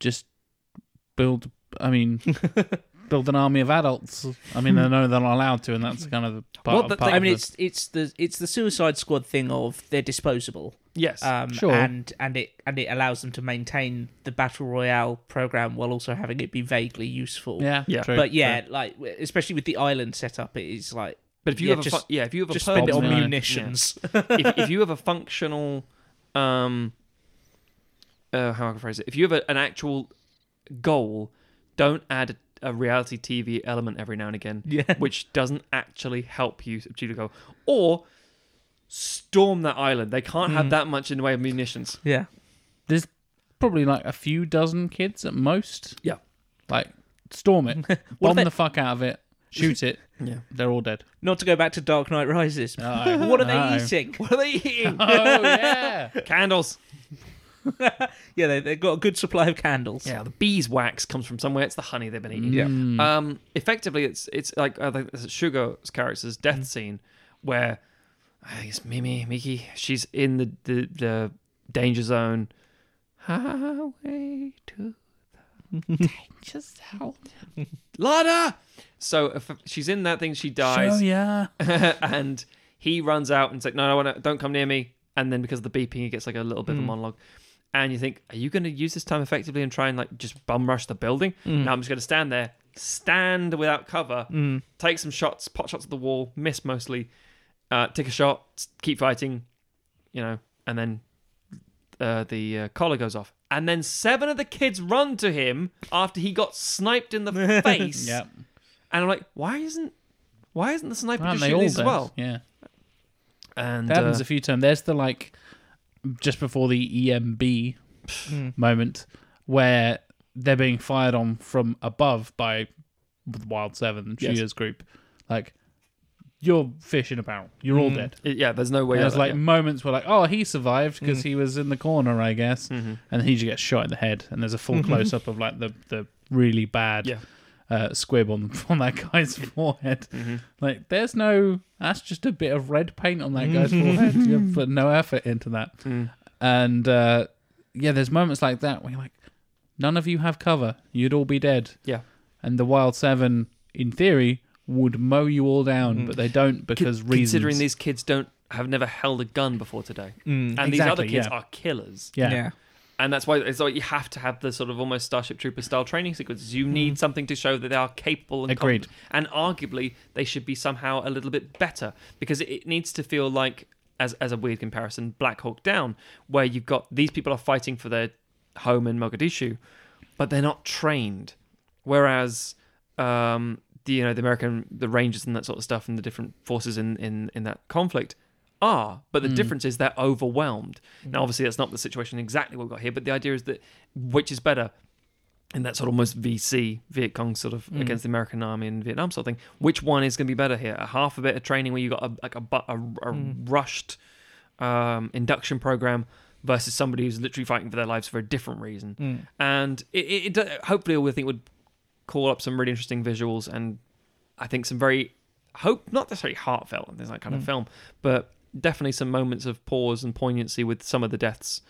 Speaker 1: just build. I
Speaker 2: [laughs]
Speaker 1: mean, build an army of adults. I mean, I know they're not allowed to, and that's kind of the part.
Speaker 3: Well, the
Speaker 1: part
Speaker 3: thing-
Speaker 2: I
Speaker 1: of
Speaker 2: mean,
Speaker 1: the-
Speaker 2: it's it's the it's the Suicide Squad thing of they're disposable,
Speaker 3: Yes,
Speaker 2: um,
Speaker 1: Sure.
Speaker 2: and and it and it allows them to maintain the battle royale program while also having it be vaguely useful.
Speaker 1: yeah,
Speaker 3: Yeah.
Speaker 1: true,
Speaker 2: but yeah,
Speaker 1: true.
Speaker 2: like especially with the island setup, it is like
Speaker 3: but if you
Speaker 2: yeah,
Speaker 3: have a
Speaker 2: just-
Speaker 3: fu- yeah, if you have a
Speaker 2: just spend it
Speaker 3: purpose-
Speaker 2: on
Speaker 1: Yeah.
Speaker 2: munitions.
Speaker 3: if, if you have a functional, um, uh, how I can phrase it, if you have a, an actual goal, don't add a, a reality TV element every now and again, [laughs]
Speaker 2: Yeah.
Speaker 3: which doesn't actually help you achieve the goal, or storm that island. They can't have that much in the way of munitions.
Speaker 2: yeah.
Speaker 1: there's probably like a few dozen kids at most.
Speaker 3: Yeah.
Speaker 1: Like storm it,
Speaker 2: [laughs] What if
Speaker 1: bomb
Speaker 2: they-
Speaker 1: the fuck out of it, shoot it.
Speaker 3: Yeah.
Speaker 1: They're all
Speaker 2: [laughs]
Speaker 1: dead.
Speaker 2: [laughs] Not to go back to Dark Knight Rises.
Speaker 1: Uh-oh.
Speaker 2: [laughs] What are they
Speaker 1: Uh-oh.
Speaker 2: eating?
Speaker 3: What are they eating?
Speaker 1: [laughs]
Speaker 3: [laughs]
Speaker 1: Oh yeah.
Speaker 3: Candles.
Speaker 2: Yeah, they, they've got a good supply of candles.
Speaker 3: Yeah, the beeswax comes from somewhere. It's the honey they've been eating.
Speaker 2: Yeah.
Speaker 1: Mm.
Speaker 3: Um, effectively, it's it's like uh, I think this is Sugar's character's death scene where I guess Mimi Miki she's in the the, the danger zone. Highway to
Speaker 1: Just how?
Speaker 3: Lada. So if she's in that thing, she dies,
Speaker 1: Oh yeah.
Speaker 3: [laughs] and he runs out and says, "No, no, no, don't come near me." And then because of the beeping, he gets like a little bit of a monologue. And you think, are you going to use this time effectively and try and like just bum rush the building?
Speaker 2: Mm.
Speaker 3: No, I'm just going to stand there, stand without cover, take some shots, pot shots at the wall, miss mostly, uh, take a shot, s- keep fighting, you know, and then uh, the uh, collar goes off. And then seven of the kids run to him after he got sniped
Speaker 1: [laughs]
Speaker 3: in the face.
Speaker 1: Yeah.
Speaker 3: And I'm like, why isn't why isn't the sniper
Speaker 1: Aren't
Speaker 3: just
Speaker 1: they
Speaker 3: shooting
Speaker 1: all
Speaker 3: these
Speaker 1: dead?
Speaker 3: as well?
Speaker 1: Yeah.
Speaker 3: And
Speaker 1: That happens
Speaker 3: uh,
Speaker 1: a few times. There's the like just before the EMB
Speaker 3: mm.
Speaker 1: moment where they're being fired on from above by Wild Seven,
Speaker 3: Yes.
Speaker 1: Shia's group. Like you're fish in a barrel. You're all dead.
Speaker 3: it- Mm. yeah, Mm. there's no way.
Speaker 1: There's
Speaker 3: out of
Speaker 1: like
Speaker 3: that,
Speaker 1: moments where like, oh, he survived because he was in the corner, I guess,
Speaker 3: Mm-hmm.
Speaker 1: and he just gets shot in the head. And there's a
Speaker 3: [laughs]
Speaker 1: full close up of like the the really bad
Speaker 3: Yeah.
Speaker 1: uh, squib on [laughs] on that
Speaker 3: [laughs]
Speaker 1: guy's forehead.
Speaker 3: Mm-hmm.
Speaker 1: Like, there's no. That's just a bit of red paint on that
Speaker 3: [laughs]
Speaker 1: guy's forehead. You put no effort into that. And uh, yeah, there's moments like that where you're like, none of you have cover. You'd all be dead.
Speaker 3: yeah.
Speaker 1: And the Wild Seven, in theory, would mow you all down, but they don't
Speaker 3: Con-
Speaker 1: because reasons.
Speaker 3: Mm-hmm. considering these kids don't have never held a gun before today, and
Speaker 2: Mm.
Speaker 3: these
Speaker 1: Exactly,
Speaker 3: other kids
Speaker 1: yeah.
Speaker 3: are killers,
Speaker 1: yeah.
Speaker 3: and that's why it's like you have to have the sort of almost Starship Trooper style training sequences. You need something to show that they are capable and
Speaker 1: Agreed.
Speaker 3: competent. and arguably they should be somehow a little bit better because it, it needs to feel like, as as a weird comparison, Black Hawk Down, where you've got these people are fighting for their home in Mogadishu, but they're not trained. Whereas, um, the, you know, the American, the Rangers and that sort of stuff, and the different forces in in in that conflict are. But the difference is they're overwhelmed. Now, obviously, that's not the situation exactly what we've got here. But the idea is that which is better, in that sort of almost VC Viet Cong sort of against the American army in Vietnam sort of thing. Which one is going to be better here? A half a bit of training where you got a, like a bu- a, a rushed um, induction program versus somebody who's literally fighting for their lives for a different reason.
Speaker 2: Mm.
Speaker 3: And it, it, it do- hopefully, we think would call up some really interesting visuals and I think some very hope not necessarily heartfelt and things like kind of film, but definitely some moments of pause and poignancy with some of the deaths.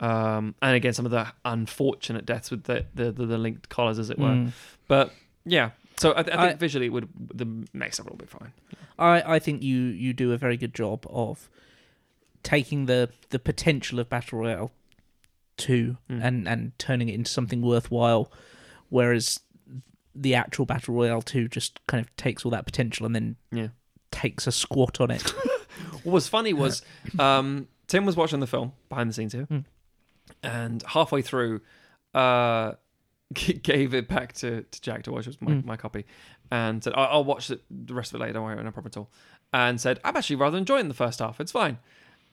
Speaker 3: Um, and again, some of the unfortunate deaths with the the, the, the linked collars, as it were. But yeah, so I, I think
Speaker 2: Mm. I-
Speaker 3: visually it would the next level will be fine.
Speaker 2: I, I think you you do a very good job of taking the the potential of battle royale two
Speaker 3: Mm.
Speaker 2: and and turning it into something worthwhile, whereas the actual battle royale two just kind of takes all that potential and then
Speaker 3: Yeah.
Speaker 2: takes a squat on
Speaker 3: [laughs]
Speaker 2: it. [laughs]
Speaker 3: What was
Speaker 1: [laughs]
Speaker 3: funny was um, Tim
Speaker 1: Hmm.
Speaker 3: was watching the film behind the scenes here, and halfway through, uh, [laughs] g- gave it back to, to Jack to watch. It was my,
Speaker 1: Hmm.
Speaker 2: Mm.
Speaker 3: my copy, and said, "I'll, I'll watch the, the rest of it later. Don't worry, no problem at all." And said, "I'm actually rather enjoying the first half. It's fine."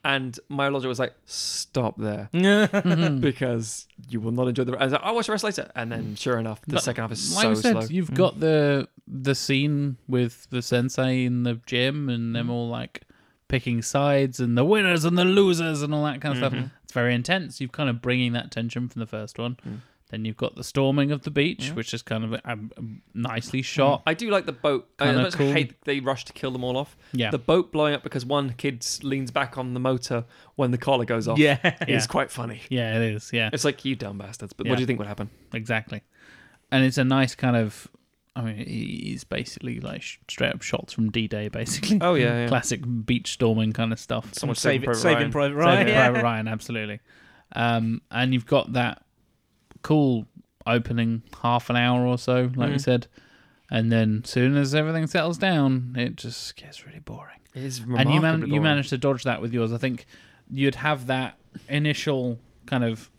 Speaker 3: And my logic was like, "Stop there."
Speaker 1: Hmm. Mm-hmm.
Speaker 3: [laughs] Because you will not enjoy the. I was like, I'll watch the rest later, and then sure enough, the
Speaker 1: But
Speaker 3: second half is
Speaker 1: like
Speaker 3: so
Speaker 1: I said,
Speaker 3: slow. Hmm.
Speaker 1: you've got the the scene with the sensei in the gym and
Speaker 3: Hmm.
Speaker 1: them all like picking sides and the winners and the losers and all that kind of
Speaker 3: Mm-hmm.
Speaker 1: stuff. It's very intense. You've kind of bringing that tension from the first one.
Speaker 3: Hmm.
Speaker 1: Then you've got the storming of the beach, which is kind of um, um,
Speaker 3: Hmm.
Speaker 1: nicely shot.
Speaker 3: I do like the boat. I
Speaker 1: Kinda
Speaker 3: much
Speaker 1: cool.
Speaker 3: hate they rush to kill them all off.
Speaker 1: Yeah.
Speaker 3: The boat blowing up because one kid leans back on the motor when the collar goes off.
Speaker 2: yeah.
Speaker 3: Is quite funny.
Speaker 1: Yeah, it is. Yeah,
Speaker 3: It's like you dumb bastards. But
Speaker 1: Yeah.
Speaker 3: what do you think
Speaker 1: [laughs]
Speaker 3: would happen?
Speaker 1: exactly. And it's a nice kind of. I mean, it's basically like sh- straight up shots from D Day, basically.
Speaker 3: Oh yeah,
Speaker 1: Classic beach storming kind of stuff.
Speaker 3: Someone
Speaker 2: Save-
Speaker 3: saving Private
Speaker 2: saving
Speaker 3: Ryan.
Speaker 2: Private Ryan.
Speaker 1: Saving
Speaker 2: yeah.
Speaker 1: Private Ryan, absolutely. Um, and you've got that cool opening half an hour or so, like we
Speaker 2: Mm.
Speaker 3: Mhm.
Speaker 1: said. And then soon as everything settles down, it just gets really boring.
Speaker 3: It is
Speaker 1: And you, man-
Speaker 3: remarkably
Speaker 1: you
Speaker 3: boring.
Speaker 1: managed to dodge that with yours. I think you'd have that initial kind of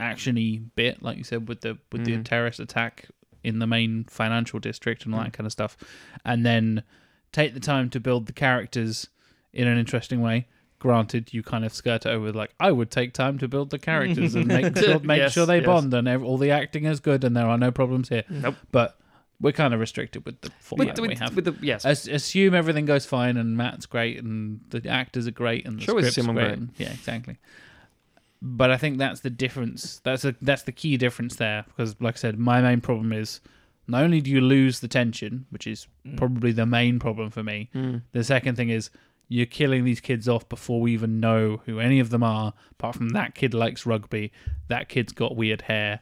Speaker 1: actiony bit, like you said, with the with the
Speaker 3: Mhm.
Speaker 1: terrorist attack in the main financial district and all
Speaker 3: Mm.
Speaker 1: that kind of stuff, and then take the time to build the characters in an interesting way. Granted, you kind of skirt it over with like I would take time to build the characters and
Speaker 3: [laughs]
Speaker 1: make sure make
Speaker 3: Yes,
Speaker 1: sure they
Speaker 3: yes.
Speaker 1: bond and ev- all the acting is good and there are no problems here.
Speaker 3: Nope.
Speaker 1: But we're kind of restricted with the format
Speaker 3: with,
Speaker 1: that we
Speaker 3: with,
Speaker 1: have.
Speaker 3: with the yes.
Speaker 1: As, assume everything goes fine and Matt's great and the actors are great and the
Speaker 3: Sure, we
Speaker 1: script's
Speaker 3: assume
Speaker 1: great.
Speaker 3: I'm great.
Speaker 1: and- yeah, exactly. But I think that's the difference. That's a, that's the key difference there because, like I said, my main problem is not only do you lose the tension, which is
Speaker 2: Mm.
Speaker 1: probably the main problem for me.
Speaker 3: Mm.
Speaker 1: The second thing is you're killing these kids off before we even know who any of them are. Apart from that kid likes rugby, that kid's got weird hair.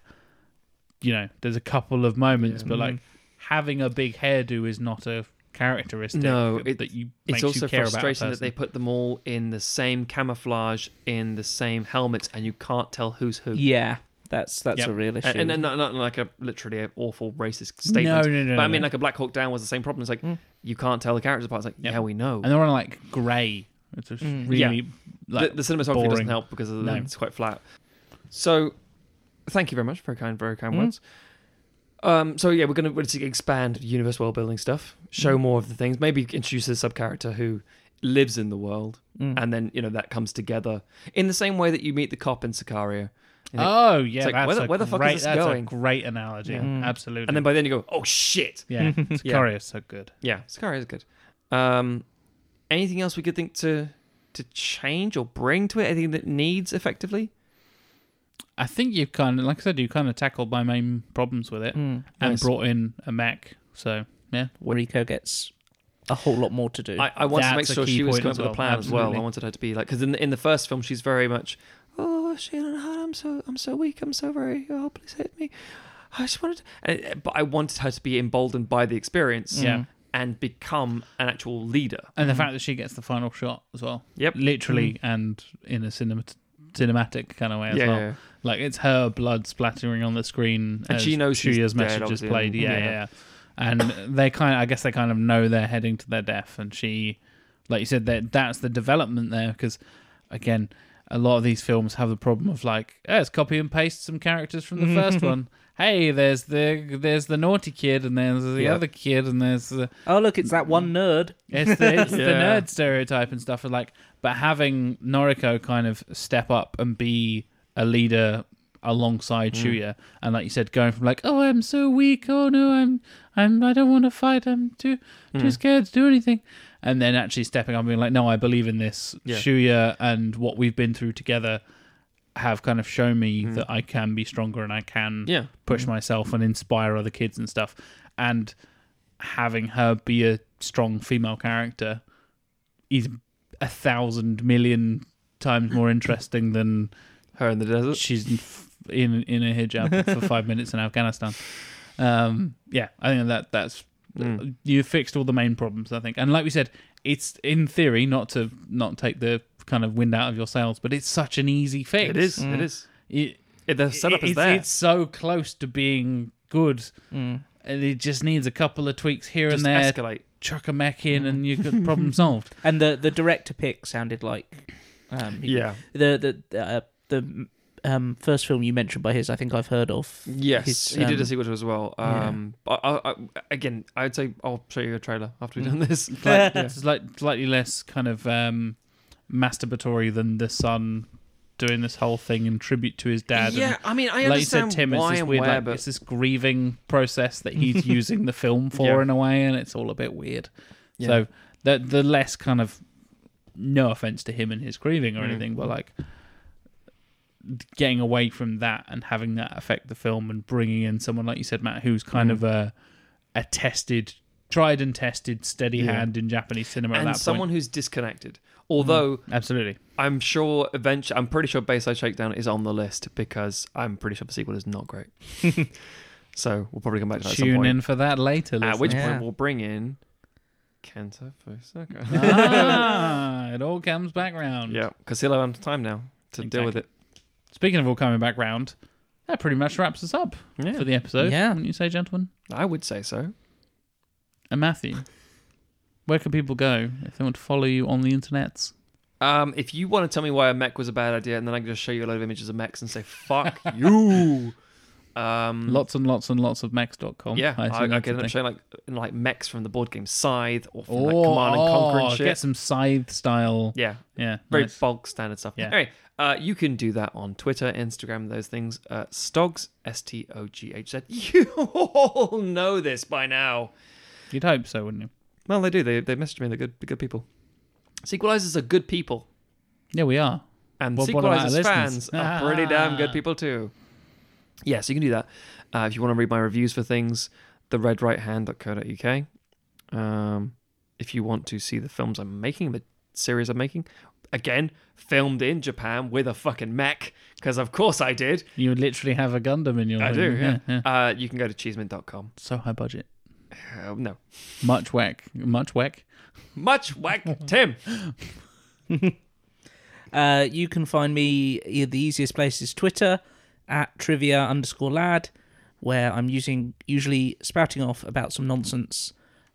Speaker 1: You know, there's a couple of moments,
Speaker 3: mm.
Speaker 1: but like having a big hairdo is not a characteristic
Speaker 3: No,
Speaker 1: that-
Speaker 3: it-
Speaker 1: that you makes
Speaker 3: It's also
Speaker 1: you care about. a
Speaker 3: frustrating that they
Speaker 1: person.
Speaker 3: put them all in the same camouflage, in the same helmets, and you can't tell who's who.
Speaker 2: Yeah. That's that's
Speaker 1: Yep.
Speaker 2: a real issue.
Speaker 3: And, and, and not, not like a literally an awful racist statement.
Speaker 1: No, no, no,
Speaker 3: But I
Speaker 1: no, no.
Speaker 3: mean,
Speaker 1: Hmm.
Speaker 3: like a Black Hawk Down was the same problem. It's like you can't tell the characters apart. It's like
Speaker 1: Yep.
Speaker 3: yeah, we know.
Speaker 1: and they're on like grey. It's just really like
Speaker 3: Mm. the, the cinematography
Speaker 1: boring.
Speaker 3: doesn't help because of the,
Speaker 1: No.
Speaker 3: it's quite flat. So, thank you very much. Very kind, very
Speaker 1: Mm-hmm.
Speaker 3: kind words. Um, so yeah, we're gonna, we're gonna expand universe world building stuff.
Speaker 1: Mm-hmm.
Speaker 3: Show more of the things. Maybe introduce a sub character who lives in the world,
Speaker 1: Mm-hmm.
Speaker 2: Mm.
Speaker 3: and then you know that comes together in the same way that you meet the cop in Sicario. And it-
Speaker 1: Oh yeah,
Speaker 3: like,
Speaker 1: that's
Speaker 3: where the-
Speaker 1: a
Speaker 3: where the fuck is
Speaker 1: great,
Speaker 3: this
Speaker 1: that's a
Speaker 3: going?
Speaker 1: great analogy. Absolutely.
Speaker 3: and then by then you go, oh shit.
Speaker 1: yeah,
Speaker 3: [laughs] Yeah.
Speaker 1: Sicario is so good.
Speaker 3: Yeah, Sicario is good. Um, anything else we could think to to change or bring to it? Anything that needs effectively?
Speaker 1: I think you've kind of, like I said, you kind of tackled my main problems with it and
Speaker 3: Mm. Nice.
Speaker 1: brought in a mech. So yeah,
Speaker 2: Mm. Rico gets a whole lot more to do.
Speaker 3: I, I wanted to make
Speaker 1: That's a
Speaker 3: sure
Speaker 1: key
Speaker 3: she was
Speaker 1: point
Speaker 3: coming
Speaker 1: as
Speaker 3: up with a
Speaker 1: well,
Speaker 3: plan as well. I
Speaker 1: absolutely.
Speaker 3: wanted her to be like because in the, in the first film she's very much oh Sheila, I'm so I'm so weak I'm so very oh please hit me I just wanted and, eh, but I wanted her to be emboldened by the experience
Speaker 2: Mm.
Speaker 1: Yeah.
Speaker 3: and become an actual leader
Speaker 1: and the fact that she gets the final shot as well.
Speaker 3: Mm. Yep. Mm.
Speaker 1: literally and in a cinemat- cinematic kind of way as
Speaker 3: Yeah,
Speaker 1: well.
Speaker 3: yeah, yeah.
Speaker 1: Like it's her blood splattering on the screen,
Speaker 3: And
Speaker 1: as
Speaker 3: she knows she's
Speaker 1: Shuya's
Speaker 3: dead,
Speaker 1: message is
Speaker 3: obviously,
Speaker 1: played.
Speaker 3: and-
Speaker 1: Yeah, yeah.
Speaker 3: yeah.
Speaker 1: yeah. And they kind, of, I guess, they kind of know they're heading to their death, and she, like you said, that that's the development there because, again. A lot of these films have the problem of like, eh, let's copy and paste some characters from the
Speaker 3: [laughs]
Speaker 1: first one. Hey, there's the there's the naughty kid, and there's the
Speaker 3: Yeah.
Speaker 1: other kid, and there's the
Speaker 2: oh look, it's
Speaker 3: Mm.
Speaker 2: that one nerd.
Speaker 1: it's the, it's the
Speaker 3: Yeah.
Speaker 1: nerd stereotype and stuff. and Like, but having Noriko kind of step up and be a leader
Speaker 3: Mm.
Speaker 1: alongside Shuya, and like you said, going from like, "Oh, I'm so weak. Oh no, I'm, I'm, I don't want to fight. I'm too,
Speaker 3: Hmm.
Speaker 1: too scared to do anything," and then actually stepping up and being like, "No, I believe in this.
Speaker 3: Yeah.
Speaker 1: Shuya and what we've been through together." Have kind of shown me
Speaker 3: Hmm.
Speaker 1: that I can be stronger and I can
Speaker 3: Yeah.
Speaker 1: push myself and inspire other kids and stuff. And having her be a strong female character is a thousand million times more interesting than
Speaker 3: her in the desert
Speaker 1: she's in in, in a hijab
Speaker 3: [laughs]
Speaker 1: for five minutes in Afghanistan. Um, yeah, I think that that's
Speaker 3: Hmm. Mm.
Speaker 1: you fixed all the main problems. I think, and like we said, it's in theory not to not take the kind of wind out of your sails, but it's such an easy fix.
Speaker 3: it is it is
Speaker 1: It-
Speaker 3: It- the setup
Speaker 1: it- Mm.
Speaker 3: is
Speaker 1: it's,
Speaker 3: there
Speaker 1: It's so close to being good,
Speaker 3: Mm.
Speaker 1: and it just needs a couple of tweaks here
Speaker 3: just
Speaker 1: and there.
Speaker 3: escalate
Speaker 1: Chuck a mech in, and you've
Speaker 3: [laughs]
Speaker 1: got problem solved.
Speaker 2: And the the director pick sounded like, um,
Speaker 3: yeah
Speaker 2: the the the, uh, the um, first film you mentioned by his, I think I've heard of.
Speaker 3: Yes,
Speaker 2: His,
Speaker 3: he did
Speaker 2: um,
Speaker 3: a sequel to it as well.
Speaker 2: yeah.
Speaker 3: Um, but I, I, again, I'd say I'll show you a trailer after
Speaker 1: Mm.
Speaker 3: we've done this.
Speaker 1: It's like, it's like slightly less kind of um, masturbatory than the son doing this whole thing in tribute to his dad. and
Speaker 3: yeah, I mean, I
Speaker 1: like you said,
Speaker 3: understand
Speaker 1: Tim, it's
Speaker 3: why
Speaker 1: this
Speaker 3: and
Speaker 1: weird,
Speaker 3: where,
Speaker 1: like,
Speaker 3: but
Speaker 1: it's this grieving process that
Speaker 3: [laughs]
Speaker 1: he's using the film for
Speaker 3: Yeah.
Speaker 1: in a way, and it's all a bit weird.
Speaker 3: Yeah.
Speaker 1: So the the less kind of no offense to him and his grieving or
Speaker 3: Mm.
Speaker 1: anything, but like getting away from that and having that affect the film and bringing in someone like you said, Matt, who's kind
Speaker 3: Mm.
Speaker 1: of a a tested, tried and tested, steady
Speaker 3: Yeah.
Speaker 1: hand in Japanese cinema at
Speaker 3: and
Speaker 1: that Mm.
Speaker 3: someone who's disconnected. Although
Speaker 1: point. Absolutely,
Speaker 3: I'm sure eventually, I'm pretty sure Bayside Shakedown is on the list because I'm pretty sure the sequel is
Speaker 1: [laughs]
Speaker 3: not great. so we'll probably come back to that at some
Speaker 1: tune
Speaker 3: point.
Speaker 1: in for that later.
Speaker 3: At which
Speaker 2: Yeah.
Speaker 3: point we'll bring in Kenta [laughs]
Speaker 1: listener.
Speaker 3: Fusaka.
Speaker 1: [laughs] ah, it all comes back round.
Speaker 3: yeah, because he'll have time now to deal with it.
Speaker 1: Speaking of all coming back round, that pretty much wraps us up
Speaker 3: Yeah,
Speaker 1: for the episode.
Speaker 2: Yeah.
Speaker 1: wouldn't you say, gentlemen?
Speaker 3: I would say so.
Speaker 1: And Matthew, where can people go if they want to follow you on the internet?
Speaker 3: Um, if you want to tell me why a mech was a bad idea, and then I can just show you a load of images of mechs and
Speaker 1: [laughs]
Speaker 3: say "fuck you," um,
Speaker 1: Lots and lots and lots of max.com.
Speaker 3: Yeah, I, I,
Speaker 1: assume that's
Speaker 3: could
Speaker 1: a
Speaker 3: end up
Speaker 1: thing.
Speaker 3: showing like like mechs from the board game Scythe or from
Speaker 1: Oh,
Speaker 3: like Command and Conquer and
Speaker 1: oh,
Speaker 3: shit.
Speaker 1: get some scythe style. Yeah,
Speaker 3: Yeah, very
Speaker 1: nice.
Speaker 3: bulk standard stuff.
Speaker 1: Yeah.
Speaker 3: Anyway, uh, you can do that on Twitter, Instagram, those things. Uh, Stogs, S T O G H Z. [laughs] You all know this by now.
Speaker 1: You'd hope so, wouldn't you?
Speaker 3: Well, they do. They they message me. They're good. They're good people. Sequelizers are good people,
Speaker 1: Yeah, we are.
Speaker 3: and
Speaker 1: Well, what about our
Speaker 3: Sequelizers
Speaker 1: listeners?
Speaker 3: fans are pretty damn good
Speaker 1: Ah.
Speaker 3: people too. Yeah, so you can do that. Uh, if you want to read my reviews for things, theredrighthand.co.uk. Um, if you want to see the films I'm making, the series I'm making, again, filmed in Japan with a fucking mech, because of course I did.
Speaker 1: You literally have a Gundam in your.
Speaker 3: I
Speaker 1: room.
Speaker 3: do, yeah. Uh, you can go to cheeseman.com.
Speaker 1: So high budget.
Speaker 3: Uh, no.
Speaker 1: Much whack. Much whack.
Speaker 3: Much [laughs] whack, Tim.
Speaker 2: [laughs] Uh, you can find me yeah, the easiest place is Twitter at trivia underscore lad, where I'm using usually spouting off about some nonsense,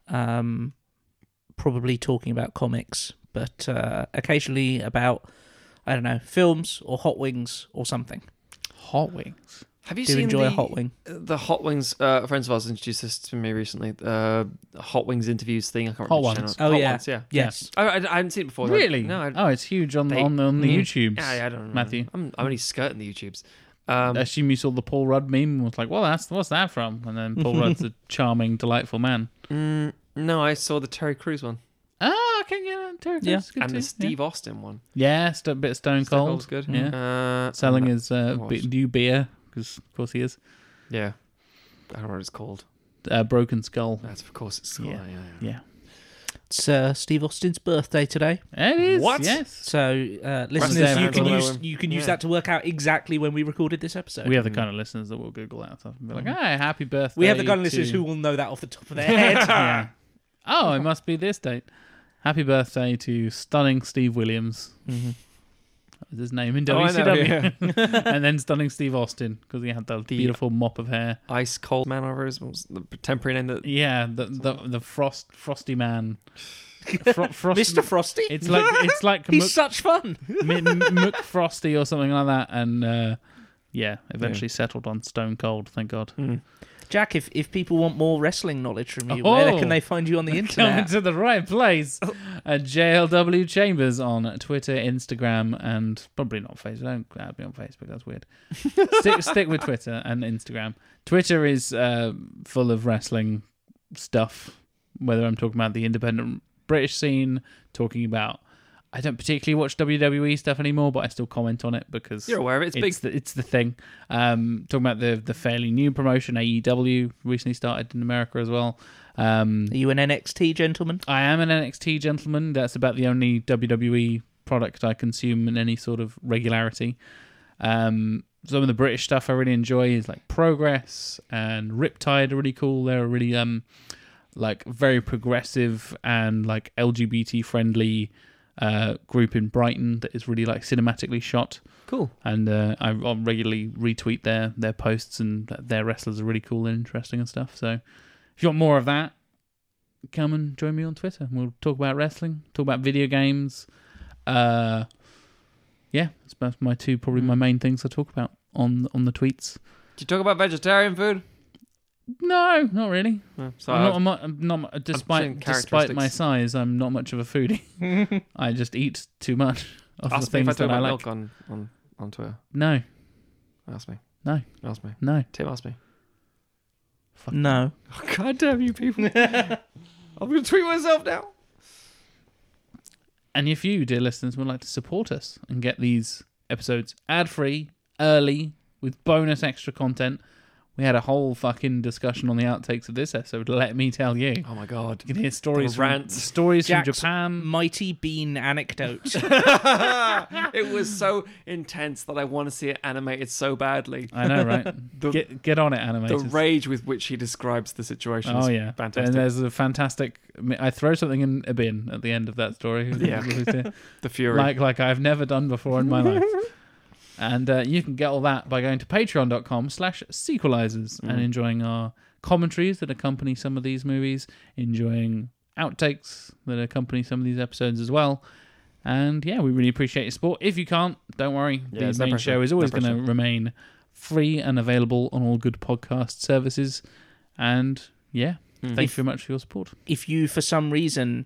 Speaker 2: um, probably talking about comics, but uh, occasionally about I don't know films or hot wings or something.
Speaker 1: Hot wings.
Speaker 3: Have you
Speaker 2: Do
Speaker 3: seen
Speaker 2: enjoy
Speaker 3: the,
Speaker 2: a hot wing.
Speaker 3: the Hot Wings? Uh, friends of ours introduced this to me recently. Uh, Hot Wings interviews thing. I can't
Speaker 1: Hot
Speaker 3: remember. which
Speaker 1: Ones.
Speaker 3: channel.
Speaker 2: Oh,
Speaker 3: Hot
Speaker 2: yeah.
Speaker 3: Ones, yeah.
Speaker 2: Yes,
Speaker 3: I, I, I haven't seen it before.
Speaker 1: Really?
Speaker 3: No, I,
Speaker 1: oh, it's huge on
Speaker 3: They-
Speaker 1: on, on the
Speaker 3: Mm.
Speaker 1: YouTubes.
Speaker 3: I, I don't know.
Speaker 1: Matthew.
Speaker 3: I'm, I'm only skirting the YouTubes. Um,
Speaker 1: I assume you saw the Paul Rudd meme and was like, "Well, that's what's that from?" And then
Speaker 3: [laughs]
Speaker 1: Paul Rudd's a charming, delightful man.
Speaker 3: mm, no, I saw the Terry Crews one
Speaker 1: Ah, okay, yeah, Terry Crews
Speaker 2: Yeah.
Speaker 1: is good
Speaker 3: and
Speaker 1: too.
Speaker 3: the Steve Austin one.
Speaker 1: Yeah, yeah st- a bit of Stone
Speaker 3: Stone
Speaker 1: Cold.
Speaker 3: Cold's good.
Speaker 1: Yeah,
Speaker 3: Uh,
Speaker 1: selling
Speaker 3: and
Speaker 1: his uh,
Speaker 3: I
Speaker 1: bit
Speaker 3: watched.
Speaker 1: new beer because, of course, he is.
Speaker 3: that- Yeah. I don't know what it's called.
Speaker 1: Uh, Broken Skull.
Speaker 3: That's of course it's.
Speaker 1: Yeah.
Speaker 3: Yeah. yeah, yeah.
Speaker 1: Yeah,
Speaker 2: it's uh, Steve Austin's birthday today,
Speaker 1: it is.
Speaker 3: What?
Speaker 1: Yes,
Speaker 2: so uh, listeners,
Speaker 1: down,
Speaker 2: you can
Speaker 1: Angela
Speaker 2: use
Speaker 3: Owen.
Speaker 2: you can use
Speaker 3: Yeah.
Speaker 2: that to work out exactly when we recorded this episode.
Speaker 1: we have the kind of listeners that will Google that stuff and be like, "Hey, happy birthday!"
Speaker 2: We have the kind
Speaker 1: to-
Speaker 2: of listeners
Speaker 1: [laughs]
Speaker 2: who will know that off the top of their head.
Speaker 1: yeah. Oh, it must be this date. Happy birthday to stunning Steve Williams.
Speaker 2: Mhm.
Speaker 1: That was his name in
Speaker 3: Oh, I know,
Speaker 1: WCW. [laughs]
Speaker 2: [laughs]
Speaker 1: and then stunning Steve Austin because he had that
Speaker 3: The-
Speaker 1: beautiful mop of hair.
Speaker 3: Ice Cold Man, or whatever it is, what was the temporary name that.
Speaker 1: Yeah, the the, the frost frosty man. Fro- frost,
Speaker 2: Mr. Frosty?
Speaker 1: It's
Speaker 2: [laughs]
Speaker 1: like it's like
Speaker 2: He's
Speaker 1: Mook,
Speaker 2: such fun.
Speaker 1: M- Mook Frosty or something like that. And uh, yeah, eventually settled on Stone Cold. Thank [laughs] God.
Speaker 3: Mm.
Speaker 2: Jack, if, if people want more wrestling knowledge from you,
Speaker 1: Oh.
Speaker 2: where can they find you on the
Speaker 1: Coming
Speaker 2: internet?
Speaker 1: to the right [laughs] place at JLW Chambers on Twitter, Instagram, and probably not Facebook. Don't add me on Facebook. That's [laughs] weird. stick, stick with Twitter and Instagram. Twitter is uh, full of wrestling stuff, whether I'm talking about the independent British scene, talking about. I don't particularly watch WWE stuff anymore, but I still comment on it because
Speaker 3: You're aware of it. It's,
Speaker 1: it's,
Speaker 3: big.
Speaker 1: The, it's the thing. Um, talking about the the fairly new promotion AEW recently started in America as well. Um,
Speaker 2: Are you an
Speaker 1: [laughs]
Speaker 2: NXT gentleman?
Speaker 1: I am an NXT gentleman. That's about the only WWE product I consume in any sort of regularity. Um, some of the British stuff I really enjoy is like Progress and Riptide are really cool. They're a really um, like very progressive and like LGBT friendly uh, group in Brighton that is really like cinematically shot.
Speaker 3: Cool.
Speaker 1: And uh, I I'll regularly retweet their their posts and th- their wrestlers are really cool and interesting and stuff. So if you want more of that, come and join me on Twitter. We'll talk about wrestling, talk about video games, uh, yeah, that's that's my two probably
Speaker 3: Mm.
Speaker 1: my main things I talk about on on the tweets.
Speaker 3: Did you talk about vegetarian food?
Speaker 1: No, not really.
Speaker 3: No, so
Speaker 1: I'm,
Speaker 3: I-
Speaker 1: not, I'm not. I'm not. mu-
Speaker 3: seeing
Speaker 1: Despite despite my
Speaker 3: characteristics.
Speaker 1: size, I'm not much of a foodie. [laughs] I just eat too much of the
Speaker 3: ask me if I
Speaker 1: things
Speaker 3: talk
Speaker 1: that I
Speaker 3: about
Speaker 1: like.
Speaker 3: milk on, on, on Twitter.
Speaker 1: No,
Speaker 3: Ask me.
Speaker 1: No.
Speaker 3: Ask me.
Speaker 1: no.
Speaker 3: Tim
Speaker 1: [laughs]
Speaker 3: asked me.
Speaker 1: Fuck.
Speaker 2: No.
Speaker 3: God damn you people. [laughs] I'm going to tweet myself now.
Speaker 1: And if you, dear listeners, would like to support us and get these episodes ad free, early, with bonus extra content, we had a whole fucking discussion on the outtakes of this episode. Let me tell you, you
Speaker 3: Oh my god.
Speaker 1: can hear stories from,
Speaker 3: rants.
Speaker 1: stories from
Speaker 2: Jack's-
Speaker 1: Japan.
Speaker 2: Mighty bean anecdote.
Speaker 1: [laughs]
Speaker 3: [laughs] it was so intense that I want to see it animated so badly.
Speaker 1: I know, right?
Speaker 3: [laughs] The,
Speaker 1: Uh, Get get on it,
Speaker 3: the
Speaker 1: animators.
Speaker 3: rage with which he describes the situation
Speaker 1: Oh
Speaker 3: is
Speaker 1: yeah,
Speaker 3: fantastic.
Speaker 1: And there's a fantastic. I mean, I throw something in a bin at the end of that story. [laughs]
Speaker 3: Yeah. the fury.
Speaker 1: like like I've never done before in my
Speaker 3: [laughs]
Speaker 1: life. And uh, you can get all that by going to patreon.com slash sequelizers
Speaker 3: Mm.
Speaker 1: and enjoying our commentaries that accompany some of these movies, enjoying outtakes that accompany some of these episodes as well. And yeah, we really appreciate your support. If you can't, don't worry.
Speaker 3: Yeah,
Speaker 1: the
Speaker 3: there's no
Speaker 1: main
Speaker 3: pressure.
Speaker 1: show is always
Speaker 3: No
Speaker 1: going to remain free and available on all good podcast services. And yeah,
Speaker 3: Mm.
Speaker 1: thank you very much for your support.
Speaker 2: if you, for some reason,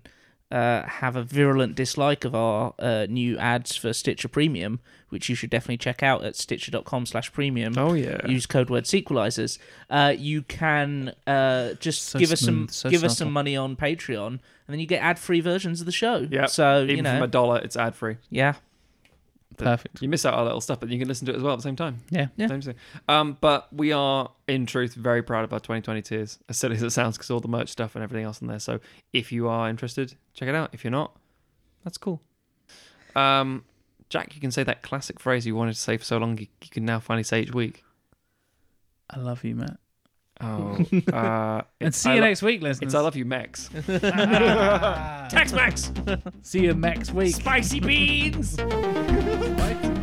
Speaker 2: uh, have a virulent dislike of our uh, new ads for Stitcher Premium, which you should definitely check out at stitcher.com slash premium.
Speaker 3: oh yeah.
Speaker 2: Use code word sequelizers. Uh, you can uh, just
Speaker 1: So
Speaker 2: give us some
Speaker 1: smooth, so
Speaker 2: give us
Speaker 1: subtle.
Speaker 2: some money on Patreon, and then you get ad free versions of the show.
Speaker 3: yeah.
Speaker 2: So
Speaker 3: even
Speaker 2: you know,
Speaker 3: from a dollar, it's ad free.
Speaker 2: yeah,
Speaker 1: Perfect.
Speaker 3: You miss out our little stuff, but you can listen to it as well at the same time.
Speaker 1: Yeah.
Speaker 2: Yeah.
Speaker 3: Same thing. Um, but we are, in truth, very proud of our 2020 tiers, as silly as it sounds, because all the merch stuff and everything else in there. So if you are interested, check it out. If you're not, that's cool. Um, Jack, you can say that classic phrase you wanted to say for so long, you, you can now finally say each week.
Speaker 1: I love you, Matt. [laughs]
Speaker 3: Oh, uh,
Speaker 1: And
Speaker 3: it's
Speaker 1: see
Speaker 3: I
Speaker 1: you
Speaker 3: lo-
Speaker 1: next week, listeners.
Speaker 3: It's I love you, Max.
Speaker 1: Ah.
Speaker 2: Tex Mex,
Speaker 1: See you next week.
Speaker 2: spicy beans.
Speaker 3: Right?